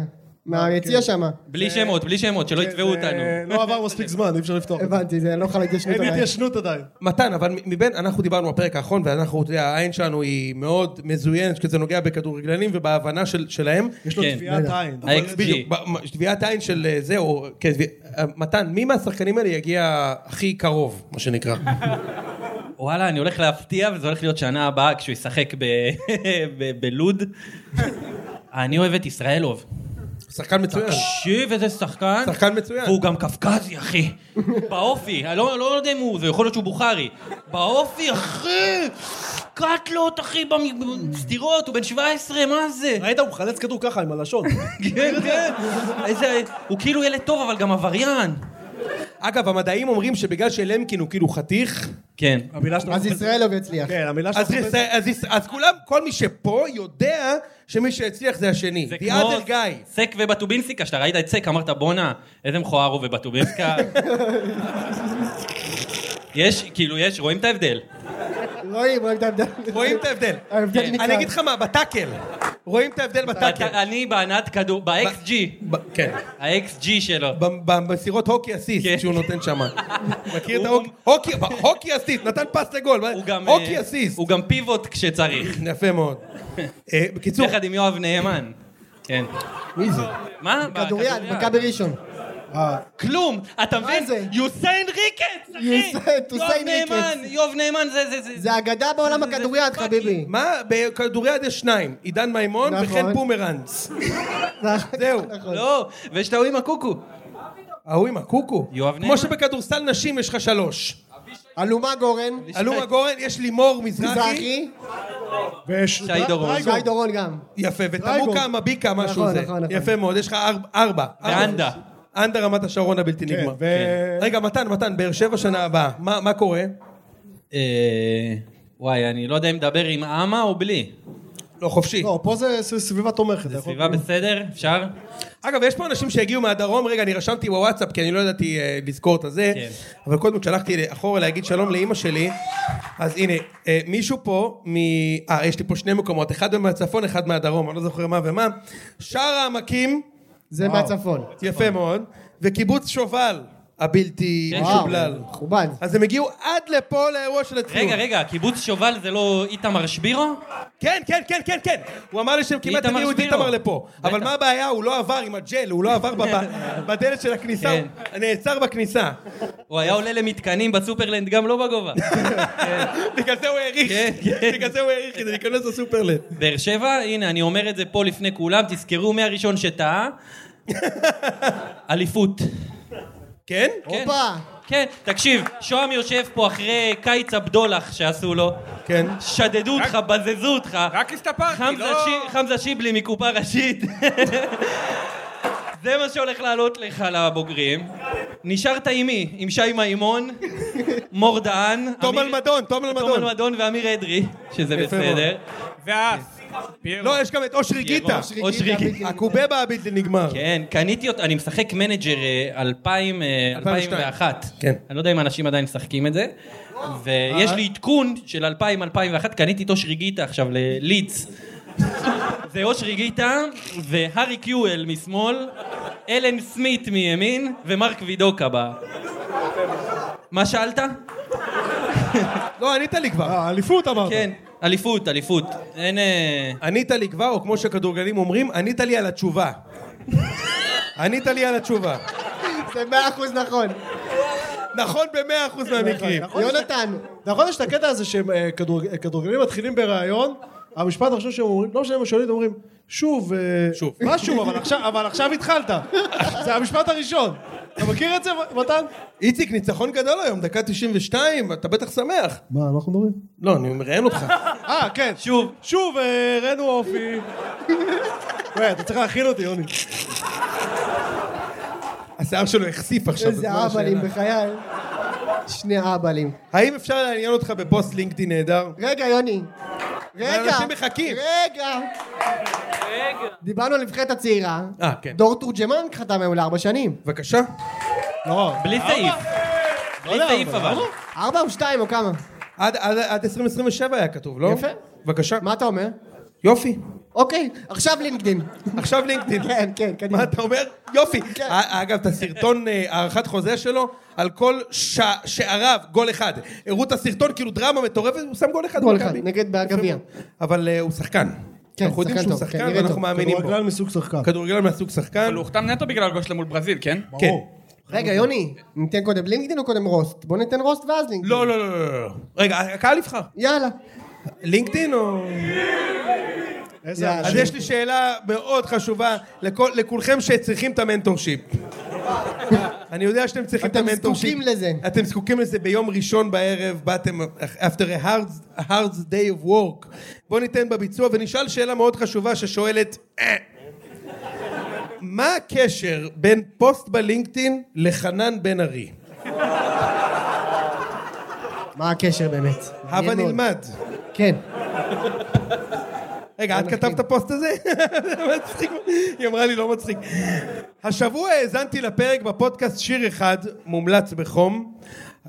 [SPEAKER 3] מהיציע שם.
[SPEAKER 2] בלי שמות, בלי שמות, שלא יתבעו אותנו.
[SPEAKER 4] אה, לא עבר מספיק זמן, אי אפשר לפתוח.
[SPEAKER 3] הבנתי, זה לא חלק התיישנות
[SPEAKER 4] אין
[SPEAKER 3] עדיין.
[SPEAKER 4] התיישנות עדיין.
[SPEAKER 1] מתן, אבל מבין, אנחנו דיברנו בפרק האחרון, ואנחנו, אתה יודע, העין שלנו היא מאוד מזוינת, כשזה נוגע בכדורגלנים ובהבנה של, שלהם.
[SPEAKER 4] יש לו
[SPEAKER 2] כן.
[SPEAKER 4] טביעת עין.
[SPEAKER 1] אבל
[SPEAKER 2] ה-XG.
[SPEAKER 1] בדיוק, ב- טביעת עין של אה, זה, או... כן, טביע- אה, מתן, מי מהשחקנים האלה יגיע הכי קרוב, מה שנקרא?
[SPEAKER 2] וואלה, אני הולך להפתיע, וזה הולך להיות שנה הבאה <laughs> כשהוא ישחק ב- ב- בלוד. אני אוהב את ישראלוב.
[SPEAKER 1] שחקן מצוין.
[SPEAKER 2] תקשיב, איזה שחקן.
[SPEAKER 1] שחקן מצוין.
[SPEAKER 2] והוא גם קפקזי, אחי. באופי, אני לא לא יודע אם הוא זה, יכול להיות שהוא בוכרי. באופי, אחי! קאטלות, אחי, במ- בסדירות, הוא בן 17, מה זה?
[SPEAKER 4] ראית, הוא מחלץ כדור ככה עם הלשון.
[SPEAKER 2] כן, כן. איזה... הוא כאילו ילד טוב, אבל גם עבריין.
[SPEAKER 1] אגב, המדעים אומרים שבגלל שלמקין הוא כאילו חתיך...
[SPEAKER 2] כן.
[SPEAKER 3] אז ישראלוב יצליח.
[SPEAKER 4] כן, המילה
[SPEAKER 1] אז, אז, אז, אז, אז כולם, כל מי שפה יודע שמי שהצליח זה השני. The
[SPEAKER 2] כמו
[SPEAKER 1] other guy.
[SPEAKER 2] סק ובטובינסיקה, שאתה ראית את סק, אמרת בואנה, איזה מכוער הוא ובטובינסקה. יש, כאילו, יש, רואים את ההבדל.
[SPEAKER 3] רואים, רואים את כן. ההבדל.
[SPEAKER 1] רואים את ההבדל.
[SPEAKER 3] ההבדל ניכר.
[SPEAKER 1] אני אגיד לך מה, בטאקל. רואים את ההבדל בטאקל.
[SPEAKER 2] אתה- אני בענת כדור, ב-XG.
[SPEAKER 1] כן.
[SPEAKER 2] ה-XG שלו.
[SPEAKER 1] במסירות הוקי אסיסט
[SPEAKER 2] כן.
[SPEAKER 1] שהוא נותן שם. מכיר את ההוקי? הוקי- הוקי אסיסט, נתן פס לגול. הוקי
[SPEAKER 2] אה,
[SPEAKER 1] אסיסט.
[SPEAKER 2] הוא גם פיבוט כשצריך.
[SPEAKER 1] יפה מאוד. אה, בקיצור...
[SPEAKER 2] יחד עם יואב נאמן. כן.
[SPEAKER 3] מי זה?
[SPEAKER 2] מה?
[SPEAKER 3] כדוריד, אה.
[SPEAKER 2] בכדוריד.
[SPEAKER 3] מכבי ראשון.
[SPEAKER 2] כלום! אתה מבין? יוסיין ריקץ, אחי!
[SPEAKER 3] יוסיין-
[SPEAKER 2] יואב
[SPEAKER 3] יוסיין
[SPEAKER 2] נאמן,
[SPEAKER 3] ריקץ.
[SPEAKER 2] יואב נאמן זה- זה... זה-
[SPEAKER 3] זה אגדה בעולם הכדוריד, חביבי.
[SPEAKER 1] מה? בכדוריד יש שניים. עידן מימון
[SPEAKER 3] נכון.
[SPEAKER 1] וחן בומרנץ. זהו.
[SPEAKER 2] לא, ויש את ההוא עם הקוקו.
[SPEAKER 1] ההוא עם הקוקו.
[SPEAKER 2] יואב
[SPEAKER 1] כמו שבכדורסל נשים יש לך שלוש.
[SPEAKER 3] אלומה גורן.
[SPEAKER 1] אלומה גורן, יש לימור מזרחי.
[SPEAKER 3] מזרחי.
[SPEAKER 1] ויש...
[SPEAKER 2] שי דורון.
[SPEAKER 3] שי דורון גם.
[SPEAKER 1] יפה,
[SPEAKER 3] טרייגו.
[SPEAKER 1] ותמוקה מביקה משהו
[SPEAKER 3] נכון,
[SPEAKER 1] זה.
[SPEAKER 3] נכון, נכון.
[SPEAKER 1] יפה מאוד, יש לך ארבע- ארבע.
[SPEAKER 2] ואנדה.
[SPEAKER 1] אנדה רמת השרון הבלתי
[SPEAKER 4] כן,
[SPEAKER 3] כן,
[SPEAKER 1] נגמר. כן. רגע, מתן, מתן, באר שבע שנה הבאה, מה מה קורה?
[SPEAKER 2] אה, וואי, אני לא יודע אם לדבר עם אמה או בלי.
[SPEAKER 1] לא, חופשי.
[SPEAKER 4] לא, פה זה ס- סביבה תומכת. אתה יכול-
[SPEAKER 2] סביבה בסדר? אפשר?
[SPEAKER 1] אגב, יש פה אנשים שהגיעו מהדרום, רגע, אני רשמתי בוואטסאפ, כי אני לא ידעתי אה, לזכור את הזה,
[SPEAKER 2] כן.
[SPEAKER 1] אבל קודם כשהלכתי אחורה להגיד שלום לאימא שלי, אז הנה, אה, מישהו פה מ... אה, יש לי פה שני מקומות, אחד מהצפון, אחד מהדרום, אני לא זוכר מה ומה. שער העמקים,
[SPEAKER 3] זה
[SPEAKER 1] וואו.
[SPEAKER 3] מהצפון.
[SPEAKER 1] יפה מאוד, וקיבוץ שובל. הבלתי
[SPEAKER 2] כן.
[SPEAKER 1] משובלל.
[SPEAKER 2] וואו,
[SPEAKER 3] מכובד.
[SPEAKER 1] אז הם הגיעו עד לפה לאירוע של הציון.
[SPEAKER 2] רגע, רגע, קיבוץ שובל זה לא איתמר שבירו?
[SPEAKER 1] כן, כן, כן, כן, כן. הוא אמר לי שהם כמעט
[SPEAKER 2] איתמר
[SPEAKER 1] הביאו את
[SPEAKER 2] שבירו.
[SPEAKER 1] איתמר לפה. אבל מה הבעיה? הוא לא עבר עם הג'ל, הוא לא עבר בב- בדלת של הכניסה,
[SPEAKER 2] כן.
[SPEAKER 1] הוא נעצר בכניסה.
[SPEAKER 2] הוא היה עולה למתקנים בסופרלנד גם לא בגובה. כן.
[SPEAKER 1] בגלל זה הוא העריך. בגלל זה הוא העריך, כדי להיכנס לסופרלנד.
[SPEAKER 2] באר שבע, הנה, אני אומר את זה פה לפני כולם, תזכרו מי הראשון שטעה. אליפות.
[SPEAKER 1] כן?
[SPEAKER 2] כן.
[SPEAKER 3] הופה.
[SPEAKER 2] כן, תקשיב, שוהם יושב פה אחרי קיץ הבדולח שעשו לו.
[SPEAKER 1] כן.
[SPEAKER 2] שדדו אותך, בזזו אותך. רק הסתפרתי,
[SPEAKER 27] לא-
[SPEAKER 2] חמזה שיבלי מקופה ראשית. <laughs> זה מה שהולך לעלות לך לבוגרים. נשארת עם מי? עם שי מימון, מור דהן.
[SPEAKER 1] תום
[SPEAKER 2] אמיר-
[SPEAKER 1] אלמדון, תום
[SPEAKER 2] תום
[SPEAKER 1] אלמדון.
[SPEAKER 2] אלמדון ואמיר אדרי, שזה
[SPEAKER 1] יפה
[SPEAKER 2] בסדר.
[SPEAKER 27] ואף.
[SPEAKER 1] לא, יש גם את אושרי גיטה.
[SPEAKER 2] אושרי אושרי גיטה. גיטה.
[SPEAKER 1] הקובבה הבלתי נגמר.
[SPEAKER 2] כן, קניתי אותו, אני משחק מנג'ר אה, 2000, אה,
[SPEAKER 1] 2002.
[SPEAKER 2] 2001.
[SPEAKER 1] כן. אה.
[SPEAKER 2] אני לא יודע אם אנשים עדיין משחקים את זה. ויש לי עדכון של 2000-2001, קניתי את אושרי גיטה עכשיו ללידס. זה אושרי גיטה והארי קיואל משמאל, אלן סמית מימין ומרק וידוקה ב... מה שאלת?
[SPEAKER 1] לא, ענית לי כבר.
[SPEAKER 4] האליפות אה, אמרת.
[SPEAKER 2] כן, אליפות, אליפות. אין... אה,
[SPEAKER 1] ענית לי כבר, או כמו שכדורגלים אומרים, ענית לי על התשובה. ענית לי על התשובה.
[SPEAKER 3] זה מאה אחוז נכון.
[SPEAKER 1] נכון במאה אחוז מהמקרים.
[SPEAKER 4] נכון,
[SPEAKER 3] יונתן.
[SPEAKER 4] נכון, יש את הקטע הזה שכדורגלים מתחילים בראיון, המשפט הראשון שהם אומרים, לא משנה מה שואלים, הם אומרים, שוב, אה, <laughs>
[SPEAKER 1] שוב.
[SPEAKER 4] מה שוב, אבל עכשיו- אבל עכשיו התחלת. <laughs> זה המשפט הראשון. אתה מכיר את זה, מתן?
[SPEAKER 1] איציק, ניצחון גדול היום, דקה 92, אתה בטח שמח.
[SPEAKER 4] מה, אנחנו מדברים?
[SPEAKER 1] לא, אני מראיין אותך.
[SPEAKER 4] אה, כן.
[SPEAKER 2] שוב.
[SPEAKER 4] שוב, אה, ראינו
[SPEAKER 1] <laughs>
[SPEAKER 4] אופי. וואי, אתה צריך להכין אותי, יוני.
[SPEAKER 1] השיער שלו החשיף עכשיו. בזמן
[SPEAKER 3] איזה אבלים,
[SPEAKER 1] השאלה.
[SPEAKER 3] בחיי. שני אבלים.
[SPEAKER 1] האם אפשר לעניין אותך בפוסט לינקדאין נהדר?
[SPEAKER 3] רגע, יוני. רגע.
[SPEAKER 1] אנשים מחכים.
[SPEAKER 3] רגע. דיברנו על נבחרת הצעירה.
[SPEAKER 1] אה, כן.
[SPEAKER 3] דור תורג'מן חתם היום לארבע שנים.
[SPEAKER 1] בבקשה.
[SPEAKER 4] לא.
[SPEAKER 2] בלי
[SPEAKER 1] אה,
[SPEAKER 2] סעיף. בלי
[SPEAKER 4] לא,
[SPEAKER 2] סעיף
[SPEAKER 4] אבל-
[SPEAKER 2] אבל.
[SPEAKER 3] ארבע או שתיים או כמה?
[SPEAKER 1] עד- עד עד 2027 היה כתוב, לא?
[SPEAKER 3] יפה.
[SPEAKER 1] בבקשה.
[SPEAKER 3] מה אתה אומר?
[SPEAKER 1] יופי.
[SPEAKER 3] אוקיי, עכשיו לינקדאין.
[SPEAKER 1] עכשיו לינקדאין.
[SPEAKER 3] כן, כן, קדימה.
[SPEAKER 1] מה אתה אומר? יופי. א- אגב, את הסרטון אה, הארכת חוזה שלו, על כל ש- שעריו, גול אחד. הראו את הסרטון, כאילו דרמה מטורפת, הוא שם גול אחד.
[SPEAKER 3] גול
[SPEAKER 1] במכבי.
[SPEAKER 3] אחד, נגד בגביע.
[SPEAKER 1] אבל אה, הוא שחקן.
[SPEAKER 3] כן,
[SPEAKER 1] אנחנו יודעים
[SPEAKER 3] שחקן
[SPEAKER 1] שהוא
[SPEAKER 3] טוב, כן,
[SPEAKER 1] שחקן,
[SPEAKER 3] נראה
[SPEAKER 1] ואנחנו
[SPEAKER 3] טוב.
[SPEAKER 1] מאמינים בו.
[SPEAKER 4] כדורגלן מסוג שחקן.
[SPEAKER 1] כדורגלן מהסוג שחקן.
[SPEAKER 27] אבל הוא הוחתם נטו בגלל הגול שלו מול ברזיל, כן?
[SPEAKER 1] כן.
[SPEAKER 3] רגע, יוני, ניתן קודם לינקדאין או קודם רוסט? בוא ניתן רוסט ואז לינקדאין.
[SPEAKER 1] לא, לא, לא, לא, לא. רגע, הקהל יבחר.
[SPEAKER 3] יאללה.
[SPEAKER 1] לינקדאין או...
[SPEAKER 4] איזה
[SPEAKER 1] אז
[SPEAKER 4] אנשים.
[SPEAKER 1] יש לי שאלה מאוד חשובה לכל- לכולכם שצריכים את המנטורשיפ. אני יודע שאתם צריכים את המנטורשיפ. אתם זקוקים
[SPEAKER 3] לזה.
[SPEAKER 1] אתם זקוקים לזה ביום ראשון בערב, באתם after a hard, a hard day of work. בואו ניתן בביצוע ונשאל שאלה מאוד חשובה ששואלת, "אה, מה הקשר בין פוסט בלינקדאין לחנן בן ארי?
[SPEAKER 3] מה הקשר באמת?
[SPEAKER 1] הבה
[SPEAKER 3] מעניין מאוד.
[SPEAKER 1] נלמד.
[SPEAKER 3] כן.
[SPEAKER 1] רגע, את כתבת את הפוסט הזה? <laughs> מצחיק. היא אמרה לי, לא מצחיק. השבוע האזנתי לפרק בפודקאסט שיר אחד, מומלץ בחום.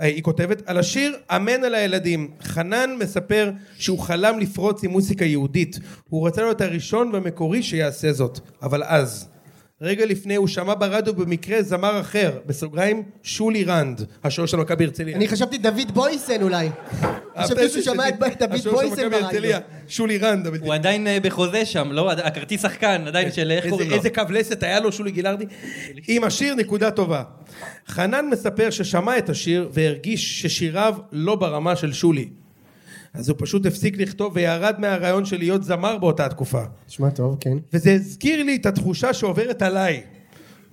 [SPEAKER 1] אה, היא כותבת, על השיר "אמן על הילדים". חנן מספר שהוא חלם לפרוץ עם מוסיקה יהודית. הוא רצה להיות הראשון והמקורי שיעשה זאת, אבל אז. רגע לפני הוא שמע ברדיו במקרה זמר אחר, בסוגריים שולי רנד, השוער של מכבי הרצליה.
[SPEAKER 3] אני חשבתי דוד בויסן אולי.
[SPEAKER 1] אה,
[SPEAKER 3] חשבתי שהוא שומע את את דוד
[SPEAKER 1] השוער של
[SPEAKER 3] בויסן
[SPEAKER 1] מכבי הרצליה,
[SPEAKER 3] ברדיו.
[SPEAKER 1] שולי רנד. הבלתי
[SPEAKER 2] הוא עדיין אה, בחוזה שם, לא? עד- הכרטיס שחקן עדיין של איך
[SPEAKER 1] כן. איזה-
[SPEAKER 2] קוראים לו.
[SPEAKER 1] איזה קו לסת היה לו שולי גילרדי? עם השיר נקודה טובה. חנן מספר ששמע את השיר והרגיש ששיריו לא ברמה של שולי. אז הוא פשוט הפסיק לכתוב וירד מהרעיון של להיות זמר באותה התקופה.
[SPEAKER 3] נשמע טוב, כן.
[SPEAKER 1] וזה הזכיר לי את התחושה שעוברת עליי.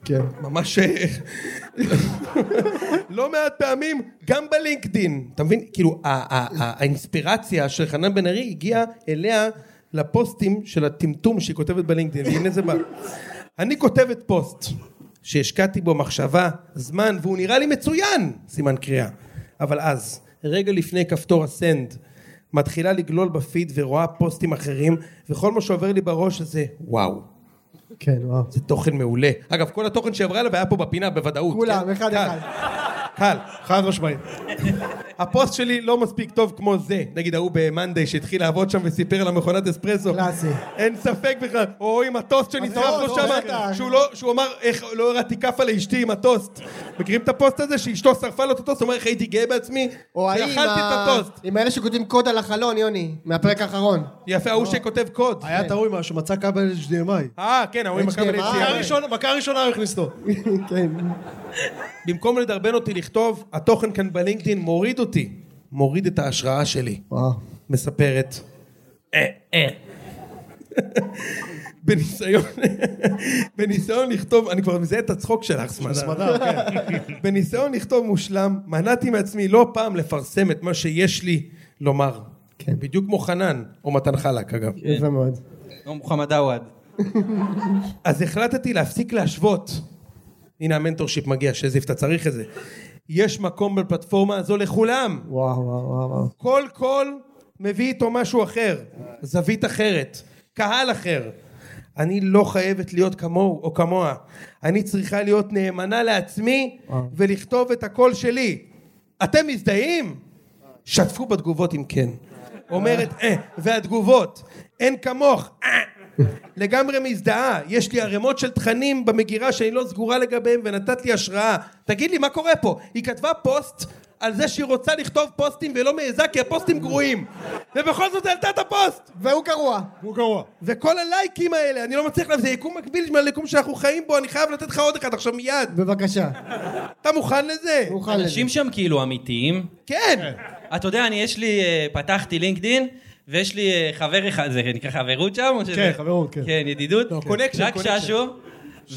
[SPEAKER 3] כן.
[SPEAKER 1] ממש... אה, לא מעט פעמים, גם בלינקדין. אתה מבין? כאילו, ה- ה- ה- האינספירציה של חנן בן ארי הגיעה אליה לפוסטים של הטמטום שהיא כותבת בלינקדין. והנה זה בא. אני כותבת פוסט שהשקעתי בו מחשבה, זמן, והוא נראה לי מצוין! סימן קריאה. אבל אז, רגע לפני כפתור הסנד, מתחילה לגלול בפיד ורואה פוסטים אחרים, וכל מה שעובר לי בראש זה וואו.
[SPEAKER 3] כן, וואו.
[SPEAKER 1] זה תוכן מעולה. אגב, כל התוכן שעברה אליו היה פה בפינה בוודאות. כן?
[SPEAKER 3] כולם, אחד אחד.
[SPEAKER 1] קל. חד משמעית. הפוסט שלי לא מספיק טוב כמו זה. נגיד ההוא במאנדיי שהתחיל לעבוד שם וסיפר על המכונת אספרסו. קלאסי. אין ספק בכלל. או עם הטוסט שנשרף לו
[SPEAKER 3] הטוסט,
[SPEAKER 1] שם,
[SPEAKER 3] לא, בטח.
[SPEAKER 1] שהוא לא, שהוא אמר, איך לא הרעתי כאפה לאשתי עם הטוסט. מכירים את הפוסט הזה שאשתו שרפה לו את הטוסט? הוא אומר, איך הייתי גאה בעצמי?
[SPEAKER 3] או האם...
[SPEAKER 1] שאכלתי את הטוסט.
[SPEAKER 3] עם האלה שכותבים קוד על החלון, יוני,
[SPEAKER 1] <laughs>
[SPEAKER 3] מהפרק האחרון.
[SPEAKER 1] יפה,
[SPEAKER 3] לא.
[SPEAKER 1] ההוא שכותב קוד.
[SPEAKER 4] היה טעוי משהו, מצא כבל HDMI.
[SPEAKER 1] אה, כן, ההוא עם הכבל
[SPEAKER 4] HDMI.
[SPEAKER 1] HDMI.
[SPEAKER 4] מכה ראשונה- מכה ראשונה הוא הכניס אותו.
[SPEAKER 1] כן. במקום לדרבן אותי לכתוב, התוכן כאן בלינקדאין מוריד אותי. מוריד את ההשראה שלי. מספרת. אה, אה. <laughs> בניסיון, <laughs> בניסיון לכתוב, אני כבר מזהה את הצחוק שלך, סמדר. <laughs>
[SPEAKER 4] סמדר, כן.
[SPEAKER 1] בניסיון לכתוב מושלם, מנעתי מעצמי לא פעם לפרסם את מה שיש לי לומר. כן. בדיוק כמו חנן, או מתן חלק אגב.
[SPEAKER 3] יפה מאוד.
[SPEAKER 2] או לא, מוחמד עווד.
[SPEAKER 1] אז החלטתי להפסיק להשוות. הנה המנטורשיפ מגיע, שזיף, אתה צריך את זה. יש מקום בפלטפורמה הזו לכולם.
[SPEAKER 3] וואו, וואו, וואו.
[SPEAKER 1] כל קול מביא איתו משהו אחר, זווית אחרת, קהל אחר. אני לא חייבת להיות כמוהו או כמוה. אני צריכה להיות נאמנה לעצמי
[SPEAKER 3] אה.
[SPEAKER 1] ולכתוב את הקול שלי. אתם מזדהים? שתפו בתגובות אם כן. אומרת, אה, והתגובות, אין כמוך, אה, לגמרי מזדהה, יש לי ערימות של תכנים במגירה שאני לא סגורה לגביהם ונתת לי השראה. תגיד לי, מה קורה פה? היא כתבה פוסט על זה שהיא רוצה לכתוב פוסטים ולא מעיזה כי הפוסטים גרועים. ובכל זאת העלתה את הפוסט!
[SPEAKER 3] והוא גרוע.
[SPEAKER 1] הוא גרוע. וכל הלייקים האלה, אני לא מצליח להבין, זה יקום מקביל מהליקום שאנחנו חיים בו, אני חייב לתת לך עוד אחד עכשיו מיד.
[SPEAKER 3] בבקשה.
[SPEAKER 1] אתה מוכן לזה? מוכן
[SPEAKER 2] אנשים שם כאילו אמיתיים.
[SPEAKER 1] כן.
[SPEAKER 2] אתה יודע, אני יש לי, אה, פתחתי לינקדין, ויש לי אה, חבר אחד, זה נקרא חברות שם? או שזה-
[SPEAKER 4] כן, חברות, כן.
[SPEAKER 2] כן, ידידות.
[SPEAKER 4] קונקשן,
[SPEAKER 2] רק
[SPEAKER 4] קונקשן.
[SPEAKER 2] ששו,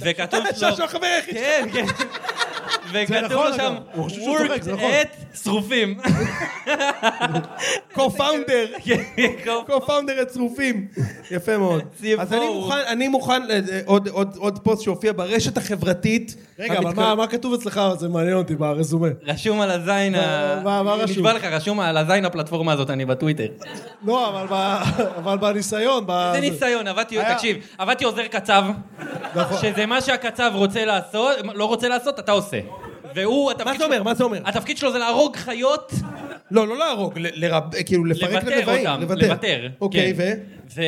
[SPEAKER 2] וכתוב לו...
[SPEAKER 4] <laughs> ששו החבר היחיד
[SPEAKER 2] כן,
[SPEAKER 4] <laughs>
[SPEAKER 2] כן. וכתוב
[SPEAKER 4] נכון,
[SPEAKER 2] לו שם,
[SPEAKER 4] אגב. הוא חושב שהוא צוחק, זה נכון.
[SPEAKER 2] at
[SPEAKER 4] <laughs>
[SPEAKER 2] שרופים. <laughs>
[SPEAKER 1] co-founder,
[SPEAKER 2] <laughs>
[SPEAKER 1] co-founder את צרופים, יפה מאוד. אז אני מוכן, אני מוכן, לזה, עוד- עוד- עוד פוסט שהופיע ברשת החברתית.
[SPEAKER 4] רגע, אבל
[SPEAKER 1] המתקר-
[SPEAKER 4] מה- מה כתוב אצלך? זה מעניין אותי ברזומה.
[SPEAKER 2] רשום על הזין ה...
[SPEAKER 4] מה- מה רשום?
[SPEAKER 2] נשבע לך, רשום על הזין הפלטפורמה הזאת, אני בטוויטר.
[SPEAKER 4] לא, אבל ב- אבל בניסיון.
[SPEAKER 2] זה ניסיון, עבדתי, תקשיב, עבדתי עוזר קצב,
[SPEAKER 1] נכון.
[SPEAKER 2] שזה מה שהקצב רוצה לעשות, לא רוצה לעשות, אתה עושה. והוא, התפקיד מה זה אומר?
[SPEAKER 1] מה זה אומר?
[SPEAKER 2] התפקיד שלו זה להרוג חיות.
[SPEAKER 1] לא, לא להרוג, ל- לרב- כאילו לפרק
[SPEAKER 2] לוותר
[SPEAKER 1] לנבעים.
[SPEAKER 2] אותם, לוותר.
[SPEAKER 1] אוקיי, ו?
[SPEAKER 2] כן.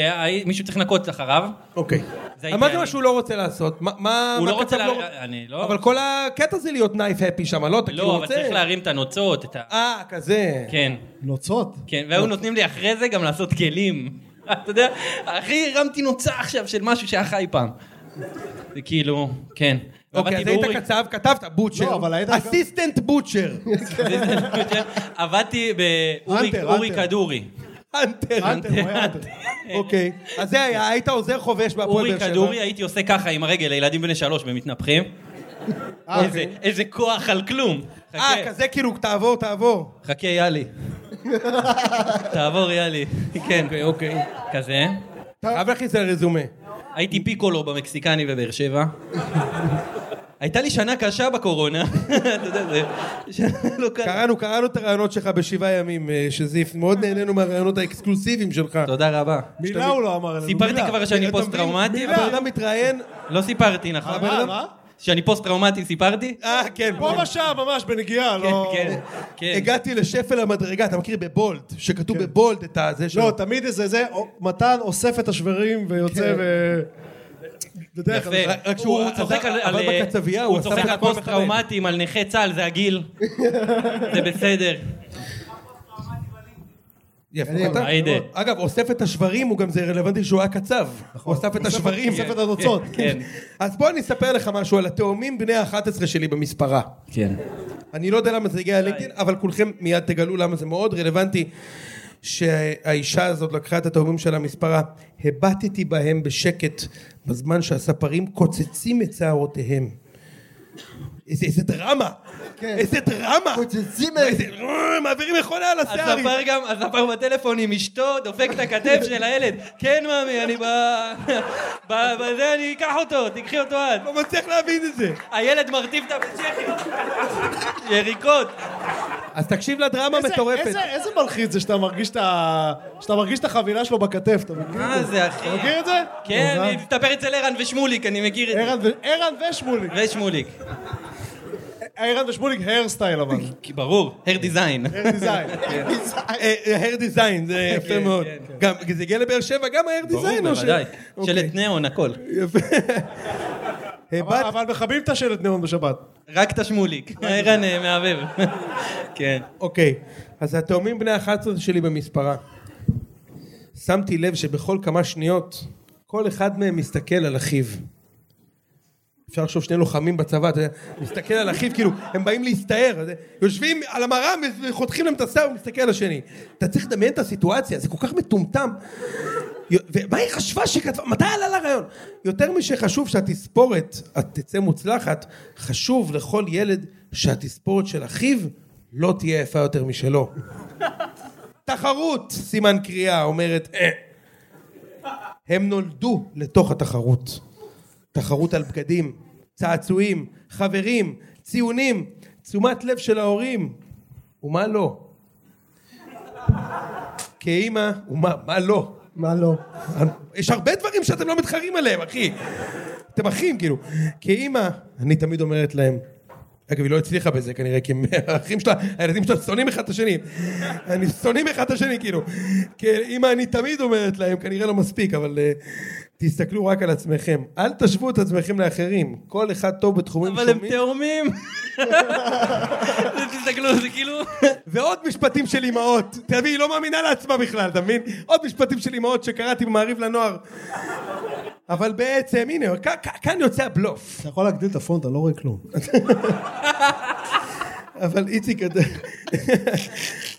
[SPEAKER 2] ומישהו צריך לנקות אחריו.
[SPEAKER 1] אוקיי. אמרת מה שהוא לא רוצה לעשות, מה... מה-
[SPEAKER 2] הוא
[SPEAKER 1] מה
[SPEAKER 2] לא רוצה...
[SPEAKER 1] כתב
[SPEAKER 2] לה- אני לא...
[SPEAKER 1] אבל כל הקטע זה להיות נייף הפי שם, לא? אתה כאילו
[SPEAKER 2] לא, אבל
[SPEAKER 1] רוצה...
[SPEAKER 2] צריך להרים את הנוצות, את ה...
[SPEAKER 1] אה, כזה.
[SPEAKER 2] כן.
[SPEAKER 4] נוצות?
[SPEAKER 2] כן,
[SPEAKER 1] לא.
[SPEAKER 2] והיו נותנים לי אחרי זה גם לעשות כלים. <laughs> אתה יודע, הכי הרמתי נוצה עכשיו של משהו שהיה חי פעם. זה כאילו, כן.
[SPEAKER 1] אוקיי, אז
[SPEAKER 2] ועבדתי
[SPEAKER 1] היית
[SPEAKER 2] באורי.
[SPEAKER 1] קצב, כתבת בוטשר. אסיסטנט בוטשר.
[SPEAKER 2] עבדתי באורי
[SPEAKER 1] אנטר,
[SPEAKER 2] אורי
[SPEAKER 1] אנטר.
[SPEAKER 2] כדורי.
[SPEAKER 29] אנטר.
[SPEAKER 1] אנטר, הוא היה אנטר.
[SPEAKER 29] אוקיי.
[SPEAKER 1] אז זה היה, היית עוזר חובש בהפועל
[SPEAKER 2] אורי
[SPEAKER 1] באר שבע.
[SPEAKER 2] כדורי, הייתי עושה ככה עם הרגל לילדים בני שלוש במתנפחים. איזה- איזה כוח על כלום.
[SPEAKER 1] אוקיי. אה, כזה כאילו, תעבור, תעבור.
[SPEAKER 2] חכה, יאלי. תעבור, יאלי. כן. אוקיי, אוקיי. כזה.
[SPEAKER 29] חייב להכניס את זה לרזומה.
[SPEAKER 2] הייתי פיקולו במקסיקני בבאר שבע. הייתה לי שנה קשה בקורונה. אתה יודע, זה... לא
[SPEAKER 1] קראנו, קראנו את הרעיונות שלך בשבעה ימים, אה, שזיף. מאוד נהנינו מהרעיונות האקסקלוסיביים שלך.
[SPEAKER 2] תודה רבה.
[SPEAKER 1] מילה הוא לא אמר
[SPEAKER 2] סיפרתי כבר שאני פוסט-טראומטי?
[SPEAKER 1] הבן אדם מתראיין.
[SPEAKER 2] לא סיפרתי, נכון?
[SPEAKER 1] הבן אדם- אה, מה?
[SPEAKER 2] שאני פוסט-טראומטי סיפרתי?
[SPEAKER 1] אה, כן.
[SPEAKER 4] פה ושם, ממש, בנגיעה,
[SPEAKER 1] אה,
[SPEAKER 4] לא...
[SPEAKER 2] כן, כן.
[SPEAKER 1] הגעתי לשפל המדרגה, אתה מכיר בבולט, שכתוב בבולט את הזה שלו.
[SPEAKER 4] לא, תמיד איזה זה, או- מתן אוסף את השברים ויוצא ו... בדרך כלל.
[SPEAKER 2] יפה.
[SPEAKER 4] רק שהוא
[SPEAKER 2] הוא צוחק על... על- אה, הוא צוחק על פוסט-טראומטיים, על נכי צה"ל, זה הגיל. זה בסדר.
[SPEAKER 1] יפה.
[SPEAKER 2] קדימה.
[SPEAKER 1] כתב.
[SPEAKER 2] היידה.
[SPEAKER 1] אגב, אוסף את השברים, הוא גם זה רלוונטי שהוא היה קצב. הוא אוסף את
[SPEAKER 2] אוסף-
[SPEAKER 1] השברים.
[SPEAKER 2] אוסף את הנוצות. כן.
[SPEAKER 1] אז בוא אני אספר לך משהו על התאומים בני ה-11 שלי במספרה.
[SPEAKER 2] כן.
[SPEAKER 1] אני לא יודע למה זה הגיע ללינקדאין, אבל כולכם מיד תגלו למה זה מאוד רלוונטי שהאישה הזאת לקחה את התאומים שלה מספרה. הבטתי בהם בשקט בזמן שהספרים קוצצים את שערותיהם. איזה, איזה דרמה! איזה דרמה! כן. קוצצים את... מעבירים מכונה על השיער!
[SPEAKER 2] הספר גם, הספר בטלפון עם אשתו, דופק את הכתף של הילד. כן, ממי, אני ב... <laughs> ב- בזה אני אקח אותו, תיקחי אותו את.
[SPEAKER 1] לא מצליח להבין את זה.
[SPEAKER 2] הילד מרטיב את הבצ'כי. <laughs> יריקות.
[SPEAKER 1] אז תקשיב לדרמה
[SPEAKER 4] איזה- איזה- איזה מלחיץ זה שאתה מרגיש את ה- שאתה מרגיש את החבילה שלו בכתף, אתה מכיר?
[SPEAKER 2] מה
[SPEAKER 4] את
[SPEAKER 2] זה, אחי?
[SPEAKER 4] אתה מכיר את זה?
[SPEAKER 2] כן,
[SPEAKER 4] נורא.
[SPEAKER 2] אני מסתפר אצל ערן ושמוליק, אני מכיר את
[SPEAKER 4] זה. ערן ושמוליק.
[SPEAKER 2] ושמוליק.
[SPEAKER 4] ערן ושמוליק
[SPEAKER 2] <laughs>
[SPEAKER 4] הרסטייל אבל.
[SPEAKER 2] ברור, hair design.
[SPEAKER 4] hair design.
[SPEAKER 2] <laughs>
[SPEAKER 1] אה, הר דיזיין, זה יפה
[SPEAKER 2] כן,
[SPEAKER 1] מאוד.
[SPEAKER 2] כן,
[SPEAKER 1] גם- זה הגיע לבאר שבע, גם ההר דיזיין?
[SPEAKER 2] ברור, בוודאי.
[SPEAKER 1] אוקיי.
[SPEAKER 2] שלט נאון, הכל.
[SPEAKER 4] אבל אבל מכבים את השלט נאון בשבת.
[SPEAKER 2] רק את השמוליק. ערן אה, מהבהב. <laughs> כן.
[SPEAKER 1] אוקיי, אז התאומים בני 11 שלי במספרה. שמתי לב שבכל כמה שניות כל אחד מהם מסתכל על אחיו. אפשר לחשוב שני לוחמים בצבא, אתה יודע, מסתכל על אחיו, כאילו, הם באים להסתער, אז יושבים על המראה וחותכים להם את השיער ומסתכל על השני. אתה צריך לדמיין את הסיטואציה, זה כל כך מטומטם. ומה היא חשבה שכתבה? מתי עלה לה רעיון? יותר משחשוב שהתספורת את תצא מוצלחת, חשוב לכל ילד שהתספורת של אחיו לא תהיה יפה יותר משלו. תחרות, סימן קריאה, אומרת... "אה". הם נולדו לתוך התחרות. תחרות על בגדים, צעצועים, חברים, ציונים, תשומת לב של ההורים, ומה לא? כאימא, ומה מה לא?
[SPEAKER 3] מה לא?
[SPEAKER 1] יש הרבה דברים שאתם לא מתחרים עליהם, אחי. אתם אחים, כאילו. כאימא, אני תמיד אומרת להם, אגב, היא לא הצליחה בזה כנראה, כי הם- האחים שלה, הילדים שלה שונאים אחד את השני. אני שונאים אחד את השני, כאילו. כאימא, אני תמיד אומרת להם, כנראה לא מספיק, אבל אה, תסתכלו רק על עצמכם. אל תשוו את עצמכם לאחרים. כל אחד טוב בתחומים
[SPEAKER 2] אבל הם תאומים. <laughs> תסתכלו, זה כאילו...
[SPEAKER 1] ועוד משפטים של אימהות. אתה מבין, היא לא מאמינה לעצמה בכלל, אתה מבין? עוד משפטים של אימהות שקראתי במעריב לנוער. אבל בעצם, הנה, כ- כ- כאן יוצא הבלוף.
[SPEAKER 4] אתה יכול להגדיל את הפונט, אני לא רואה כלום.
[SPEAKER 1] אבל איציק, אתה-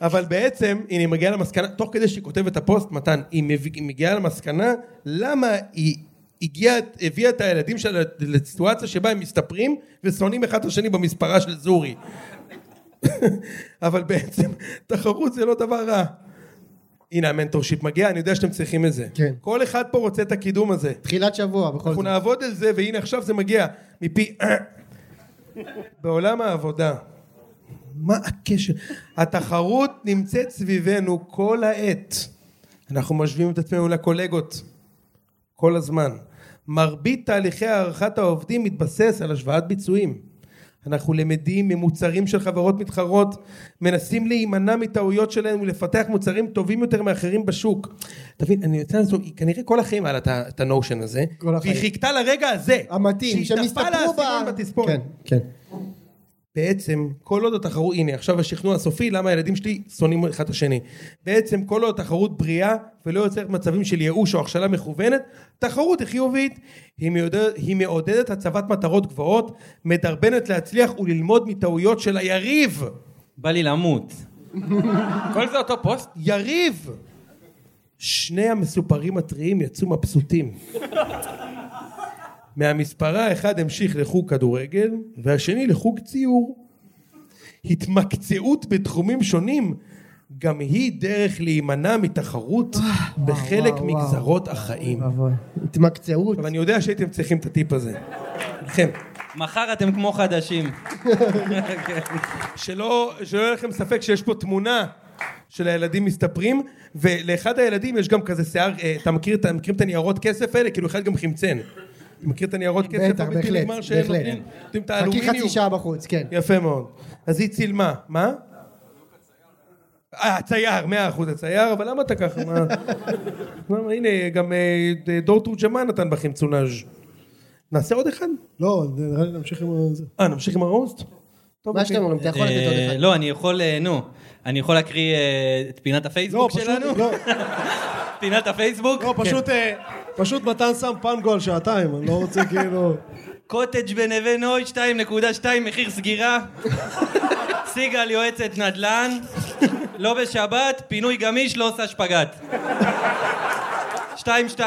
[SPEAKER 1] אבל בעצם, הנה, היא מגיעה למסקנה, תוך כדי שהיא כותבת את הפוסט, מתן, היא מב- היא מגיעה למסקנה למה היא הגיעה, הביאה את הילדים שלה לסיטואציה שבה הם מסתפרים ושונאים אחד את השני במספרה של זורי. אבל בעצם, תחרות זה לא דבר רע. הנה המנטורשיפ מגיע, אני יודע שאתם צריכים את זה. כן. כל אחד פה רוצה את הקידום הזה.
[SPEAKER 3] תחילת שבוע, בכל זאת.
[SPEAKER 1] אנחנו נעבוד על זה, והנה עכשיו זה מגיע מפי... בעולם העבודה, מה הקשר? התחרות נמצאת סביבנו כל העת. אנחנו משווים את עצמנו לקולגות כל הזמן. מרבית תהליכי הערכת העובדים מתבסס על השוואת ביצועים. אנחנו למדים ממוצרים של חברות מתחרות, מנסים להימנע מטעויות שלהם ולפתח מוצרים טובים יותר מאחרים בשוק. תבין, אני רוצה לעשות, היא כנראה כל החיים היה לה את ה- את הנושן הזה,
[SPEAKER 3] כל החיים.
[SPEAKER 1] והיא חיכתה לרגע הזה.
[SPEAKER 3] המתאים,
[SPEAKER 1] שהיא
[SPEAKER 3] שהם
[SPEAKER 1] תפלה
[SPEAKER 3] יסתפרו
[SPEAKER 1] האסימון
[SPEAKER 3] ב-
[SPEAKER 1] בתספורת.
[SPEAKER 3] כן, כן.
[SPEAKER 1] בעצם, כל עוד התחרות, הנה עכשיו השכנוע הסופי, למה הילדים שלי שונאים אחד את השני. בעצם כל עוד התחרות בריאה ולא יוצרת מצבים של ייאוש או הכשלה מכוונת, תחרות היא חיובית. היא, מעודד, היא מעודדת הצבת מטרות גבוהות, מדרבנת להצליח וללמוד מטעויות של היריב.
[SPEAKER 2] בא לי למות.
[SPEAKER 30] כל זה אותו פוסט?
[SPEAKER 1] יריב! שני המסופרים הטריים יצאו מבסוטים. מהמספרה האחד המשיך לחוג כדורגל, והשני לחוג ציור. התמקצעות בתחומים שונים גם היא דרך להימנע מתחרות בחלק
[SPEAKER 3] וואו, וואו.
[SPEAKER 1] מגזרות החיים.
[SPEAKER 3] התמקצעות.
[SPEAKER 1] אבל אני יודע שהייתם צריכים את הטיפ הזה. לכם.
[SPEAKER 2] מחר אתם כמו <laughs> חדשים.
[SPEAKER 1] שלא שלא יהיה לכם ספק שיש פה תמונה של הילדים מסתפרים, ולאחד הילדים יש גם כזה שיער, אה, אתה מכיר, אתה מכיר את הניירות כסף האלה? כאילו אחד גם חמצן. אתה מכיר את הניירות כסף?
[SPEAKER 3] בטח,
[SPEAKER 1] הבלתי
[SPEAKER 3] בהחלט,
[SPEAKER 1] נגמר שהם
[SPEAKER 3] בהחלט.
[SPEAKER 1] נותנים- נותנים את
[SPEAKER 3] חכי
[SPEAKER 1] האלומיניום?
[SPEAKER 3] חצי שעה בחוץ, כן.
[SPEAKER 1] יפה מאוד. אז היא צילמה, מה? אה, הצייר, מאה אחוז הצייר, אבל למה אתה ככה? מה? למה, הנה, גם אה, דור תורג'מן נתן בחמצונאז'. נעשה עוד אחד?
[SPEAKER 4] לא, נראה לי נמשיך עם זה.
[SPEAKER 1] אה, נמשיך עם הרוסט? טוב, אוקיי.
[SPEAKER 2] אה, לא, אני יכול, אה, נו, אני יכול להקריא אה, את פינת הפייסבוק
[SPEAKER 4] לא, פשוט-
[SPEAKER 2] שלנו? אוקיי.
[SPEAKER 4] לא.
[SPEAKER 2] <laughs> פינת הפייסבוק?
[SPEAKER 4] לא, פשוט, אה, פשוט מתן שם פנגו על שעתיים, אני לא
[SPEAKER 2] <laughs>
[SPEAKER 4] רוצה כאילו...
[SPEAKER 2] קוטג' בנווה נוי 2.2 מחיר סגירה. סיגל יועצת נדל"ן. לא בשבת, פינוי גמיש לא עושה שפגאט. 2.2.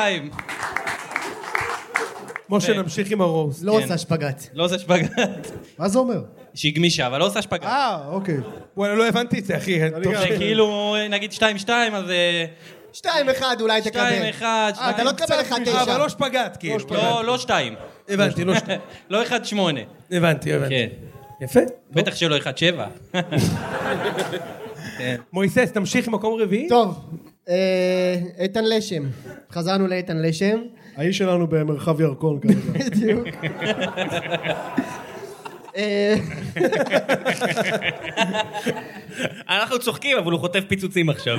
[SPEAKER 1] משה, נמשיך עם הרוסט.
[SPEAKER 2] לא עושה
[SPEAKER 3] שפגאט.
[SPEAKER 2] כן. לא עושה שפגאט.
[SPEAKER 4] מה זה אומר?
[SPEAKER 2] שהיא גמישה, אבל לא עושה שפגאט.
[SPEAKER 4] אה, אוקיי.
[SPEAKER 1] וואלה, לא הבנתי את זה, אחי. טוב.
[SPEAKER 2] זה כאילו, נגיד 2.2, אז... אה,
[SPEAKER 3] 2-1 אולי תקבל.
[SPEAKER 2] 2-1,
[SPEAKER 3] אה, אתה לא תקבל 1-9.
[SPEAKER 1] אבל לא שפגאט, כאילו.
[SPEAKER 2] לא, לא 2.
[SPEAKER 1] הבנתי, לא 2.
[SPEAKER 2] לא 1.8.
[SPEAKER 1] הבנתי, הבנתי.
[SPEAKER 2] כן.
[SPEAKER 1] יפה.
[SPEAKER 2] בטח שלא 1.7.
[SPEAKER 1] מויסס, תמשיך מקום רביעי.
[SPEAKER 3] טוב, אה, איתן לשם. חזרנו לאיתן לשם. <laughs>
[SPEAKER 4] האיש שלנו במרחב ירקון כרגע.
[SPEAKER 1] <laughs>
[SPEAKER 3] בדיוק. אה,
[SPEAKER 31] אנחנו צוחקים, אבל הוא חוטף פיצוצים עכשיו.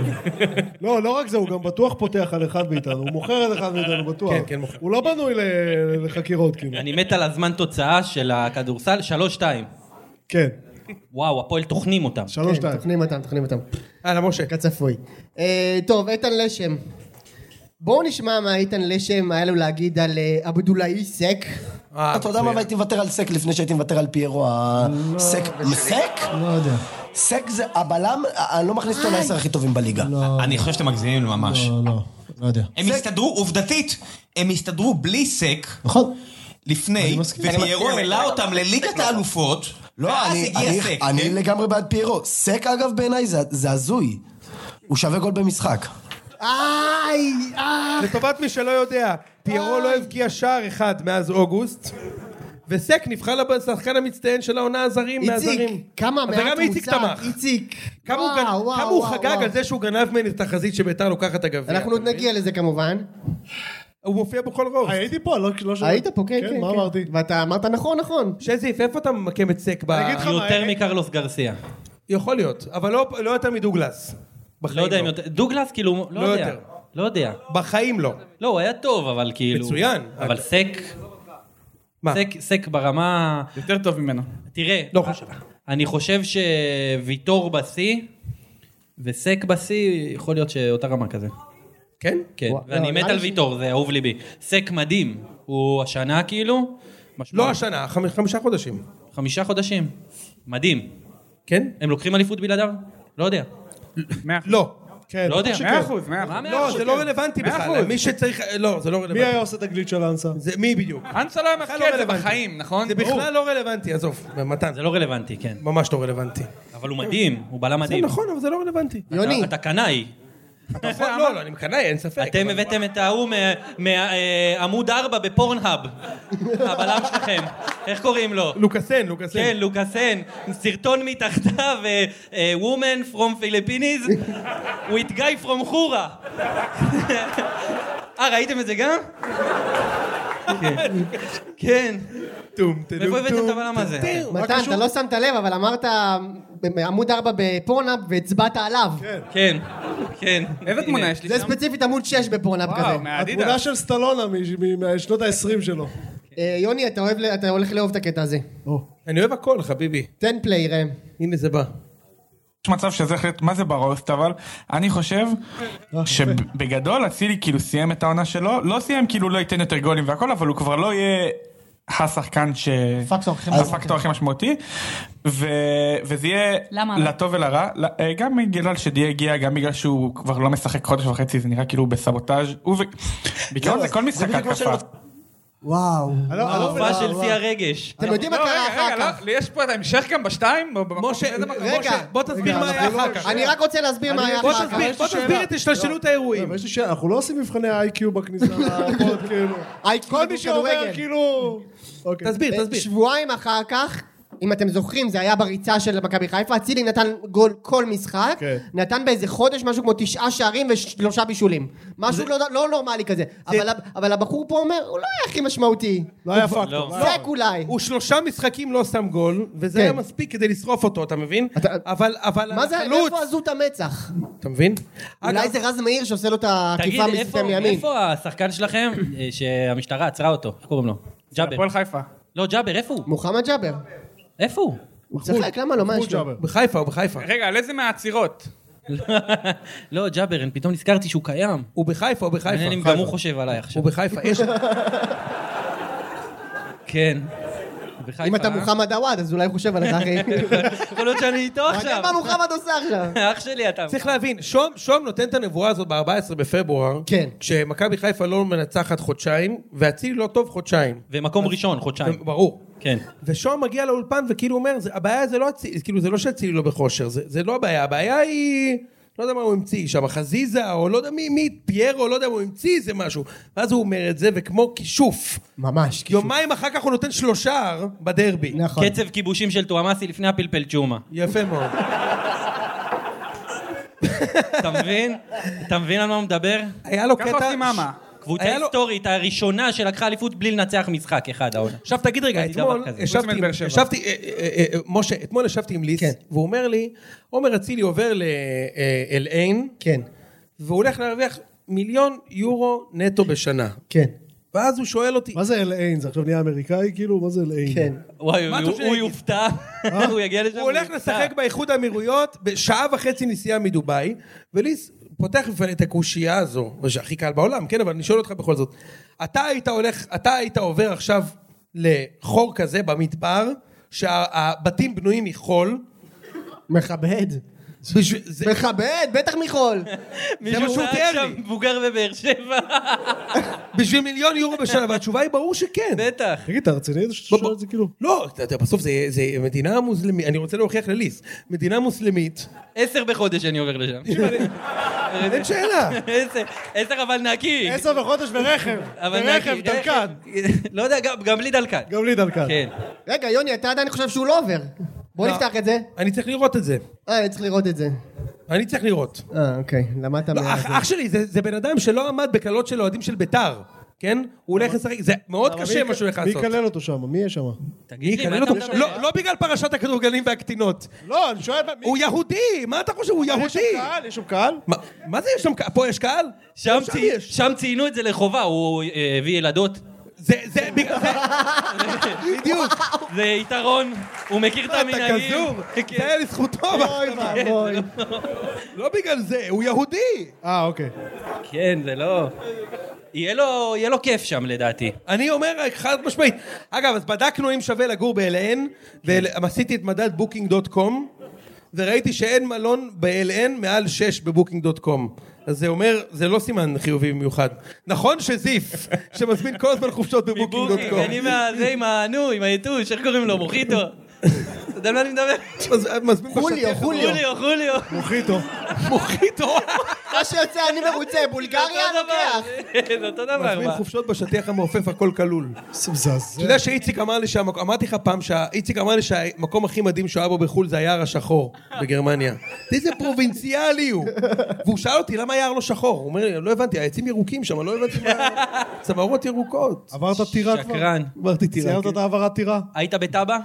[SPEAKER 4] לא, לא רק זה, הוא גם בטוח פותח על אחד מאיתנו, הוא מוכר על אחד מאיתנו, בטוח.
[SPEAKER 2] כן, כן, מוכר. כן.
[SPEAKER 4] הוא לא בנוי ל- לחקירות, כאילו.
[SPEAKER 2] אני מת על הזמן תוצאה של הכדורסל, 3-2.
[SPEAKER 4] כן.
[SPEAKER 2] וואו, הפועל טוחנים אותם.
[SPEAKER 3] כן, תוכנים אותם, תוכנים אותם.
[SPEAKER 1] הלאה, משה.
[SPEAKER 3] כצפוי. אה, טוב, איתן לשם. בואו נשמע מה איתן לשם היה לו להגיד על אה, עבדולאי סק.
[SPEAKER 12] אה,
[SPEAKER 1] אה,
[SPEAKER 7] אתה יודע מה, אבל הייתי מוותר על סק לפני שהייתי מוותר על פיירו הסק. סק?
[SPEAKER 3] לא יודע.
[SPEAKER 7] סק זה הבלם, אני לא מכניס אותו לעשר הכי טובים בליגה.
[SPEAKER 1] לא,
[SPEAKER 7] אה,
[SPEAKER 10] אני חושב שאתם מגזימים ממש.
[SPEAKER 3] אה.
[SPEAKER 7] לא, לא, לא יודע.
[SPEAKER 10] הם הסתדרו, עובדתית, הם הסתדרו בלי סק.
[SPEAKER 7] נכון.
[SPEAKER 10] לפני, ופיירו
[SPEAKER 7] אני מסכים.
[SPEAKER 10] העלה אותם לליגת האלופות,
[SPEAKER 7] לא,
[SPEAKER 10] ואז
[SPEAKER 7] אני-
[SPEAKER 10] הגיע
[SPEAKER 7] אני-
[SPEAKER 10] אה, סק. כן.
[SPEAKER 7] אני לגמרי בעד פיירו. סק, אגב, בעיניי זה- זה הזוי. הוא שווה גול במשחק.
[SPEAKER 3] איי, אה.
[SPEAKER 1] לטובת מי שלא יודע, פיירו לא הבקיע שער אחד מאז אוגוסט. וסק נבחר לשחקן המצטיין של העונה הזרים מהזרים.
[SPEAKER 3] איציק, כמה מעט
[SPEAKER 1] וגם איציק
[SPEAKER 3] מוצג.
[SPEAKER 1] תמך.
[SPEAKER 3] איציק.
[SPEAKER 1] כמה הוא
[SPEAKER 3] וואו,
[SPEAKER 1] גנ-
[SPEAKER 3] וואו,
[SPEAKER 1] כמה הוא
[SPEAKER 3] וואו,
[SPEAKER 1] חגג
[SPEAKER 3] וואו.
[SPEAKER 1] על זה שהוא גנב ממני את החזית שביתר לוקחת את הגביע.
[SPEAKER 3] אנחנו עוד נגיע לזה כמובן.
[SPEAKER 1] הוא מופיע בכל רוב.
[SPEAKER 4] הייתי פה, לא...
[SPEAKER 1] אה,
[SPEAKER 4] לא
[SPEAKER 3] היית פה, כן, כן.
[SPEAKER 4] כן, מה
[SPEAKER 3] כן.
[SPEAKER 4] אמרתי?
[SPEAKER 3] ואתה אמרת נכון, נכון.
[SPEAKER 1] שזיף, איפה אתה ממקם את סק ב...
[SPEAKER 2] אני אגיד לך מה, יותר אה, מקרלוס גרסיה.
[SPEAKER 1] יכול להיות, אבל לא- לא יותר מדוגלס.
[SPEAKER 2] לא
[SPEAKER 1] בחיים
[SPEAKER 2] יודע אם יותר... דוגלס, כאילו, לא
[SPEAKER 1] לא
[SPEAKER 2] יודע.
[SPEAKER 1] יותר.
[SPEAKER 2] לא יודע.
[SPEAKER 1] בחיים לא.
[SPEAKER 2] לא, הוא היה טוב, אבל כאילו...
[SPEAKER 1] מצוין.
[SPEAKER 2] אבל סק... סק- סק ברמה...
[SPEAKER 32] יותר טוב ממנו.
[SPEAKER 2] תראה, לא חושב. אני חושב שוויטור בשיא, וסק בשיא, יכול להיות שאותה רמה כזה.
[SPEAKER 1] כן?
[SPEAKER 2] כן,
[SPEAKER 1] וואו,
[SPEAKER 2] ואני
[SPEAKER 1] לא,
[SPEAKER 2] מת
[SPEAKER 1] נראה
[SPEAKER 2] על
[SPEAKER 1] לי ש-
[SPEAKER 2] ויטור, זה אהוב ליבי. סק מדהים, הוא השנה כאילו...
[SPEAKER 1] לא השנה, חמ- חמישה חודשים.
[SPEAKER 2] חמישה חודשים. מדהים.
[SPEAKER 1] כן?
[SPEAKER 2] הם לוקחים אליפות בלעדיו? לא יודע.
[SPEAKER 1] לא.
[SPEAKER 4] כן,
[SPEAKER 2] לא יודע.
[SPEAKER 4] שכן.
[SPEAKER 2] מאה אחוז, מאה אחוז. מה, מאה
[SPEAKER 1] לא,
[SPEAKER 2] אחוז,
[SPEAKER 1] זה לא
[SPEAKER 2] כן.
[SPEAKER 1] רלוונטי
[SPEAKER 2] מאה
[SPEAKER 1] בכלל.
[SPEAKER 2] אחוז.
[SPEAKER 1] מי שצריך... לא, זה לא רלוונטי.
[SPEAKER 4] מי היה עושה את הגליד של אנסה?
[SPEAKER 1] זה מי בדיוק?
[SPEAKER 32] אנסה לא היה מפקיע את זה בחיים, נכון?
[SPEAKER 1] זה בכלל לא רלוונטי, עזוב, מתן. זה
[SPEAKER 2] לא רלוונטי, כן.
[SPEAKER 1] ממש לא רלוונטי.
[SPEAKER 2] אבל הוא מדהים, הוא בלם מדהים.
[SPEAKER 1] זה נכון, אבל זה לא רלוונטי.
[SPEAKER 2] אתה- אתה קנאי.
[SPEAKER 1] נכון, לא, לא, אני מקנאי, אין ספק.
[SPEAKER 2] אתם הבאתם את ההוא מעמוד
[SPEAKER 1] <laughs>
[SPEAKER 2] 4 בפורנהאב. הבלם שלכם. איך קוראים לו?
[SPEAKER 1] לוקאסן, לוקאסן.
[SPEAKER 2] כן, לוקאסן. סרטון מתחתיו, אה, אה, woman from Philippines with guy from חורה. <laughs> אה, ראיתם את זה גם? כן.
[SPEAKER 1] טום,
[SPEAKER 2] מאיפה הבאתם את הבלם הזה?
[SPEAKER 3] מתן, אתה לא שמת לב, אבל אמרת עמוד 4 בפורנאפ והצבעת עליו.
[SPEAKER 2] כן, כן.
[SPEAKER 32] איזה
[SPEAKER 2] תמונה
[SPEAKER 32] יש
[SPEAKER 3] זה ספציפית עמוד 6 בפורנאפ כזה.
[SPEAKER 1] אה,
[SPEAKER 4] התמונה של סטלונה מ- משנות ה-20 שלו.
[SPEAKER 3] אה, יוני, אתה אוהב ל- אתה הולך לאהוב את הקטע הזה.
[SPEAKER 1] אני אוהב הכל, חביבי.
[SPEAKER 3] תן פליי, ראם.
[SPEAKER 1] הנה זה בא.
[SPEAKER 12] יש מצב שזה יכול להיות מה זה ברוסט אבל אני חושב שבגדול אצילי כאילו סיים את העונה שלו לא סיים כאילו לא ייתן יותר גולים והכל אבל הוא כבר לא יהיה
[SPEAKER 28] השחקן ש... הפקטור הכי משמעותי, ו... וזה יהיה
[SPEAKER 33] למה?
[SPEAKER 28] לטוב ולרע, ל- אה, גם בגלל שדיה הגיע, גם בגלל שהוא כבר לא משחק חודש וחצי, זה נראה כאילו הוא בסבוטאז' הוא ו... בעיקרון זה כל משחק התקפה.
[SPEAKER 3] וואו.
[SPEAKER 2] ההופעה של שיא הרגש.
[SPEAKER 3] אתם יודעים מה
[SPEAKER 10] לא,
[SPEAKER 27] לא,
[SPEAKER 3] קרה אחר כך?
[SPEAKER 27] יש פה את ההמשך גם בשתיים? משה,
[SPEAKER 3] רגע. לא
[SPEAKER 1] בוא תסביר מה היה אחר כך.
[SPEAKER 3] אני רק רוצה להסביר מה היה
[SPEAKER 1] בוא
[SPEAKER 3] אחר כך.
[SPEAKER 1] תסביר, בוא תסביר את
[SPEAKER 3] לא,
[SPEAKER 1] השתלשלות האירועים.
[SPEAKER 4] יש לי שאלה, אנחנו לא עושים מבחני איי-קיו בכניסה לפוד, כאילו. כל מי שאומר,
[SPEAKER 3] בכדורגל.
[SPEAKER 4] כאילו... אוקיי.
[SPEAKER 3] אה, שבועיים אחר כך, אם אתם זוכרים, זה היה בריצה של מכבי חיפה, אצילי נתן גול כל משחק,
[SPEAKER 4] כן.
[SPEAKER 3] נתן באיזה חודש משהו כמו תשעה שערים ושלושה בישולים. משהו לא- לא נורמלי כזה. אבל ה- אבל הבחור פה אומר, הוא לא היה הכי משמעותי.
[SPEAKER 4] לא היה
[SPEAKER 3] הוא-
[SPEAKER 4] פקטור, לא.
[SPEAKER 3] פק אולי.
[SPEAKER 1] הוא שלושה משחקים לא שם גול, וזה
[SPEAKER 3] כן.
[SPEAKER 1] היה מספיק כדי לשרוף אותו, אתה מבין? אבל, אבל
[SPEAKER 3] מה זה,
[SPEAKER 1] החלוץ...
[SPEAKER 3] איפה עזות המצח?
[SPEAKER 1] אתה מבין?
[SPEAKER 3] אולי
[SPEAKER 1] אגב-
[SPEAKER 3] זה רז מאיר שעושה לו את
[SPEAKER 2] תגיד,
[SPEAKER 3] העקיפה
[SPEAKER 2] איפה-
[SPEAKER 3] מסתם מימין.
[SPEAKER 2] איפה השחקן שלכם אה, שהמשטרה עצרה אותו? איך קוראים לו? ג'אבר. הפועל חיפה. לא, ג'אבר, איפה הוא?
[SPEAKER 3] מוחמד ג'אבר.
[SPEAKER 2] איפה הוא? <laughs>
[SPEAKER 3] הוא צחק, למה לא? מה יש לו?
[SPEAKER 1] בחיפה, הוא בחיפה.
[SPEAKER 27] רגע, על איזה מהעצירות?
[SPEAKER 2] לא, ג'אבר, אני פתאום נזכרתי שהוא קיים.
[SPEAKER 1] הוא בחיפה, הוא בחיפה.
[SPEAKER 2] מעניין אם גם הוא חושב עליי עכשיו.
[SPEAKER 1] הוא בחיפה, יש...
[SPEAKER 2] כן. בחיפה. אה?
[SPEAKER 3] אם אתה מוחמד עוואד, אז אולי הוא חושב עליך, אחי.
[SPEAKER 2] <laughs> יכול להיות שאני איתו
[SPEAKER 3] מעניין
[SPEAKER 2] עכשיו.
[SPEAKER 3] מה מוחמד עושה עכשיו.
[SPEAKER 2] <laughs> אח שלי אתה.
[SPEAKER 1] צריך להבין, שוהם שוהם נותן את הנבואה הזאת ב-14 בפברואר,
[SPEAKER 3] כן.
[SPEAKER 1] כשמכבי חיפה לא מנצחת חודשיים, ואצילי לא טוב חודשיים.
[SPEAKER 2] ומקום ראשון, חודשיים.
[SPEAKER 1] ברור.
[SPEAKER 2] כן.
[SPEAKER 1] ושוהם מגיע לאולפן וכאילו אומר, "זה- הבעיה זה לא אצילי, כאילו זה לא שאצילי לא בכושר, זה- זה לא הבעיה, הבעיה היא... לא יודע מה הוא המציא שם, חזיזה, או לא יודע מי, מי, פיירו, לא יודע מה הוא המציא איזה משהו. ואז הוא אומר את זה, וכמו כישוף.
[SPEAKER 3] ממש.
[SPEAKER 1] יומיים אחר כך הוא נותן שלושה הר בדרבי.
[SPEAKER 3] נכון.
[SPEAKER 2] קצב כיבושים של טועמאסי לפני הפלפל צ'ומה.
[SPEAKER 1] יפה מאוד.
[SPEAKER 2] אתה מבין? אתה מבין על מה הוא מדבר?
[SPEAKER 1] היה לו
[SPEAKER 2] ככה
[SPEAKER 1] קטע-
[SPEAKER 2] עושים מאמה. קבוצה
[SPEAKER 1] היה לו-
[SPEAKER 2] היסטורית הראשונה שלקחה אליפות בלי לנצח משחק אחד העונה.
[SPEAKER 1] עכשיו תגיד רגע,
[SPEAKER 2] ראיתי
[SPEAKER 1] אתמול
[SPEAKER 2] דבר כזה.
[SPEAKER 1] ישבתי,
[SPEAKER 2] חוץ מבאר שבע.
[SPEAKER 1] ישבתי, אה, אה, אה, אה, משה, אתמול ישבתי עם ליס, והוא אומר לי, עומר אצילי עובר לאל-עין,
[SPEAKER 3] כן.
[SPEAKER 1] והוא הולך להרוויח מיליון יורו נטו בשנה.
[SPEAKER 3] כן.
[SPEAKER 1] ואז הוא שואל אותי...
[SPEAKER 4] מה זה אל-עין? זה עכשיו נהיה אמריקאי? כאילו, מה זה אל-עין?
[SPEAKER 3] כן.
[SPEAKER 2] וואי,
[SPEAKER 1] מה
[SPEAKER 2] הוא-
[SPEAKER 1] אתה רוצה
[SPEAKER 2] הוא
[SPEAKER 1] להגיד? <laughs>
[SPEAKER 2] יופתע. הוא יגיע לשם.
[SPEAKER 1] הוא הולך לשחק באיחוד האמירויות בשעה וחצי נסיעה מדובאי, וליס פותח בפני את הקושייה הזו, זה הכי קל בעולם, כן, אבל אני שואל אותך בכל זאת, אתה היית הולך, אתה היית עובר עכשיו לחור כזה במדבר, שהבתים בנויים מחול,
[SPEAKER 3] מכבד.
[SPEAKER 1] בשביל- זה-
[SPEAKER 3] מכבד, בטח מחול.
[SPEAKER 1] זה מה שהוא תיאר לי.
[SPEAKER 2] מבוגר בבאר שבע.
[SPEAKER 1] <laughs> בשביל מיליון יורו בשנה, והתשובה היא ברור שכן.
[SPEAKER 2] בטח.
[SPEAKER 4] תגיד, אתה רציני? זה שאתה שואל את זה כאילו...
[SPEAKER 1] לא, אתה יודע, בסוף זה- זה מדינה מוסלמית, אני רוצה להוכיח לליס, מדינה מוסלמית,
[SPEAKER 2] עשר בחודש אני עובר לשם.
[SPEAKER 1] אין שאלה.
[SPEAKER 2] <laughs> עשר- עשר אבל נקי.
[SPEAKER 4] עשר בחודש ברכב.
[SPEAKER 2] אבל
[SPEAKER 4] ברכב,
[SPEAKER 2] נקי,
[SPEAKER 4] דלקן.
[SPEAKER 2] <laughs> לא יודע, גם- גם בלי דלקן.
[SPEAKER 4] גם לי דלקן.
[SPEAKER 2] כן.
[SPEAKER 3] רגע, יוני, אתה עדיין חושב שהוא לא עובר. בוא
[SPEAKER 1] לא.
[SPEAKER 3] נפתח את זה.
[SPEAKER 1] אני צריך לראות את זה.
[SPEAKER 3] אה, אני צריך לראות את זה.
[SPEAKER 1] אני צריך לראות.
[SPEAKER 3] אה, אוקיי, למדת
[SPEAKER 1] לא, אח, אח שלי, זה, זה בן אדם שלא עמד בקלות של אוהדים של ביתר, כן? הוא הולך לשחק, זה מאוד
[SPEAKER 4] אבל
[SPEAKER 1] קשה
[SPEAKER 4] מי-
[SPEAKER 1] מה שהוא הולך לעשות.
[SPEAKER 4] מי יקלל אותו שם? מי יהיה שם?
[SPEAKER 1] מי
[SPEAKER 2] לי,
[SPEAKER 1] יקלל
[SPEAKER 2] מה אתה
[SPEAKER 1] אותו?
[SPEAKER 2] מדבר?
[SPEAKER 1] לא- לא בגלל פרשת הכדורגלנים והקטינות.
[SPEAKER 4] לא, אני שואל... מי-
[SPEAKER 1] הוא יהודי, מה אתה חושב? הוא
[SPEAKER 4] יש שם
[SPEAKER 1] יהודי.
[SPEAKER 4] קהל? יש שם קהל?
[SPEAKER 1] מה- מה זה יש שם קהל? פה יש קהל?
[SPEAKER 2] שם צי- שם ציינו את זה לחובה, הוא אה, הביא ילדות.
[SPEAKER 1] זה, זה, בגלל זה,
[SPEAKER 3] <laughs>
[SPEAKER 1] בדיוק.
[SPEAKER 2] זה יתרון, הוא מכיר את
[SPEAKER 1] אתה
[SPEAKER 2] המנהגים.
[SPEAKER 1] כזור, זה היה לזכותו. מה
[SPEAKER 3] כן, אוי
[SPEAKER 1] שאתה אומר.
[SPEAKER 3] ואבוי.
[SPEAKER 1] לא בגלל זה, הוא יהודי.
[SPEAKER 4] אה, אוקיי.
[SPEAKER 2] כן, זה לא... יהיה לו, יהיה לו כיף שם לדעתי.
[SPEAKER 1] אני אומר רק חד משמעית. אגב, אז בדקנו אם שווה לגור באל-עין,
[SPEAKER 3] כן.
[SPEAKER 1] ועשיתי את מדד בוקינג דוט קום, וראיתי שאין מלון באל-עין מעל 6 בבוקינג דוט קום. אז זה אומר, זה לא סימן חיובי במיוחד. נכון שזיף, שמזמין כל הזמן חופשות בבוקינג דוט
[SPEAKER 2] בוקינג,
[SPEAKER 1] קום.
[SPEAKER 2] אני אוקיי, מה... זה עם ה... נו, עם היתוש, איך קוראים לו? מוחיטו. אתה יודע על מה אני מדבר?
[SPEAKER 1] אה, מזמין
[SPEAKER 3] חוליו,
[SPEAKER 1] בשוטף.
[SPEAKER 3] חוליו.
[SPEAKER 2] חוליו, חוליו.
[SPEAKER 4] מוחיטו.
[SPEAKER 1] מוחיטו.
[SPEAKER 3] מה שיוצא, אני מרוצה,
[SPEAKER 1] <laughs>
[SPEAKER 3] בולגריה
[SPEAKER 2] אותו דבר. כן,
[SPEAKER 3] לוקח.
[SPEAKER 2] זה אותו דבר,
[SPEAKER 1] מזמין
[SPEAKER 2] מה?
[SPEAKER 1] חופשות בשטיח המעופף הכל כלול.
[SPEAKER 4] זה מזעזע.
[SPEAKER 1] אתה יודע שאיציק אמר לי שהמקום, אמרתי לך פעם, שה- איציק אמר לי שהמקום הכי מדהים שהוא היה בו בחו"ל זה היער השחור בגרמניה. איזה פרובינציאלי הוא. והוא שאל אותי למה היער לא שחור. הוא אומר לי, לא הבנתי, העצים ירוקים שם, לא הבנתי מה... צמרות ירוקות.
[SPEAKER 4] עברת טירה כבר?
[SPEAKER 2] שקרן.
[SPEAKER 1] אמרתי, תראה.
[SPEAKER 4] סיימת את העברת טירה?
[SPEAKER 2] היית בטאבה?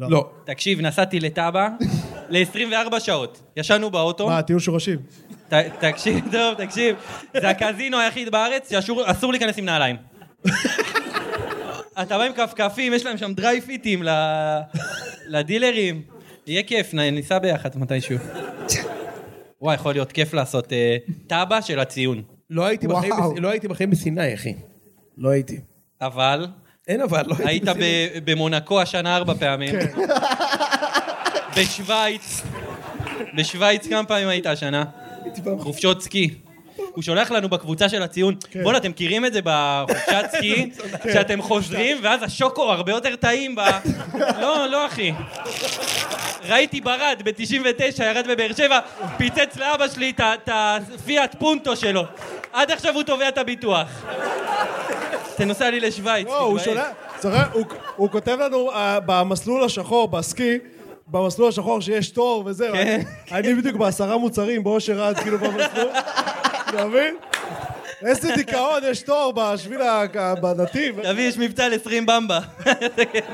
[SPEAKER 1] לא.
[SPEAKER 2] תקשיב, נסעתי לטאבה ל-24 שעות. ישנו באוטו.
[SPEAKER 4] מה, תהיו שורשים.
[SPEAKER 2] ת- תקשיב, <laughs> טוב, תקשיב. זה הקזינו היחיד בארץ שאסור להיכנס עם נעליים. אתה בא עם כפכפים, יש להם שם דרי פיטים ל- לדילרים. יהיה כיף, נ- ניסע ביחד מתישהו. וואי, יכול להיות כיף לעשות אה, טאבה של הציון.
[SPEAKER 1] לא הייתי בחיים בס- לא הייתי בחיים בסיני, אחי. לא הייתי.
[SPEAKER 2] אבל...
[SPEAKER 1] אין אבל, לא
[SPEAKER 2] היית
[SPEAKER 1] הייתי בסיבוב.
[SPEAKER 2] ב- במונקו השנה ארבע פעמים.
[SPEAKER 4] כן.
[SPEAKER 2] בשוויץ, בשוויץ כמה פעמים היית השנה? חופשות סקי. הוא שולח לנו בקבוצה של הציון,
[SPEAKER 4] כן.
[SPEAKER 2] בואנה, אתם מכירים את זה
[SPEAKER 4] <laughs>
[SPEAKER 2] בחופשת סקי,
[SPEAKER 1] כן.
[SPEAKER 2] שאתם חוזרים, ואז השוקו הרבה יותר טעים ב...
[SPEAKER 4] <laughs>
[SPEAKER 2] לא, לא, אחי. ראיתי ברד ב-99, ירד בבאר שבע, פיצץ לאבא שלי את ה- את הפיאט פונטו שלו. עד עכשיו הוא תובע את הביטוח. אתה נוסע לי לשוויץ,
[SPEAKER 4] לא, הוא
[SPEAKER 2] תתבייש.
[SPEAKER 4] שולח... צריך- הוא- הוא כותב לנו אה, במסלול השחור, בסקי, במסלול השחור שיש תור וזהו.
[SPEAKER 2] כן.
[SPEAKER 4] אני בדיוק בעשרה מוצרים באושר עד, כאילו במסלול. אתה מבין? איזה דיכאון, יש תור בשביל ה- בנתיב.
[SPEAKER 2] תביא, יש מבצע על 20 במבה.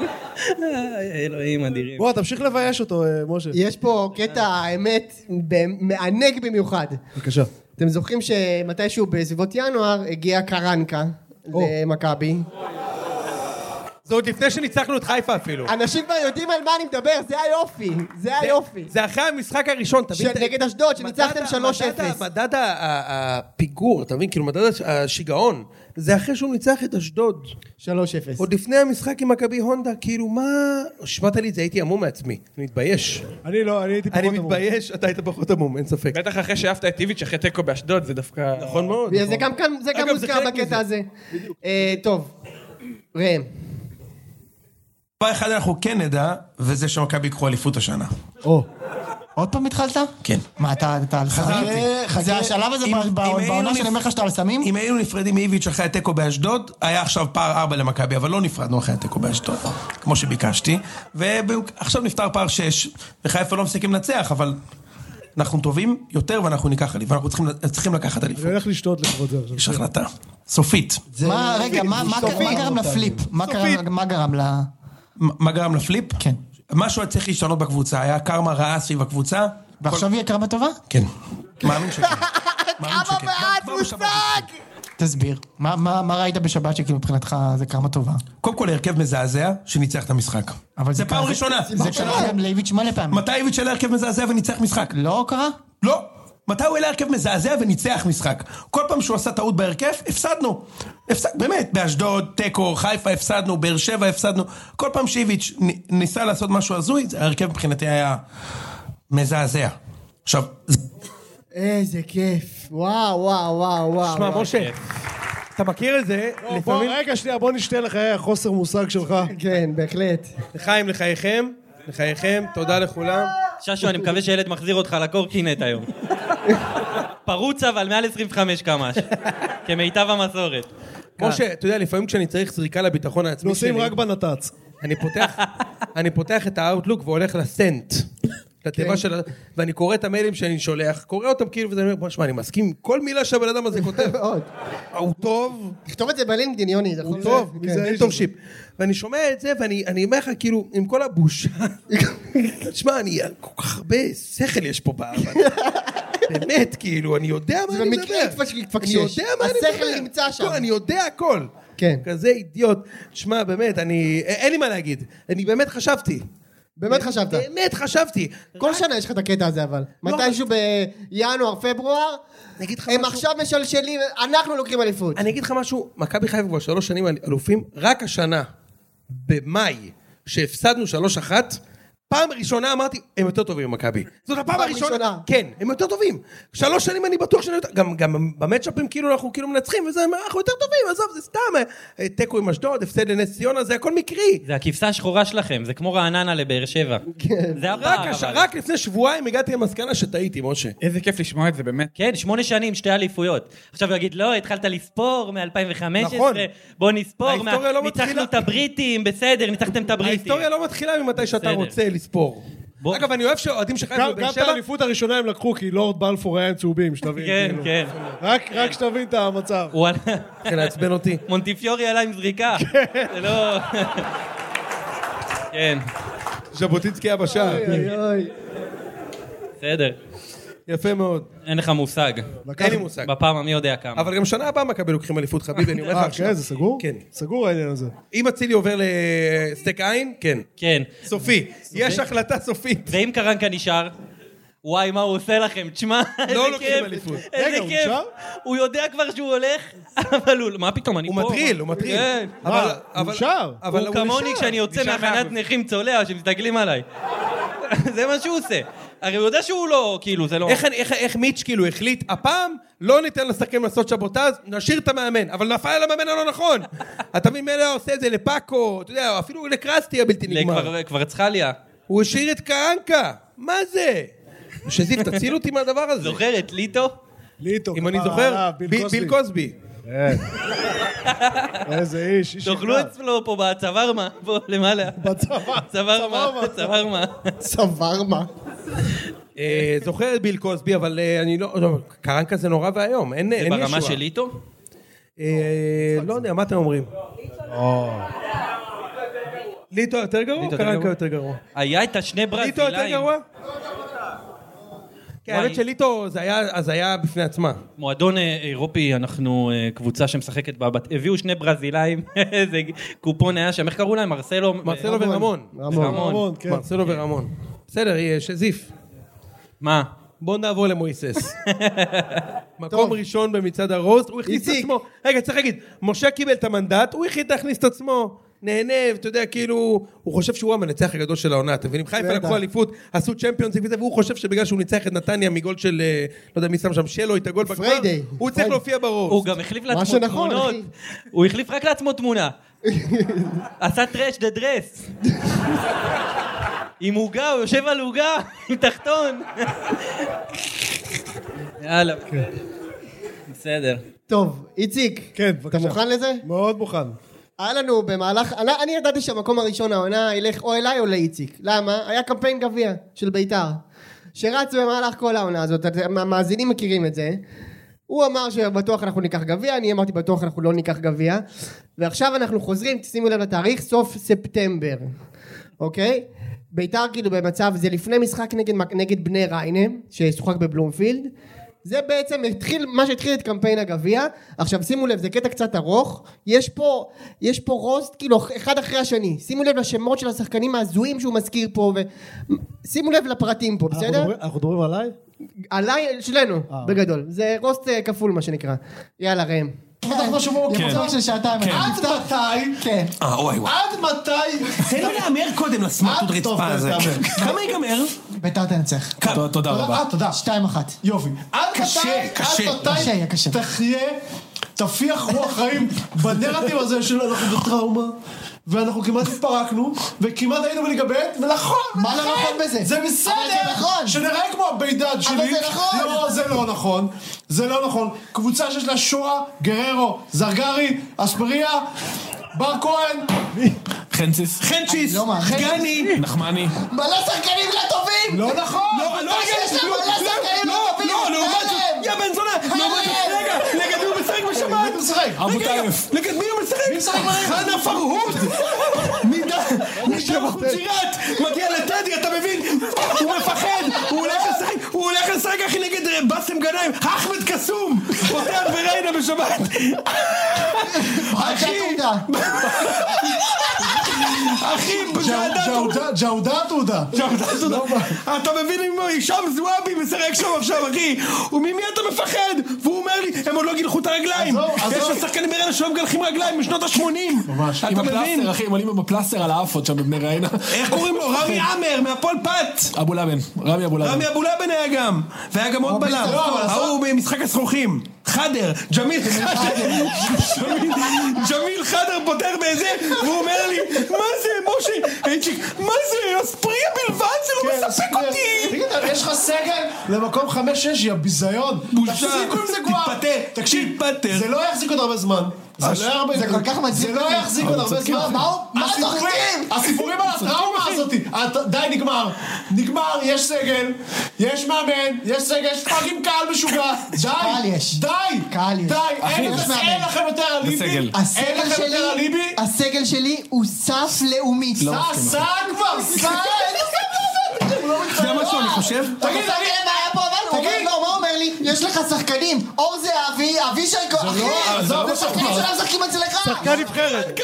[SPEAKER 2] אה, אלוהים אדירים.
[SPEAKER 4] בוא, תמשיך לבייש אותו, אה, משה.
[SPEAKER 3] יש פה קטע, האמת, ב- מענג במיוחד.
[SPEAKER 4] בבקשה.
[SPEAKER 3] אתם זוכרים שמתישהו בסביבות ינואר הגיע קרנקה למכבי?
[SPEAKER 1] זה עוד לפני שניצחנו את חיפה אפילו.
[SPEAKER 3] אנשים כבר יודעים על מה אני מדבר, זה היופי, זה היופי.
[SPEAKER 1] זה אחרי המשחק הראשון, תבין.
[SPEAKER 3] של- נגד אשדוד, שניצחתם 3-0.
[SPEAKER 1] מדד ה- מדד ה- ה- הפיגור, אתה מבין? כאילו, מדד הש- השיגעון. זה אחרי שהוא ניצח את אשדוד.
[SPEAKER 3] 3-0.
[SPEAKER 1] עוד לפני המשחק עם מכבי הונדה, כאילו, מה... שמעת לי את זה, הייתי המום מעצמי. אני מתבייש.
[SPEAKER 4] אני לא, אני הייתי
[SPEAKER 1] פחות המום. אני מתבייש, אתה היית פחות המום, אין ספק.
[SPEAKER 27] בטח אחרי שהעפת את איביץ' אחרי תיקו באשדוד, זה דווקא...
[SPEAKER 1] נכון מאוד.
[SPEAKER 3] זה גם כאן, זה גם
[SPEAKER 27] אגב,
[SPEAKER 3] מוזכר
[SPEAKER 27] חלק
[SPEAKER 3] בקטע
[SPEAKER 27] מזה.
[SPEAKER 3] הזה. אה, טוב, ראם.
[SPEAKER 12] דבר אחד אנחנו כן נדע, וזה שמכבי ייקחו אליפות השנה.
[SPEAKER 3] או.
[SPEAKER 12] עוד פעם התחלת? כן.
[SPEAKER 7] מה, אתה אתה על סמים? זה השלב הזה ב- בעונה שאני אומר לך שאתה על סמים?
[SPEAKER 12] אם היינו נפרדים מאיביץ' אחרי התיקו באשדוד, היה עכשיו פער ארבע למכבי, אבל לא נפרדנו אחרי התיקו באשדוד, כמו שביקשתי. ועכשיו נפתר פער שש, וחיפה לא מספיקים לנצח, אבל אנחנו טובים יותר ואנחנו ניקח אליפות, ואנחנו צריכים- צריכים לקחת אליפות.
[SPEAKER 4] אני הולך לשתות לכבוד זה עכשיו.
[SPEAKER 12] יש החלטה. סופית.
[SPEAKER 7] מה, רגע, מה מה- מה גרם לפליפ? מה גרם- מה גרם ל...
[SPEAKER 12] מה גרם לפליפ?
[SPEAKER 7] כן.
[SPEAKER 12] משהו היה צריך להשתנות בקבוצה, היה קרמה רעה סביב הקבוצה.
[SPEAKER 7] ועכשיו יהיה קרמה טובה?
[SPEAKER 12] כן. מאמין שכן.
[SPEAKER 3] כמה מעט מושג!
[SPEAKER 7] תסביר. מה- מה מה ראית בשבת שכאילו מבחינתך זה קרמה טובה?
[SPEAKER 12] קודם כל הרכב מזעזע שניצח את המשחק.
[SPEAKER 7] אבל
[SPEAKER 12] זה פעם
[SPEAKER 7] קרה-
[SPEAKER 12] ראשונה.
[SPEAKER 7] זה קרה גם לאיביץ' מלא פעמים.
[SPEAKER 12] מתי איביץ' עלה הרכב מזעזע וניצח משחק?
[SPEAKER 7] לא קרה?
[SPEAKER 12] לא. מתי הוא העלה הרכב מזעזע וניצח משחק? כל פעם שהוא עשה טעות בהרכב, הפסדנו. הפסד, באמת, באשדוד, תיקו, חיפה הפסדנו, באר שבע הפסדנו. כל פעם שאיביץ' נ- ניסה לעשות משהו הזוי, זה- ההרכב מבחינתי היה מזעזע. עכשיו, זה-
[SPEAKER 3] איזה כיף. וואו, וואו, וואו, וואו.
[SPEAKER 1] שמע,
[SPEAKER 3] וואו.
[SPEAKER 1] משה, אתה מכיר את זה,
[SPEAKER 4] לא, בוא,
[SPEAKER 1] לפעמים...
[SPEAKER 4] רגע, שנייה, בוא נשתה לחיי החוסר מושג שלך.
[SPEAKER 3] כן, בהחלט. <laughs>
[SPEAKER 1] לחיים, לחייכם, לחייכם, תודה לכולם.
[SPEAKER 2] ששו, אני מקווה שילד מחזיר אותך לקורקינט היום. פרוץ אבל מעל 25 קמ"ש, כמיטב המסורת.
[SPEAKER 1] משה, אתה יודע, לפעמים כשאני צריך זריקה לביטחון העצמי שלי...
[SPEAKER 4] אה. נוסעים רק בנת"צ.
[SPEAKER 1] אני פותח, אני פותח את האאוטלוק והולך לסנט.
[SPEAKER 3] אוקיי.
[SPEAKER 1] לתיבה של ה... ואני קורא את המיילים שאני שולח, קורא אותם כאילו, ואני אומר, בוא, שמע, אני מסכים עם כל מילה שהבן אדם הזה
[SPEAKER 3] <laughs>
[SPEAKER 1] כותב. הוא טוב.
[SPEAKER 3] תכתוב את זה כן. בלינקדאין, יוני.
[SPEAKER 1] הוא טוב, זה אינטורשיפ. ואני שומע את זה, ואני אני אומר לך, כאילו, עם כל
[SPEAKER 3] <laughs>
[SPEAKER 1] הבושה, תשמע, אני, כל כך הרבה שכל יש פה בעבר.
[SPEAKER 3] <laughs>
[SPEAKER 1] באמת, כאילו, אני יודע מה
[SPEAKER 3] זה
[SPEAKER 1] אני מדבר.
[SPEAKER 3] במקרה התפש- התפקשש.
[SPEAKER 1] אני יודע מה אני מדבר.
[SPEAKER 3] השכל נמצא שם.
[SPEAKER 1] הכל, אני יודע הכל.
[SPEAKER 3] כן.
[SPEAKER 1] כזה אידיוט. שמע, באמת, אני... א- אין לי מה להגיד. אני באמת חשבתי.
[SPEAKER 3] באמת חשבת?
[SPEAKER 1] באמת חשבתי.
[SPEAKER 3] כל שנה יש לך את הקטע הזה אבל.
[SPEAKER 1] לא,
[SPEAKER 3] מתישהו בינואר, פברואר,
[SPEAKER 1] אני אגיד לך
[SPEAKER 3] הם
[SPEAKER 1] משהו.
[SPEAKER 3] עכשיו משלשלים, אנחנו לוקחים אליפות.
[SPEAKER 1] אני אגיד לך משהו, מכבי חיפה כבר שלוש שנים אל- אלופים, רק השנה, במאי, שהפסדנו שלוש אחת, פעם ראשונה אמרתי, הם יותר טובים ממכבי. זאת הפעם
[SPEAKER 3] פעם
[SPEAKER 1] הראשונה.
[SPEAKER 3] ראשונה.
[SPEAKER 1] כן, הם יותר טובים. שלוש שנים אני בטוח שאני יותר... גם, גם במצ'אפים כאילו אנחנו כאילו מנצחים, וזה, אנחנו יותר טובים, עזוב, זה סתם. אה, אה, תיקו עם אשדוד, הפסד לנס ציונה, זה הכל מקרי.
[SPEAKER 2] זה הכבשה השחורה שלכם, זה כמו רעננה לבאר שבע. זה
[SPEAKER 1] רק,
[SPEAKER 2] הפער
[SPEAKER 1] הש...
[SPEAKER 2] אבל.
[SPEAKER 1] רק לפני שבועיים הגעתי למסקנה שטעיתי, משה.
[SPEAKER 27] איזה כיף לשמוע את זה, באמת.
[SPEAKER 2] כן, שמונה שנים, שתי אליפויות. עכשיו הוא יגיד, לא, התחלת לספור מ-2015,
[SPEAKER 1] נכון.
[SPEAKER 2] בוא נספור, מה-
[SPEAKER 1] ההיסטוריה לא
[SPEAKER 2] ניצחנו
[SPEAKER 1] מתחילה.
[SPEAKER 2] את הבריטים, בסדר, ניצחתם את הבריטים.
[SPEAKER 1] ההיסטוריה לא מתחילה ממתי שאתה
[SPEAKER 2] בסדר.
[SPEAKER 1] רוצה לספור. אגב, אני אוהב שאוהדים של חיפה
[SPEAKER 4] גם גם לא-
[SPEAKER 1] בבאר
[SPEAKER 4] את
[SPEAKER 1] שבע...
[SPEAKER 4] האליפות הראשונה הם לקחו, כי לורד בלפור היה עם צהובים, שתבין.
[SPEAKER 2] כן,
[SPEAKER 4] כאילו.
[SPEAKER 2] כן.
[SPEAKER 4] רק רק שתבין את המצב.
[SPEAKER 2] הוא עלה... <laughs>
[SPEAKER 1] התחיל לעצבן
[SPEAKER 4] <laughs>
[SPEAKER 1] אותי.
[SPEAKER 2] מונטיפיורי עלה עם זריקה. זה לא... <laughs> כן,
[SPEAKER 1] ז'בוטינסקי היה בשער.
[SPEAKER 2] בסדר.
[SPEAKER 1] יפה מאוד.
[SPEAKER 2] אין לך מושג.
[SPEAKER 1] אין לי מושג.
[SPEAKER 2] בפעם המי יודע כמה.
[SPEAKER 1] אבל גם שנה הבאה מכבי לוקחים אליפות חביבי, אני אומר לך
[SPEAKER 4] אה,
[SPEAKER 1] עכשיו.
[SPEAKER 4] כן, זה סגור?
[SPEAKER 1] כן.
[SPEAKER 4] סגור העניין הזה.
[SPEAKER 1] אם אצילי עובר לסטייק עין, כן.
[SPEAKER 2] כן.
[SPEAKER 1] סופי. יש החלטה סופית.
[SPEAKER 2] ואם קרנקה נשאר? וואי, מה הוא עושה לכם? תשמע, איזה
[SPEAKER 1] לוקחים
[SPEAKER 2] כיף.
[SPEAKER 1] לא, אליפות.
[SPEAKER 2] איזה
[SPEAKER 1] רגע, הוא
[SPEAKER 2] כיף.
[SPEAKER 1] נשאר?
[SPEAKER 2] הוא יודע כבר שהוא הולך, <laughs> אבל הוא... מה פתאום, אני פה.
[SPEAKER 1] הוא מטריל, הוא מטריל.
[SPEAKER 2] כן.
[SPEAKER 1] אבל- אבל- אבל
[SPEAKER 2] הוא כמוני
[SPEAKER 1] נשאר.
[SPEAKER 2] כשאני יוצא
[SPEAKER 1] נשאר
[SPEAKER 2] מהכנת
[SPEAKER 1] מהארץ.
[SPEAKER 2] נכים צולע, שמסתכלים עליי. <laughs> זה מה שהוא עושה. הרי הוא יודע שהוא לא, כאילו, זה לא...
[SPEAKER 1] איך- איך- איך מיץ' כאילו החליט, הפעם לא ניתן לשחקנים לעשות שבוטז, נשאיר את המאמן, אבל נפל על המאמן הלא
[SPEAKER 2] <laughs>
[SPEAKER 1] נכון. אתה מבין, מילא עושה את זה לפאקו, אתה יודע, אפילו לקרסטי הבלתי נגמר.
[SPEAKER 2] כבר- כבר צחליה.
[SPEAKER 1] הוא השאיר את קרנקה, מה זה? שזיו, תציל אותי מהדבר הזה.
[SPEAKER 2] זוכר את ליטו?
[SPEAKER 34] ליטו,
[SPEAKER 1] אם אני
[SPEAKER 34] כפרה
[SPEAKER 1] זוכר,
[SPEAKER 34] עליו,
[SPEAKER 1] ב-
[SPEAKER 34] ביל
[SPEAKER 1] אה, ביל
[SPEAKER 34] קוסבי.
[SPEAKER 1] קוסבי.
[SPEAKER 34] איזה איש, איש
[SPEAKER 2] תאכלו אצלו פה בצווארמה, פה למעלה.
[SPEAKER 34] <laughs> בצוואר.
[SPEAKER 2] צווארמה, צווארמה.
[SPEAKER 3] צווארמה.
[SPEAKER 1] אה, זוכר את ביל קוסבי, אבל אה, אני לא... לא, קרנקה זה נורא ואיום, אין
[SPEAKER 2] זה
[SPEAKER 1] אין ישועה.
[SPEAKER 2] ברמה של ליטו?
[SPEAKER 1] אה, לא יודע, מה אתם אומרים? ליטו יותר גרוע,
[SPEAKER 2] ליטו יותר
[SPEAKER 1] קרנקה
[SPEAKER 2] גרוע?
[SPEAKER 1] יותר גרוע.
[SPEAKER 2] היה את השני ברזילאים.
[SPEAKER 1] ליטו יותר גרוע? כן, האמת
[SPEAKER 2] וואי.
[SPEAKER 1] שליטו זה היה הזיה בפני עצמה.
[SPEAKER 2] מועדון אה, אירופי, אנחנו אה, קבוצה שמשחקת בבת. הביאו שני ברזילאים, <laughs> איזה קופון היה שם, איך קראו להם? מרסלו? אה,
[SPEAKER 1] מרסלו ורמון. מרסלו ורמון. בסדר, אה, שזיף.
[SPEAKER 2] מה?
[SPEAKER 1] בוא נעבור למויסס. מקום ראשון במצעד הרוסט, הוא הכניס את עצמו. רגע, צריך להגיד, משה קיבל את המנדט, הוא החליט להכניס את עצמו. נהנה, ואתה יודע, כאילו, הוא חושב שהוא המנצח הגדול של העונה, אתם מבינים? חיפה
[SPEAKER 35] בטח.
[SPEAKER 1] לקחו אליפות, עשו צ'מפיונס וזה, והוא חושב שבגלל שהוא ניצח את נתניה מגול של, אה, לא יודע מי שם שם שלו, את הגול בגמר,
[SPEAKER 2] פריידי.
[SPEAKER 1] הוא צריך להופיע ברוסט.
[SPEAKER 2] הוא גם החליף לעצמו תמונות. הוא החליף רק לעצמו
[SPEAKER 4] <laughs>
[SPEAKER 2] תמונה. עשה טרש דה דרס. עם עוגה, הוא יושב על עוגה, <laughs> עם
[SPEAKER 4] <laughs>
[SPEAKER 2] תחתון. יאללה.
[SPEAKER 4] כן.
[SPEAKER 2] בסדר.
[SPEAKER 3] טוב, איציק, כן, אתה מוכן לזה?
[SPEAKER 34] מאוד מוכן.
[SPEAKER 3] היה לנו במהלך, אני, אני ידעתי שהמקום הראשון העונה ילך או אליי או לאיציק. למה? היה קמפיין גביע של בית"ר, שרץ במהלך כל העונה הזאת, אתם- המאזינים מכירים את זה. הוא אמר שבטוח אנחנו ניקח גביע, אני אמרתי בטוח אנחנו לא ניקח גביע. ועכשיו אנחנו חוזרים, תשימו לב לתאריך, סוף ספטמבר, אוקיי? ביתר כאילו במצב, זה לפני משחק נגד, נגד בני ריינה, ששוחק בבלומפילד. זה בעצם התחיל, מה שהתחיל את קמפיין הגביע. עכשיו שימו לב, זה קטע קצת ארוך. יש פה, יש פה רוסט כאילו אחד אחרי השני. שימו לב לשמות של השחקנים ההזויים שהוא מזכיר פה, ושימו לב לפרטים פה,
[SPEAKER 34] אנחנו
[SPEAKER 3] בסדר?
[SPEAKER 34] מדברים- אנחנו מדברים עליי?
[SPEAKER 3] עליי, שלנו, בגדול. זה רוסט אה, כפול מה שנקרא. יאללה ראם.
[SPEAKER 4] בטח לא שבוע
[SPEAKER 3] כן.
[SPEAKER 4] קצר
[SPEAKER 3] של שעתיים.
[SPEAKER 4] עד מתי?
[SPEAKER 3] כן.
[SPEAKER 12] אה, וואי, וואי.
[SPEAKER 4] עד מתי?
[SPEAKER 12] תן לו להמר קודם לסמרטוט רצפה הזה. כמה ייגמר?
[SPEAKER 4] ביתר תנצח.
[SPEAKER 12] תודה רבה.
[SPEAKER 4] אה, תודה.
[SPEAKER 7] שתיים אחת.
[SPEAKER 4] יופי. עד מתי,
[SPEAKER 7] קשה.
[SPEAKER 4] עד מתי
[SPEAKER 7] קשה, יהיה קשה.
[SPEAKER 4] תחיה, תפיח רוח חיים בנרטיב הזה של אנחנו בטראומה, ואנחנו כמעט התפרקנו, וכמעט היינו בליגבט, ונכון,
[SPEAKER 7] מה לא
[SPEAKER 4] ולכן,
[SPEAKER 7] נכון בזה?
[SPEAKER 4] זה
[SPEAKER 7] אבל זה
[SPEAKER 4] בסדר,
[SPEAKER 7] נכון.
[SPEAKER 4] שנראה כמו הבידד שלי.
[SPEAKER 7] אבל זה נכון.
[SPEAKER 4] לא, זה לא נכון. זה לא נכון. קבוצה שיש לה שואה, גררו, זרגרי, אספריה, בר כהן.
[SPEAKER 12] חנציס.
[SPEAKER 4] חנצ'יס,
[SPEAKER 12] גני. נחמני.
[SPEAKER 7] מלא שחקנים לא טובים!
[SPEAKER 4] לא נכון!
[SPEAKER 7] לא, לא, יש להם
[SPEAKER 4] לא,
[SPEAKER 7] מלא
[SPEAKER 4] לא,
[SPEAKER 7] שחקנים
[SPEAKER 4] לא,
[SPEAKER 7] לא טובים!
[SPEAKER 4] לא, לעומת זאת,
[SPEAKER 7] חלם!
[SPEAKER 4] יא בן זונה!
[SPEAKER 7] חלם!
[SPEAKER 4] לעומת זאת, רגע, נגד מי הוא משחק בשבת?
[SPEAKER 7] מי הוא משחק?
[SPEAKER 4] רגע, רגע, נגד מי הוא משחק? חנה פרהוד! נידה חוג'יראת! מגיע לטדי, אתה מבין? הוא מפחד! הוא הולך לשחק, הוא הולך לשחק אחי נגד אה, באסם גנאים! אחמד קסום! פותח בריינה בשבת! אחי! אחי, בג'עדת עודה. ג'עודת עודה. ג'עודת עודה. אתה מבין עם מי? הישאם זועבי משחק שם עכשיו, אחי. וממי אתה מפחד? והוא אומר לי, הם עוד לא גילחו את הרגליים. יש לו שחקנים בריינה שלא מגלחים רגליים משנות ה-80. ממש.
[SPEAKER 36] עם
[SPEAKER 4] אתה מבין?
[SPEAKER 36] הפלסטר, אחי, הם עולים עם הפלסטר על האף עוד שם בבני ריינה.
[SPEAKER 4] איך קוראים לו? רמי עמר מהפועל פת.
[SPEAKER 36] אבו לאבן, רמי אבו לאבן.
[SPEAKER 4] רמי אבולאבן היה גם, והיה גם עוד בלם, ההוא ממשחק הזכוכים, חדר, ג'מיל חדר, ג'מיל- ג'מיל חדר פותר באיזה, והוא אומר לי, מה זה, משה, איציק, מה זה, אספריה בלבד, זה
[SPEAKER 7] כן,
[SPEAKER 4] לא
[SPEAKER 12] כן,
[SPEAKER 4] מספק אותי!
[SPEAKER 7] יש לך סגל למקום חמש-שש, יא ביזיון.
[SPEAKER 4] בושה.
[SPEAKER 7] תפסיקו עם זה כבר.
[SPEAKER 4] תתפטר,
[SPEAKER 7] תקשיב,
[SPEAKER 4] תתפטר.
[SPEAKER 7] זה לא יחזיק עוד הרבה זמן. זה
[SPEAKER 4] אז-
[SPEAKER 7] לא יהיה הרבה-
[SPEAKER 4] זה כל כך מצחיק
[SPEAKER 7] זה לא
[SPEAKER 4] אותי.
[SPEAKER 7] יחזיק עוד
[SPEAKER 4] אבל
[SPEAKER 7] הרבה
[SPEAKER 4] צודקים
[SPEAKER 7] זמן.
[SPEAKER 4] אחי.
[SPEAKER 7] מה- מה
[SPEAKER 4] הסיפורים-
[SPEAKER 7] צוחקים?
[SPEAKER 4] הסיפורים על הטראומה הזאת,
[SPEAKER 7] אתה- די, נגמר. נגמר, יש סגל, יש מאמן, יש סגל, יש פאקינג קהל משוגע.
[SPEAKER 4] <laughs>
[SPEAKER 7] די, די, די,
[SPEAKER 4] אחי,
[SPEAKER 7] אין
[SPEAKER 4] יש
[SPEAKER 7] לכם-
[SPEAKER 4] מאמן.
[SPEAKER 7] אין לכם יותר
[SPEAKER 4] זה סגל.
[SPEAKER 7] אליבי. אין
[SPEAKER 4] הסגל
[SPEAKER 7] לכם
[SPEAKER 4] שלי-
[SPEAKER 7] יותר אליבי.
[SPEAKER 4] הסגל שלי הוא סף לאומי.
[SPEAKER 3] לא.
[SPEAKER 7] סע, סע כבר, סע!
[SPEAKER 4] זה מה שאני חושב.
[SPEAKER 7] תגיד,
[SPEAKER 4] תגיד,
[SPEAKER 7] תגיד, מה היה פה אבל? הוא אומר, לא, מה הוא אומר לי? יש לך שחקנים, אור זהבי, אבישי,
[SPEAKER 4] זה לא-
[SPEAKER 7] אחי,
[SPEAKER 4] זה לא
[SPEAKER 7] זה שחקנים
[SPEAKER 4] שחקן.
[SPEAKER 7] שלא משחקים אצלך!
[SPEAKER 4] שחקן נבחרת.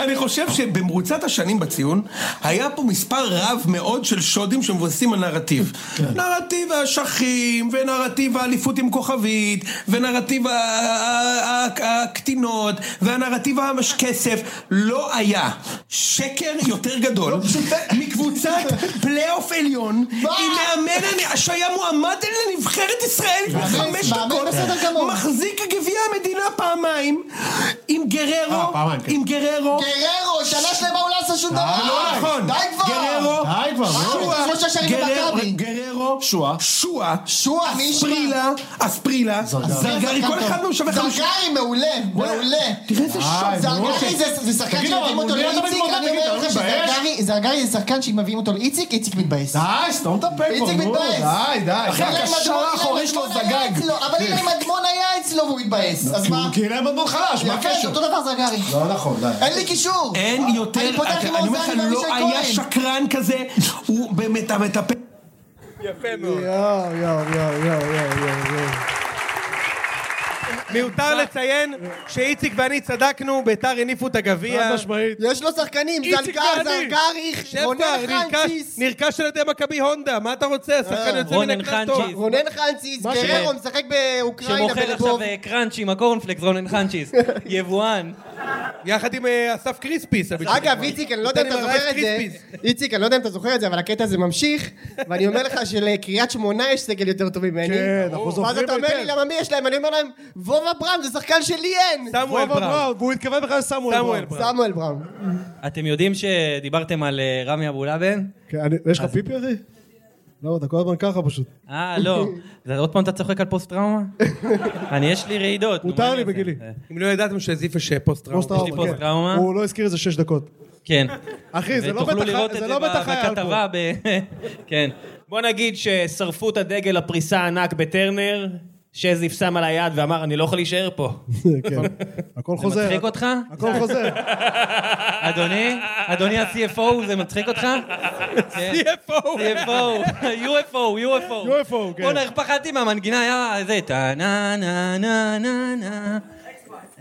[SPEAKER 12] אני חושב שבמרוצת השנים בציון, היה פה מספר רב מאוד של שודים שמבוססים על נרטיב.
[SPEAKER 7] כן.
[SPEAKER 12] נרטיב האשכים, ונרטיב האליפות עם כוכבית, ונרטיב ה- ה- ה- הקטינות, והנרטיב המשכסף. לא היה שקר יותר גדול
[SPEAKER 7] לא,
[SPEAKER 12] מקבוצת פלייאוף עליון, עם מאמן הנ- שהיה מועמד לנבחרת ישראל כבר
[SPEAKER 7] מאמן-
[SPEAKER 12] חמש
[SPEAKER 7] מאמן
[SPEAKER 12] דקות,
[SPEAKER 7] בסדר גמור.
[SPEAKER 12] מחזיק גביע המדינה פעמיים, עם גררו, עם גררו.
[SPEAKER 7] גררו, שנה שלמה הוא לא עשה שום דבר.
[SPEAKER 12] לא נכון.
[SPEAKER 7] די כבר.
[SPEAKER 12] גררו.
[SPEAKER 7] די כבר, לא. נו.
[SPEAKER 12] שועה.
[SPEAKER 7] שלושה שערים
[SPEAKER 12] גררו-
[SPEAKER 7] במכבי.
[SPEAKER 12] גררו. שועה. שועה.
[SPEAKER 7] שועה, מי ישמע?
[SPEAKER 12] אספרילה. אספרילה. זרגרי. כל אחד מהם שווה חמישה.
[SPEAKER 7] זרגרי מעולה, מעולה.
[SPEAKER 12] תראה איזה שוט.
[SPEAKER 7] זרגרי זה זה שחקן
[SPEAKER 37] תגיד, אבל
[SPEAKER 7] שמביאים אותו
[SPEAKER 37] מול מי אתה
[SPEAKER 7] לאיציק,
[SPEAKER 37] מתמודד?
[SPEAKER 7] אני
[SPEAKER 37] תגיד,
[SPEAKER 7] אומר
[SPEAKER 37] אתה
[SPEAKER 7] לך
[SPEAKER 37] לא מתבייש?
[SPEAKER 7] שזרגרי
[SPEAKER 38] זרגרי זה שחקן שאם מביאים אותו לאיציק, איציק מתבאס.
[SPEAKER 37] די, סתום את הפה כבר,
[SPEAKER 7] איציק
[SPEAKER 37] נו,
[SPEAKER 7] מתבאס.
[SPEAKER 37] די, די.
[SPEAKER 7] אחי,
[SPEAKER 37] די.
[SPEAKER 7] הקשר האחורי שלו זגג. אבל אילן מדמון היה אצלו והוא התבאס, אז
[SPEAKER 37] כי
[SPEAKER 7] מה?
[SPEAKER 37] הוא- כי אילן מדמון חלש, מה
[SPEAKER 7] יפה,
[SPEAKER 37] הקשר?
[SPEAKER 7] זה אותו דבר זרגרי.
[SPEAKER 37] לא נכון, די.
[SPEAKER 7] אין לי קישור.
[SPEAKER 12] אין יותר,
[SPEAKER 7] אני פותח
[SPEAKER 12] אתה-
[SPEAKER 7] עם
[SPEAKER 12] אני אומר לך,
[SPEAKER 7] אוזני ואבישי
[SPEAKER 12] לא היה
[SPEAKER 7] כהן.
[SPEAKER 12] שקרן כזה, הוא באמת המטפל.
[SPEAKER 1] יפה מאוד.
[SPEAKER 3] יואו, יואו, יואו, יואו, יואו, יואו.
[SPEAKER 1] מיותר
[SPEAKER 4] אה?
[SPEAKER 1] לציין שאיציק ואני צדקנו, ביתר הניפו את הגביע.
[SPEAKER 3] חד
[SPEAKER 1] משמעית.
[SPEAKER 3] יש לו שחקנים, זלקר, זלקרי, רונן חנציס.
[SPEAKER 1] נרכש על ידי מכבי הונדה, מה אתה רוצה?
[SPEAKER 4] אה,
[SPEAKER 1] השחקן יוצא מן
[SPEAKER 2] רונן
[SPEAKER 1] הכלל
[SPEAKER 2] חנצ'יס.
[SPEAKER 1] טוב.
[SPEAKER 3] רונן חנציס,
[SPEAKER 2] מה
[SPEAKER 3] גררו
[SPEAKER 2] שמעניין.
[SPEAKER 3] משחק
[SPEAKER 4] לא
[SPEAKER 3] באוקראינה
[SPEAKER 2] שמוכר עכשיו
[SPEAKER 3] בלבוב.
[SPEAKER 2] אה, קראנץ' עם הקורנפלקס רונן
[SPEAKER 4] <laughs>
[SPEAKER 2] חנצ'יס. יבואן.
[SPEAKER 1] יחד עם אה, אסף קריספיס.
[SPEAKER 2] אה,
[SPEAKER 3] אגב, איציק, אני לא יודע אם אתה זוכר את זה, איציק, אני לא יודע אם אתה זוכר את זה, אבל הקטע הזה ממשיך, ואני אומר לך שלקריית שמונה יש סגל יותר טוב ממני.
[SPEAKER 4] כן, אנחנו
[SPEAKER 3] ואז
[SPEAKER 4] זוכרים
[SPEAKER 3] אתה אומר לי,
[SPEAKER 4] היטב.
[SPEAKER 3] למה מי יש להם? אני אומר להם, וובה בראם זה שחקן שלי אין!
[SPEAKER 4] סמואל בראון, והוא התכוון בכלל לסמואל בראון.
[SPEAKER 3] סמואל בראם.
[SPEAKER 2] אתם יודעים שדיברתם על אה, רמי אבולאבן?
[SPEAKER 4] כן, אני- יש לך
[SPEAKER 1] אה,
[SPEAKER 4] פיפי אחי? למה אתה כל הזמן ככה פשוט?
[SPEAKER 2] אה,
[SPEAKER 4] <laughs>
[SPEAKER 2] לא. זה עוד פעם אתה צוחק על פוסט טראומה? אני, יש לי רעידות. נו, מה
[SPEAKER 4] מותר
[SPEAKER 2] אני אה,
[SPEAKER 4] לי
[SPEAKER 2] אעשה?
[SPEAKER 4] בגילי.
[SPEAKER 1] אם לא ידעתם שזיף יש פוסט טראומה.
[SPEAKER 4] פוסט טראומה,
[SPEAKER 2] פוסט
[SPEAKER 4] כן.
[SPEAKER 2] טראומה?
[SPEAKER 4] הוא לא הזכיר את זה שש דקות.
[SPEAKER 2] כן.
[SPEAKER 4] אחי, זה לא
[SPEAKER 2] ותוכלו
[SPEAKER 4] בטח-
[SPEAKER 2] לראות את
[SPEAKER 4] זה
[SPEAKER 2] זה
[SPEAKER 4] לא בטח היה פה.
[SPEAKER 2] בכתבה ב... <laughs> כן.
[SPEAKER 39] בוא נגיד ששרפו את הדגל לפריסה הענק בטרנר, שזיף שם על היד ואמר, אני לא יכול להישאר פה.
[SPEAKER 4] כן. הכל
[SPEAKER 2] זה
[SPEAKER 4] חוזר.
[SPEAKER 2] מצחיק אותך?
[SPEAKER 4] הכל חוזר.
[SPEAKER 2] אדוני, אדוני ה-CFO, זה מצחיק אותך? כן.
[SPEAKER 1] CFO.
[SPEAKER 2] CFO, UFO, UFO.
[SPEAKER 4] UFO, כן.
[SPEAKER 2] בואנה, איך פחדתי מהמנגינה, היה זה, טה נה נה נה נה נה.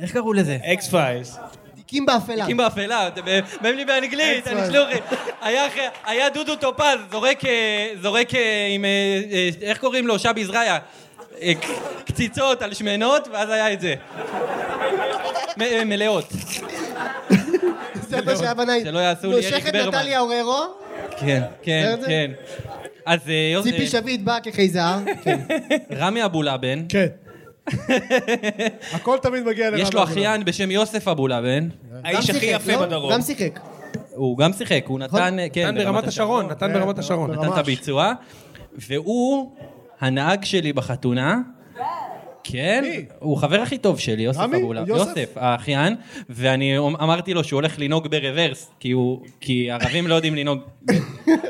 [SPEAKER 2] איך קראו לזה?
[SPEAKER 39] אקס פיילס.
[SPEAKER 3] דיקים באפלה.
[SPEAKER 2] דיקים באפלה, אתם- אומרים לי באנגלית, אני שלוחי. היה אחרי- היה דודו טופז, זורק, אה, זורק אה, עם, אה, אה, איך קוראים לו? שבי זרעיה. אה, ק- קציצות על שמנות, ואז היה את זה. מ- אה, מלאות.
[SPEAKER 3] זה מה שהיה בנאי.
[SPEAKER 2] שלא יעשו לי אריק
[SPEAKER 3] נושכת
[SPEAKER 2] ברמן.
[SPEAKER 3] נטליה אוררו,
[SPEAKER 2] כן, כן,
[SPEAKER 3] בסדר?
[SPEAKER 2] כן. אז אה, יוסי,
[SPEAKER 3] ציפי שביט באה כחייזר. כן.
[SPEAKER 2] רמי אבולאבן, <laughs>
[SPEAKER 4] כן. הכל תמיד מגיע לרב.
[SPEAKER 2] יש לו אחיין בשם יוסף אבולאבן.
[SPEAKER 39] האיש הכי יפה בדרום.
[SPEAKER 3] לא? גם שיחק. נכון.
[SPEAKER 2] הוא גם שיחק, הוא נתן, אה, כן,
[SPEAKER 1] נתן ברמת השרון, נתן ברמת השרון.
[SPEAKER 2] נתן את הביצוע, והוא הנהג שלי בחתונה. כן, הוא חבר הכי טוב שלי, יוסף
[SPEAKER 4] רמי?
[SPEAKER 2] אבולה.
[SPEAKER 4] יוסף?
[SPEAKER 2] יוסף, האחיין. ואני אמ-, אמרתי לו שהוא הולך לנהוג ברוורס, כי הוא- כי ערבים לא יודעים לנהוג ב-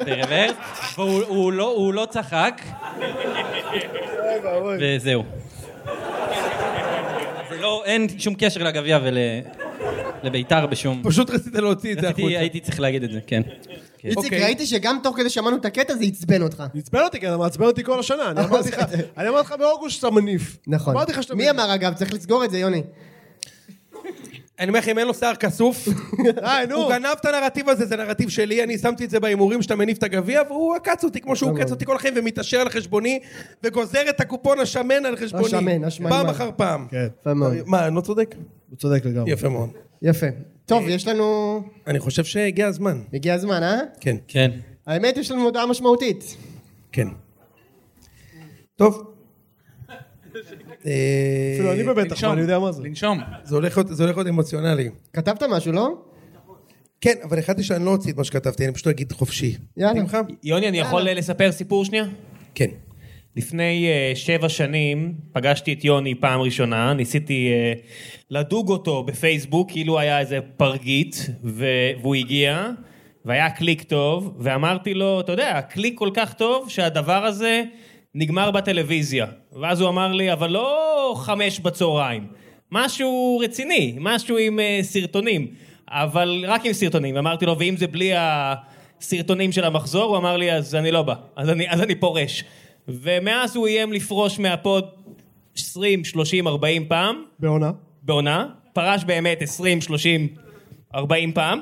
[SPEAKER 2] ברוורס, והוא הוא לא- הוא לא צחק, וזהו. זה לא, אין שום קשר לגביע ולביתר בשום...
[SPEAKER 1] פשוט רצית להוציא את זה
[SPEAKER 2] רציתי-
[SPEAKER 1] החוצה.
[SPEAKER 2] הייתי צריך להגיד את זה, כן. כן.
[SPEAKER 3] איציק, ראיתי שגם תוך כדי שמענו את הקטע זה עצבן אותך.
[SPEAKER 4] עצבן אותי, כן, מעצבן אותי כל השנה. אני אמרתי לך,
[SPEAKER 2] <laughs>
[SPEAKER 4] אני אמרתי לך באוגוסט שאתה מניף.
[SPEAKER 3] נכון.
[SPEAKER 4] אמרתי לך שאתה
[SPEAKER 3] מי אמר אגב? צריך לסגור את זה, יוני.
[SPEAKER 1] אני אומר לך, אם אין לו שיער כסוף, <laughs>
[SPEAKER 4] די, נו.
[SPEAKER 1] הוא גנב את הנרטיב הזה, זה נרטיב שלי, אני שמתי את זה בהימורים שאתה מניף את הגביע, והוא עקץ אותי כמו שהוא עקץ אותי כל החיים, ומתעשר על חשבוני, וגוזר את הקופון השמן על חשבוני.
[SPEAKER 3] השמן, השמנמן.
[SPEAKER 1] פעם אחר פעם.
[SPEAKER 4] כן.
[SPEAKER 3] יפה מאוד.
[SPEAKER 1] מה, אני לא צודק?
[SPEAKER 4] הוא צודק לגמרי.
[SPEAKER 1] יפה מאוד.
[SPEAKER 3] יפה. טוב, יש לנו...
[SPEAKER 1] אני חושב שהגיע הזמן.
[SPEAKER 3] הגיע הזמן, אה?
[SPEAKER 1] כן.
[SPEAKER 2] כן.
[SPEAKER 3] האמת, יש לנו הודעה משמעותית.
[SPEAKER 1] כן. טוב. אה,
[SPEAKER 4] אפילו אני בבטח, אבל אני יודע מה זה.
[SPEAKER 40] לנשום.
[SPEAKER 1] זה הולך להיות- זה הולך להיות אמוציונלי.
[SPEAKER 3] כתבת משהו, לא?
[SPEAKER 1] כן, אבל החלטתי שאני לא אוציא את מה שכתבתי, אני פשוט אגיד חופשי.
[SPEAKER 3] יאללה.
[SPEAKER 1] ממך?
[SPEAKER 39] יוני, אני יכול אה, לספר סיפור שנייה?
[SPEAKER 1] כן.
[SPEAKER 39] לפני אה, שבע שנים פגשתי את יוני פעם ראשונה, ניסיתי אה, לדוג אותו בפייסבוק, כאילו היה איזה פרגית, ו- והוא הגיע, והיה קליק טוב, ואמרתי לו, אתה יודע, הקליק כל כך טוב שהדבר הזה נגמר בטלוויזיה. ואז הוא אמר לי, אבל לא חמש בצהריים, משהו רציני, משהו עם אה, סרטונים, אבל רק עם סרטונים. אמרתי לו, ואם זה בלי הסרטונים של המחזור, הוא אמר לי, אז אני לא בא, אז אני, אז אני פורש. ומאז הוא איים לפרוש מהפוד 20, 30, 40 פעם
[SPEAKER 4] בעונה.
[SPEAKER 39] בעונה,
[SPEAKER 5] פרש באמת 20, 30, 40 פעם,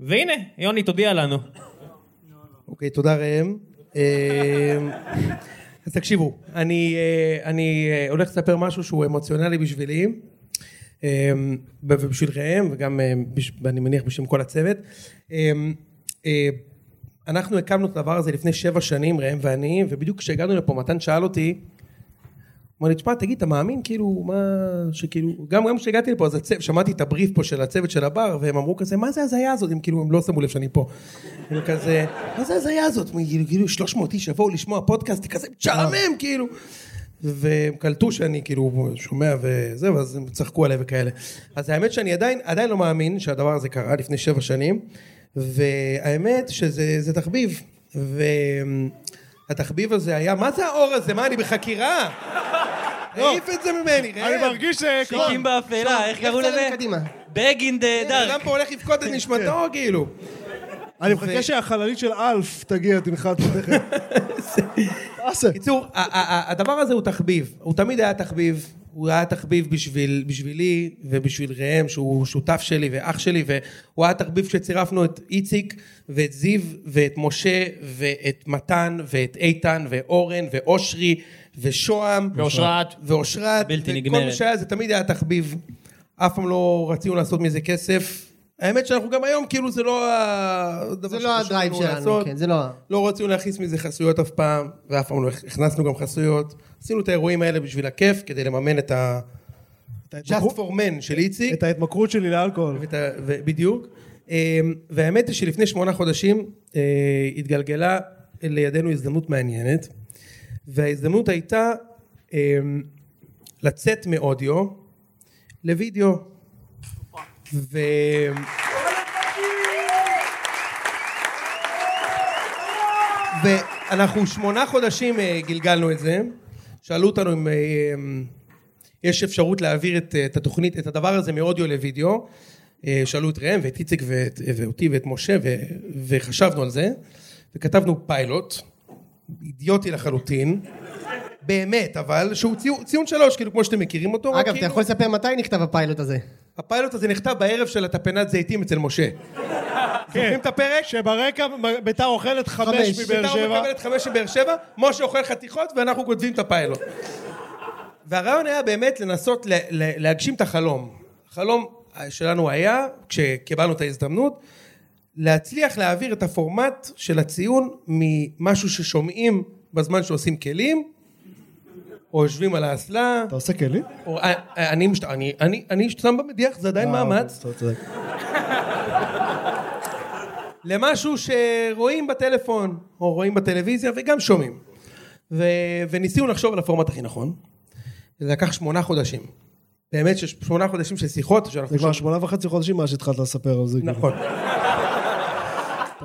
[SPEAKER 5] והנה, יוני, תודיע לנו.
[SPEAKER 1] אוקיי, תודה ראם. אמ,
[SPEAKER 4] <laughs>
[SPEAKER 1] אז תקשיבו, אני, אה, אני אה, הולך לספר משהו שהוא אמוציונלי בשבילי, אמ, ובשביל ראם, וגם אה, בש- אני מניח בשם כל הצוות. אמ, אה, אנחנו הקמנו את הדבר הזה לפני שבע שנים, ראם ואני, ובדיוק כשהגענו לפה, מתן שאל אותי, אמר לי, תשמע, תגיד, אתה מאמין, כאילו, מה, שכאילו, גם גם כשהגעתי לפה, אז הצוות, שמעתי את הבריף פה של הצוות של הבר, והם אמרו כזה, מה זה ההזיה הזאת? הם כאילו, הם לא שמו לב שאני פה. הם כזה, מה זה ההזיה הזאת? כאילו, כאילו, 300 איש יבואו לשמוע פודקאסט, זה כזה משעמם, כאילו. והם קלטו שאני כאילו שומע וזהו, אז הם צחקו עליי וכאלה. אז האמת שאני עדיין, עדיין לא מאמין שהדבר הזה קרה לפני שבע שנים, והאמת שזה זה תחביב, והתחביב הזה היה, מה זה האור הזה? מה, אני בחקירה? העיף את זה ממני, ראם.
[SPEAKER 2] לא. אני מרגיש
[SPEAKER 4] אה,
[SPEAKER 2] שכל- שיקים באפלה, איך קראו לזה?
[SPEAKER 1] Back in the
[SPEAKER 2] dark.
[SPEAKER 1] אדם פה הולך לבכות
[SPEAKER 2] כן.
[SPEAKER 1] את נשמתו, כאילו.
[SPEAKER 4] אני מחכה שהחללית של אלף תגיע,
[SPEAKER 1] <laughs>
[SPEAKER 4] תנחת בדרך.
[SPEAKER 1] קיצור, ה- ה- ה- הדבר הזה הוא תחביב. הוא תמיד היה תחביב. הוא היה תחביב בשביל, בשבילי ובשביל ראם, שהוא שותף שלי ואח שלי, והוא היה תחביב שצירפנו את איציק ואת זיו ואת משה ואת מתן ואת איתן ואורן ואושרי ושוהם.
[SPEAKER 5] ואושרת.
[SPEAKER 1] ואושרת.
[SPEAKER 5] בלתי
[SPEAKER 1] וכל
[SPEAKER 5] נגמרת.
[SPEAKER 1] מי שהיה זה תמיד היה תחביב. אף פעם לא רצינו לעשות מזה כסף. האמת שאנחנו גם היום, כאילו זה לא הדבר
[SPEAKER 3] זה לא הדרייב
[SPEAKER 1] לנו
[SPEAKER 3] שלנו,
[SPEAKER 1] לעשות.
[SPEAKER 3] כן, זה לא... ה-
[SPEAKER 1] לא רצינו להכניס מזה חסויות אף פעם, ואף פעם לא הכנסנו גם חסויות. עשינו את האירועים האלה בשביל הכיף, כדי לממן את ה... Just for men של איציק. את ההתמכרות שלי לאלכוהול. בדיוק. אמ, והאמת היא שלפני שמונה חודשים אה, התגלגלה לידינו הזדמנות מעניינת, וההזדמנות הייתה אמ, לצאת מאודיו לוידאו. ו... ואנחנו שמונה חודשים אה, גלגלנו את זה. שאלו אותנו אם אה, אה, יש אפשרות להעביר את, אה, את התוכנית, את הדבר הזה מאודיו לוידאו. אה, שאלו את ראם ואת איציק ואת, אה, ואותי ואת משה ו, וחשבנו על זה. וכתבנו פיילוט, אידיוטי לחלוטין. באמת, אבל שהוא ציון, ציון שלוש, כאילו כמו שאתם מכירים אותו. כאילו,
[SPEAKER 3] אגב, אתה יכול לספר מתי נכתב הפיילוט הזה?
[SPEAKER 1] הפיילוט הזה נכתב בערב של הטפנת זיתים אצל משה. זוכרים את הפרק?
[SPEAKER 4] כן. שברקע ביתר אוכלת חמש מבאר
[SPEAKER 1] ביתר
[SPEAKER 4] שבע.
[SPEAKER 1] מקבלת חמש מבאר שבע, משה אוכל חתיכות ואנחנו כותבים את הפיילוט. והרעיון היה באמת לנסות ל- ל- להגשים את החלום. החלום שלנו היה, כשקיבלנו את ההזדמנות, להצליח להעביר את הפורמט של הציון ממשהו ששומעים בזמן שעושים כלים, או יושבים על האסלה. אתה
[SPEAKER 4] עושה כלים?
[SPEAKER 1] אני משת- אני- אני- אני שם במדיח, זה עדיין
[SPEAKER 4] אה,
[SPEAKER 1] מאמץ.
[SPEAKER 4] אתה צודק.
[SPEAKER 1] למשהו שרואים בטלפון, או רואים בטלוויזיה, וגם שומעים. ו... וניסינו לחשוב על הפורמט הכי נכון. זה לקח שמונה חודשים. באמת ששמונה חודשים של שיחות, שאנחנו...
[SPEAKER 4] זה כבר שמונה וחצי חודשים מאז שהתחלת לספר על זה. <laughs>
[SPEAKER 1] נכון.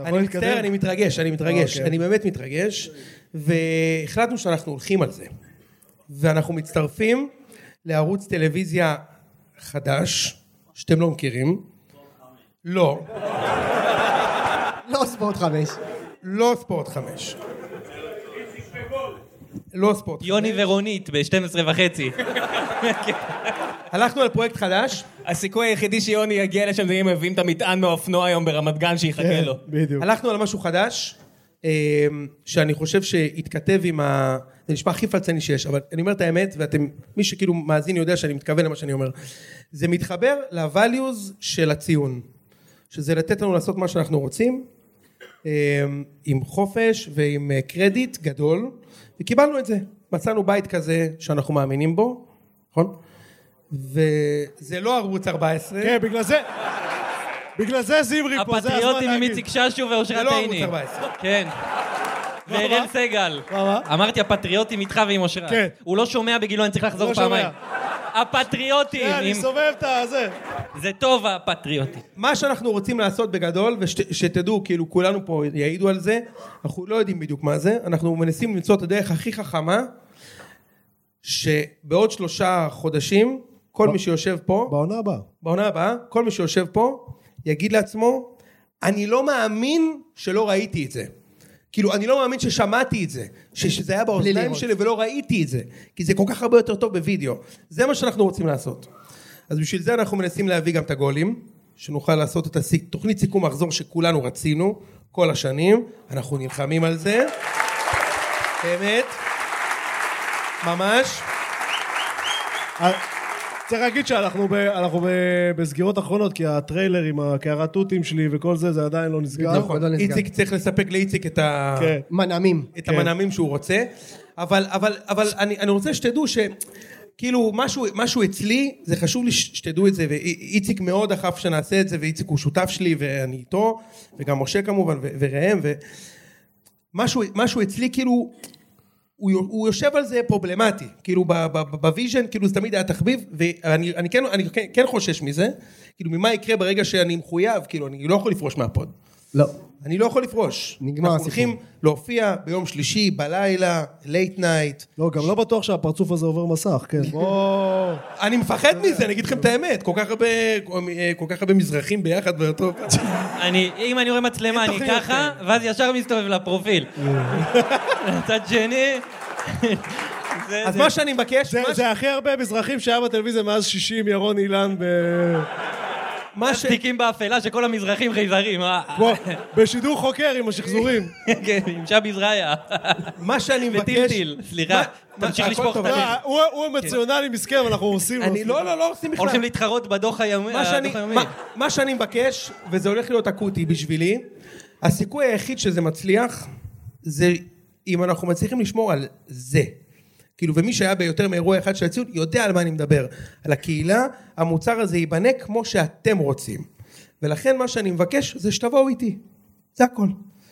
[SPEAKER 1] אני
[SPEAKER 4] להתקדם?
[SPEAKER 1] מצטער, אני מתרגש, אני מתרגש,
[SPEAKER 4] אוקיי.
[SPEAKER 1] אני באמת מתרגש, והחלטנו שאנחנו הולכים על זה. ואנחנו מצטרפים לערוץ טלוויזיה חדש, שאתם לא מכירים. לא.
[SPEAKER 3] לא ספורט חמש.
[SPEAKER 1] לא ספורט חמש. לא ספורט.
[SPEAKER 2] יוני ורונית ב-12 וחצי.
[SPEAKER 1] הלכנו על פרויקט חדש.
[SPEAKER 4] כאילו.
[SPEAKER 5] הסיכוי היחידי שיוני יגיע לשם זה אם הם מביאים את המטען מהאופנוע היום ברמת גן שיחכה לו.
[SPEAKER 1] בדיוק. הלכנו על משהו חדש, אה, שאני חושב שהתכתב עם ה... זה נשמע הכי פלצני שיש, אבל אני אומר את האמת, ואתם, מי שכאילו מאזין יודע שאני מתכוון למה שאני אומר. זה מתחבר ל-values של הציון, שזה לתת לנו לעשות מה שאנחנו רוצים, אה, עם חופש ועם אה, קרדיט גדול, וקיבלנו את זה. מצאנו בית כזה שאנחנו מאמינים בו, נכון? וזה לא ערוץ 14.
[SPEAKER 4] כן, בגלל זה... בגלל זה זמרי פה, זה הזמן
[SPEAKER 2] הפטריוטים עם איציק ששו
[SPEAKER 1] זה
[SPEAKER 2] ואושרת
[SPEAKER 1] לא
[SPEAKER 2] עיני.
[SPEAKER 1] ערוץ 14.
[SPEAKER 2] כן. ואראל סגל. אמרתי הפטריוטים איתך ועם אושרת.
[SPEAKER 4] כן.
[SPEAKER 2] הוא לא שומע בגילו, אני צריך לחזור
[SPEAKER 4] לא שומע.
[SPEAKER 2] פעמיים. הפטריוטים.
[SPEAKER 4] כן, אני
[SPEAKER 2] עם-
[SPEAKER 4] סובב את הזה.
[SPEAKER 2] זה טוב הפטריוטים.
[SPEAKER 1] מה שאנחנו רוצים לעשות בגדול, ושתדעו, כאילו כולנו פה יעידו על זה, אנחנו לא יודעים בדיוק מה זה, אנחנו מנסים למצוא את הדרך הכי חכמה, שבעוד שלושה חודשים, כל מי שיושב פה,
[SPEAKER 4] בעונה הבאה,
[SPEAKER 1] בעונה הבאה, כל מי שיושב פה, יגיד לעצמו, אני לא מאמין שלא ראיתי את זה. כאילו, אני לא מאמין ששמעתי את זה, ש- שזה היה באוזניים
[SPEAKER 41] לראות.
[SPEAKER 1] שלי ולא ראיתי את זה, כי זה כל כך הרבה יותר טוב בווידאו. זה מה שאנחנו רוצים לעשות. אז בשביל זה אנחנו מנסים להביא גם את הגולים, שנוכל לעשות את הסי- תוכנית סיכום מחזור שכולנו רצינו כל השנים, אנחנו נלחמים על זה. באמת. ממש.
[SPEAKER 4] צריך להגיד שאנחנו ב, אנחנו ב, בסגירות אחרונות, כי הטריילר עם הקערת תותים שלי וכל זה, זה עדיין לא נסגר.
[SPEAKER 1] נכון, איציק צריך לספק לאיציק את ה...
[SPEAKER 4] כן.
[SPEAKER 1] מנעמים. את
[SPEAKER 4] כן.
[SPEAKER 1] המנעמים שהוא רוצה. אבל, אבל, אבל אני, אני רוצה שתדעו ש... כאילו, משהו, משהו אצלי, זה חשוב לי ש- שתדעו את זה, ואיציק מאוד דחף שנעשה את זה, ואיציק הוא שותף שלי, ואני איתו, וגם משה כמובן, ו- וראם, ומשהו משהו אצלי, כאילו, הוא, יו- הוא יושב על זה פרובלמטי, כאילו ב- ב- ב- בוויז'ן, כאילו זה תמיד היה תחביב, ואני אני כן, אני כן, כן חושש מזה, כאילו ממה יקרה ברגע שאני מחויב, כאילו אני לא יכול לפרוש מהפוד.
[SPEAKER 3] לא.
[SPEAKER 1] אני לא יכול לפרוש.
[SPEAKER 3] נגמר
[SPEAKER 1] אנחנו
[SPEAKER 3] הסיפור.
[SPEAKER 1] הולכים להופיע ביום שלישי, בלילה, לייט נייט.
[SPEAKER 4] לא, גם לא בטוח שהפרצוף הזה עובר מסך, כן. בואו...
[SPEAKER 1] אני מפחד מזה, אני אגיד לכם את האמת, כל כך הרבה, כל כך הרבה מזרחים ביחד
[SPEAKER 4] <laughs>
[SPEAKER 1] באותו...
[SPEAKER 2] אני, אם אני רואה מצלמה, אני
[SPEAKER 1] תוכניות
[SPEAKER 2] ככה, ואז ישר מסתובב לפרופיל. <laughs> מצד שני... זה-
[SPEAKER 4] אז
[SPEAKER 2] זה-
[SPEAKER 4] מה שאני
[SPEAKER 1] מבקש...
[SPEAKER 4] זה הכי הרבה מזרחים שהיה בטלוויזיה מאז 60, ירון אילן ב...
[SPEAKER 1] מה
[SPEAKER 2] ש... תיקים באפלה שכל המזרחים חייזרים, אה?
[SPEAKER 4] בשידור חוקר עם השחזורים.
[SPEAKER 2] כן, עם שבי זרעיה.
[SPEAKER 1] <laughs> מה שאני מבקש...
[SPEAKER 2] וטילטיל, סליחה.
[SPEAKER 4] מה-
[SPEAKER 2] תמשיך
[SPEAKER 4] הכל
[SPEAKER 2] לשפוך
[SPEAKER 4] טוב.
[SPEAKER 2] את המיל.
[SPEAKER 4] לא, הוא- הוא אמוציונלי מסכן, אבל אנחנו עושים...
[SPEAKER 1] אני לא, לא, לא עושים בכלל.
[SPEAKER 2] הולכים להתחרות בדוח היומי.
[SPEAKER 1] מה שאני, מה, מה שאני מבקש, וזה הולך להיות אקוטי בשבילי, הסיכוי היחיד שזה מצליח, זה אם אנחנו מצליחים לשמור על זה. כאילו, ומי שהיה ביותר מאירוע אחד של הציוד, יודע על מה אני מדבר. על הקהילה, המוצר הזה ייבנה כמו שאתם רוצים. ולכן מה שאני מבקש זה שתבואו איתי. זה הכל.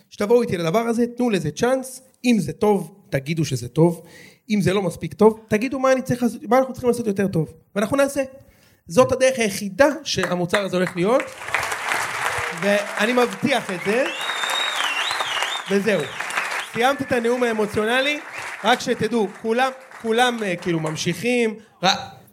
[SPEAKER 1] שתבואו איתי לדבר הזה, תנו לזה צ'אנס, אם זה טוב, תגידו שזה טוב, אם זה לא מספיק טוב, תגידו מה, אני צריך, לעשות- מה אנחנו צריכים לעשות יותר טוב, ואנחנו נעשה. זאת הדרך היחידה שהמוצר הזה הולך להיות, ואני מבטיח את זה, וזהו. סיימתי את הנאום האמוציונלי, רק שתדעו, כולם, כולם אה, כאילו ממשיכים, ר-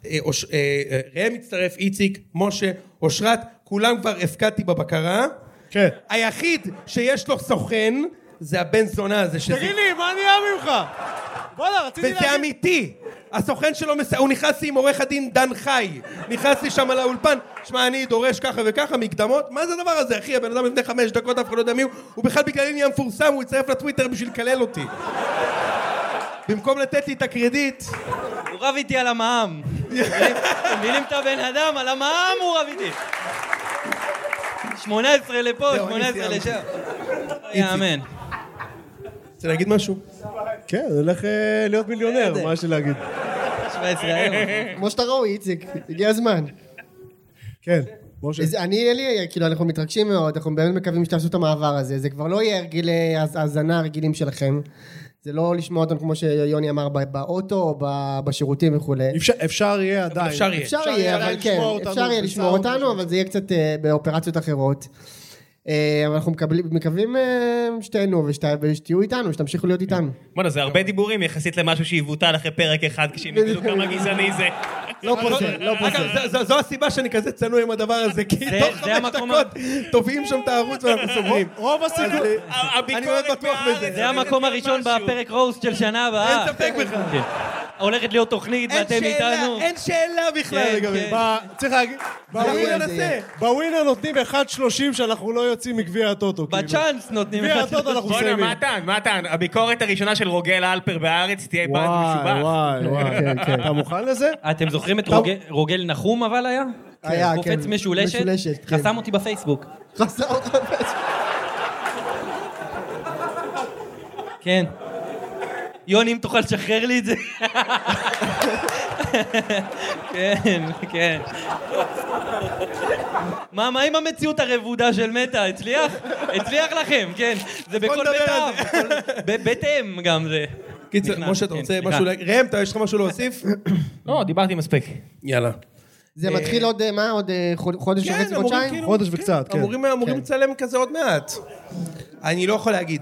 [SPEAKER 1] אה, אוש- אה, אה, ראם מצטרף, איציק, משה, אושרת, כולם כבר הפקדתי בבקרה.
[SPEAKER 4] כן.
[SPEAKER 1] היחיד שיש לו סוכן, זה הבן זונה הזה שזה...
[SPEAKER 4] תגיד לי, מה נהיה ממך? וואלה, רציתי
[SPEAKER 1] וזה
[SPEAKER 4] להגיד...
[SPEAKER 1] אמיתי. הסוכן שלו, מס... הוא נכנס לי עם עורך הדין דן חי. נכנס לי שם לאולפן, שמע, אני דורש ככה וככה, מקדמות. מה זה הדבר הזה, אחי? הבן אדם לפני חמש דקות, אף אחד לא יודע מי הוא. הוא בכלל בגללי נהיה מפורסם, הוא הצטרף לטוויטר בשביל לקלל אותי. במקום לתת לי את הקרדיט...
[SPEAKER 2] הוא רב איתי על
[SPEAKER 4] <laughs>
[SPEAKER 2] המע"מ. אתם מבינים את הבן אדם? על המע"מ הוא רב איתי. 18 לפה, 18 לשם. לא יאמן.
[SPEAKER 1] רוצה להגיד משהו?
[SPEAKER 4] כן, זה הולך אה, להיות מיליונר, מה יש לי להגיד?
[SPEAKER 2] 17 היום.
[SPEAKER 3] כמו שאתה רואה, איציק, הגיע הזמן.
[SPEAKER 4] כן, משה.
[SPEAKER 3] אז אני, אין לי, כאילו, אנחנו מתרגשים מאוד, אנחנו באמת מקווים שתעשו את המעבר הזה. זה כבר לא יהיה הרגלי האז- האזנה הרגילים שלכם. זה לא לשמוע אותם כמו שיוני אמר בא- באוטו או ב- בשירותים וכולי.
[SPEAKER 4] אפשר- אפשר יהיה עדיין.
[SPEAKER 3] אפשר יהיה, אבל
[SPEAKER 4] עדיין
[SPEAKER 3] כן,
[SPEAKER 4] לשמוע אותנו
[SPEAKER 3] אפשר יהיה לשמור
[SPEAKER 4] בסאונד.
[SPEAKER 3] אותנו, אבל זה יהיה קצת אה, באופרציות אחרות. אה, אבל אנחנו מקבלים- מקווים אה, שתהנו ושת- ושתהיו איתנו, שתמשיכו להיות איתנו.
[SPEAKER 10] בואנה, זה הרבה דיבורים יחסית למשהו שיבוטל אחרי פרק אחד, כשנגדו כמה גזעני זה.
[SPEAKER 3] לא
[SPEAKER 10] פוסל, לא פוסל.
[SPEAKER 1] אגב, ז- ז- זו הסיבה שאני כזה צנוע עם הדבר הזה, כי
[SPEAKER 10] זה-
[SPEAKER 1] תוך
[SPEAKER 10] זה
[SPEAKER 1] חמש
[SPEAKER 10] המקום
[SPEAKER 1] דקות תובעים שם את הערוץ ואנחנו סוגרים.
[SPEAKER 4] רוב
[SPEAKER 1] הסיכוי...
[SPEAKER 4] אה,
[SPEAKER 1] אני מאוד בטוח בזה.
[SPEAKER 2] זה המקום הראשון בפרק רוסט של שנה הבאה.
[SPEAKER 1] אין ספק בכלל.
[SPEAKER 2] כן. הולכת להיות תוכנית
[SPEAKER 1] אין
[SPEAKER 2] ואתם
[SPEAKER 1] שאלה,
[SPEAKER 2] איתנו.
[SPEAKER 1] אין שאלה
[SPEAKER 2] כן,
[SPEAKER 1] בכלל לגבי...
[SPEAKER 2] כן.
[SPEAKER 4] ב- צריך להגיד, בווינר בווינר נותנים 1.30 שאנחנו לא יוצאים מגביע הטוטו. כאילו.
[SPEAKER 2] בצ'אנס נותנים
[SPEAKER 4] גביע הטוטו לא, אנחנו
[SPEAKER 10] בואנה,
[SPEAKER 4] מסיימים.
[SPEAKER 10] מה טען? מה טען? הביקורת הראשונה של רוגל אלפר בהארץ תהיה בית משובח.
[SPEAKER 4] כן, אתה מוכן לזה?
[SPEAKER 2] אתם זוכרים את רוגל- רוגל נחום אבל היה?
[SPEAKER 10] היה,
[SPEAKER 2] הוא
[SPEAKER 10] כן.
[SPEAKER 2] קופץ משולשת?
[SPEAKER 10] משולשת, כן.
[SPEAKER 2] חסם אותי בפייסבוק.
[SPEAKER 3] חסם אותך בפייסבוק.
[SPEAKER 2] כן. יוני, אם תוכל לשחרר לי את זה. כן, כן. מה, מה עם המציאות הרבודה של מטא? הצליח? הצליח לכם, כן. זה בכל בית אב. ב- בית אם גם זה.
[SPEAKER 1] קיצר,
[SPEAKER 2] נכנס,
[SPEAKER 1] משה, אתה
[SPEAKER 2] כן,
[SPEAKER 1] רוצה
[SPEAKER 2] סליחה.
[SPEAKER 1] משהו... לה- ראם, אתה- יש לך משהו להוסיף?
[SPEAKER 10] לא, דיברתי מספיק.
[SPEAKER 1] יאללה.
[SPEAKER 3] זה
[SPEAKER 1] אה,
[SPEAKER 3] מתחיל עוד, אה, מה, עוד אה, חוד- חודש וחצי,
[SPEAKER 1] אמורים
[SPEAKER 3] חודשיים?
[SPEAKER 1] כאילו- אמורים אמורים לצלם כזה עוד מעט. אני לא יכול להגיד.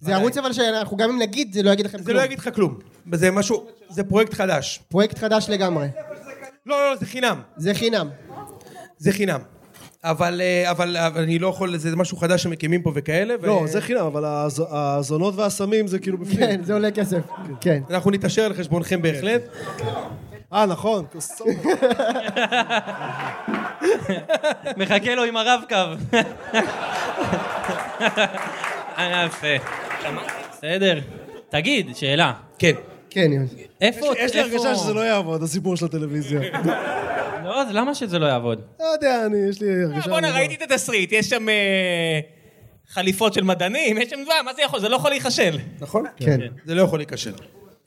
[SPEAKER 3] זה ערוץ אבל שאנחנו גם אם נגיד, זה לא יגיד לכם כלום.
[SPEAKER 1] אה. זה לא יגיד לך כלום. זה משהו... זה פרויקט חדש.
[SPEAKER 3] פרויקט חדש לגמרי.
[SPEAKER 1] לא, לא, זה חינם.
[SPEAKER 3] זה חינם.
[SPEAKER 1] זה חינם. אבל, אה, אבל, אבל אני לא יכול, זה משהו חדש שמקימים פה וכאלה. ו-
[SPEAKER 4] לא, זה חינם, אבל הז- הזונות והסמים זה כאילו בפנים.
[SPEAKER 3] כן, זה עולה כסף. כן.
[SPEAKER 1] אנחנו נתעשר על חשבונכם בהחלט.
[SPEAKER 4] אה, נכון, כוסומת.
[SPEAKER 2] מחכה לו עם הרב-קו. אה, יפה. בסדר. תגיד, שאלה.
[SPEAKER 42] כן.
[SPEAKER 3] כן,
[SPEAKER 2] איפה...
[SPEAKER 4] יש
[SPEAKER 2] איפה-
[SPEAKER 4] לי הרגשה שזה לא יעבוד, הסיפור של הטלוויזיה.
[SPEAKER 10] כן.
[SPEAKER 2] לא, אז למה שזה לא יעבוד?
[SPEAKER 4] לא יודע, אני, יש לי הרגשה...
[SPEAKER 10] אה, בואנה, ראיתי את התסריט, יש שם אה, חליפות של מדענים, יש שם דבר, מה זה יכול? זה לא יכול להיכשל.
[SPEAKER 1] נכון? כן. זה לא יכול להיכשל.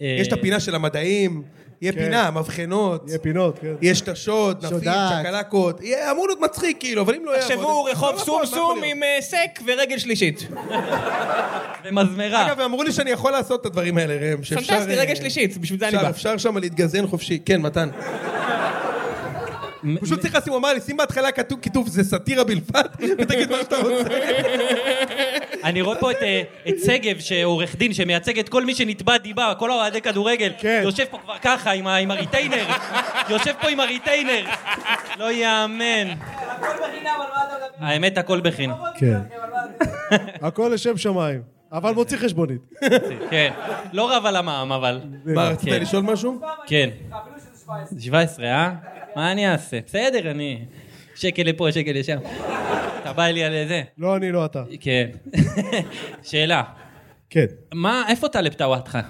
[SPEAKER 2] אה,
[SPEAKER 1] יש את הפינה של המדעים, יהיה
[SPEAKER 42] כן.
[SPEAKER 1] פינה, מבחנות. יהיה
[SPEAKER 4] פינות, כן.
[SPEAKER 1] יש את השוד, נפיץ,
[SPEAKER 10] שודד.
[SPEAKER 1] צ'קלקות. יהיה אמור להיות מצחיק, כאילו, אבל אם לא יעבוד...
[SPEAKER 10] תחשבו,
[SPEAKER 1] אז-
[SPEAKER 10] רחוב
[SPEAKER 1] לא נכון, מה יכול
[SPEAKER 10] סומסום עם אה, סק ורגל שלישית.
[SPEAKER 2] ומזמרה.
[SPEAKER 1] אגב, אמרו לי שאני יכול לעשות את הדברים האלה, ראם. שאפשר,
[SPEAKER 10] פנטסטי,
[SPEAKER 1] אה,
[SPEAKER 10] רגל שלישית, בשביל זה אני
[SPEAKER 1] אפשר-
[SPEAKER 10] בא.
[SPEAKER 1] אפשר שם להתגזען חופשי. כן, מתן. פשוט צריך לשים, הוא אמר לי, שים בהתחלה כתוב, כיתוב, זה סאטירה
[SPEAKER 10] <laughs>
[SPEAKER 1] בלבד, ותגיד מה שאתה רוצה.
[SPEAKER 10] כן.
[SPEAKER 2] אני רואה פה את, אה, את שגב, שעורך דין, שמייצג את כל מי שנתבע דיבה, כל האוהדי כדורגל. כן. יושב פה כבר ככה עם, ה, עם הריטיינר. יושב פה עם הריטיינר. לא יאמן. האמת, הכל בחינם.
[SPEAKER 4] כן. הכל לשם שמיים, אבל מוציא חשבונית.
[SPEAKER 2] כן. לא רב על המע"מ, אבל.
[SPEAKER 4] מה, רצית
[SPEAKER 2] כן.
[SPEAKER 4] לשאול משהו?
[SPEAKER 2] כן. 17, אה? מה אני אעשה? בסדר, אני... שקל לפה, שקל לשם. אתה בא לי על זה.
[SPEAKER 4] לא אני, לא אתה.
[SPEAKER 2] כן. <laughs> שאלה.
[SPEAKER 4] כן.
[SPEAKER 2] מה, איפה טלב טוואטחה?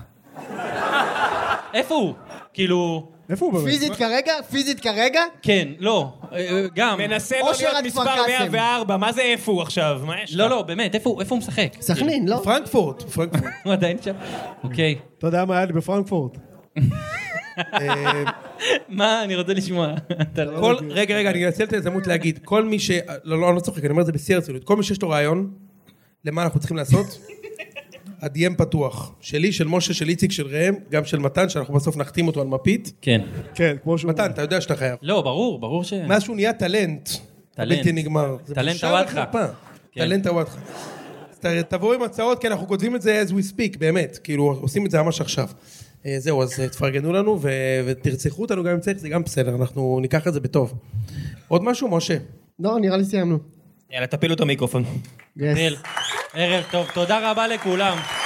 [SPEAKER 2] איפה הוא? כאילו...
[SPEAKER 4] איפה הוא
[SPEAKER 3] פיזית כרגע? פיזית כרגע?
[SPEAKER 2] כן, לא, אה, גם.
[SPEAKER 10] מנסה לא להיות מספר 104, מה זה איפה הוא עכשיו? מה יש?
[SPEAKER 2] לא, לא, באמת, איפה הוא איפה הוא משחק? <laughs>
[SPEAKER 3] סכנין, לא?
[SPEAKER 1] פרנקפורט, פרנקפורט.
[SPEAKER 2] הוא עדיין שם? אוקיי. <laughs>
[SPEAKER 4] אתה יודע מה היה לי בפרנקפורט?
[SPEAKER 2] מה, אני רוצה לשמוע. <laughs> אתה לא-
[SPEAKER 1] כל, רגע, רגע, אני אנצל את ההזדמנות להגיד, כל מי ש... לא, לא, אני לא צוחק, אני אומר את זה בשיא הרצינות. כל מי שיש לו רעיון, למה אנחנו צריכים
[SPEAKER 10] <laughs>
[SPEAKER 1] לעשות, ה-DM פתוח. שלי, של משה, של איציק, של ראם, גם של מתן, שאנחנו בסוף נחתים אותו על מפית.
[SPEAKER 2] כן.
[SPEAKER 4] כן, כמו שהוא...
[SPEAKER 1] מתן, אתה יודע שאתה חייב.
[SPEAKER 2] לא, ברור, ברור ש...
[SPEAKER 1] מאז שהוא נהיה טלנט,
[SPEAKER 2] טלנט.
[SPEAKER 1] בלתי נגמר. זה
[SPEAKER 2] טלנט
[SPEAKER 1] בושה
[SPEAKER 2] הוואטחה.
[SPEAKER 1] וחרפה.
[SPEAKER 2] כן.
[SPEAKER 1] טלנט הוואטחה. אז ת- תבואו עם הצעות, כי אנחנו כותבים את זה as we speak, באמת. כאילו, עושים את זה ממש עכשיו. אה, זהו, אז אה, תפרגנו לנו ו- ותרצחו אותנו גם אם צריך, זה גם בסדר, אנחנו ניקח את זה בטוב. עוד משהו, משה?
[SPEAKER 3] לא, נראה לי סיימנו.
[SPEAKER 10] יאללה, תפילו את המיקרופון.
[SPEAKER 2] נל. ערב טוב, תודה רבה לכולם.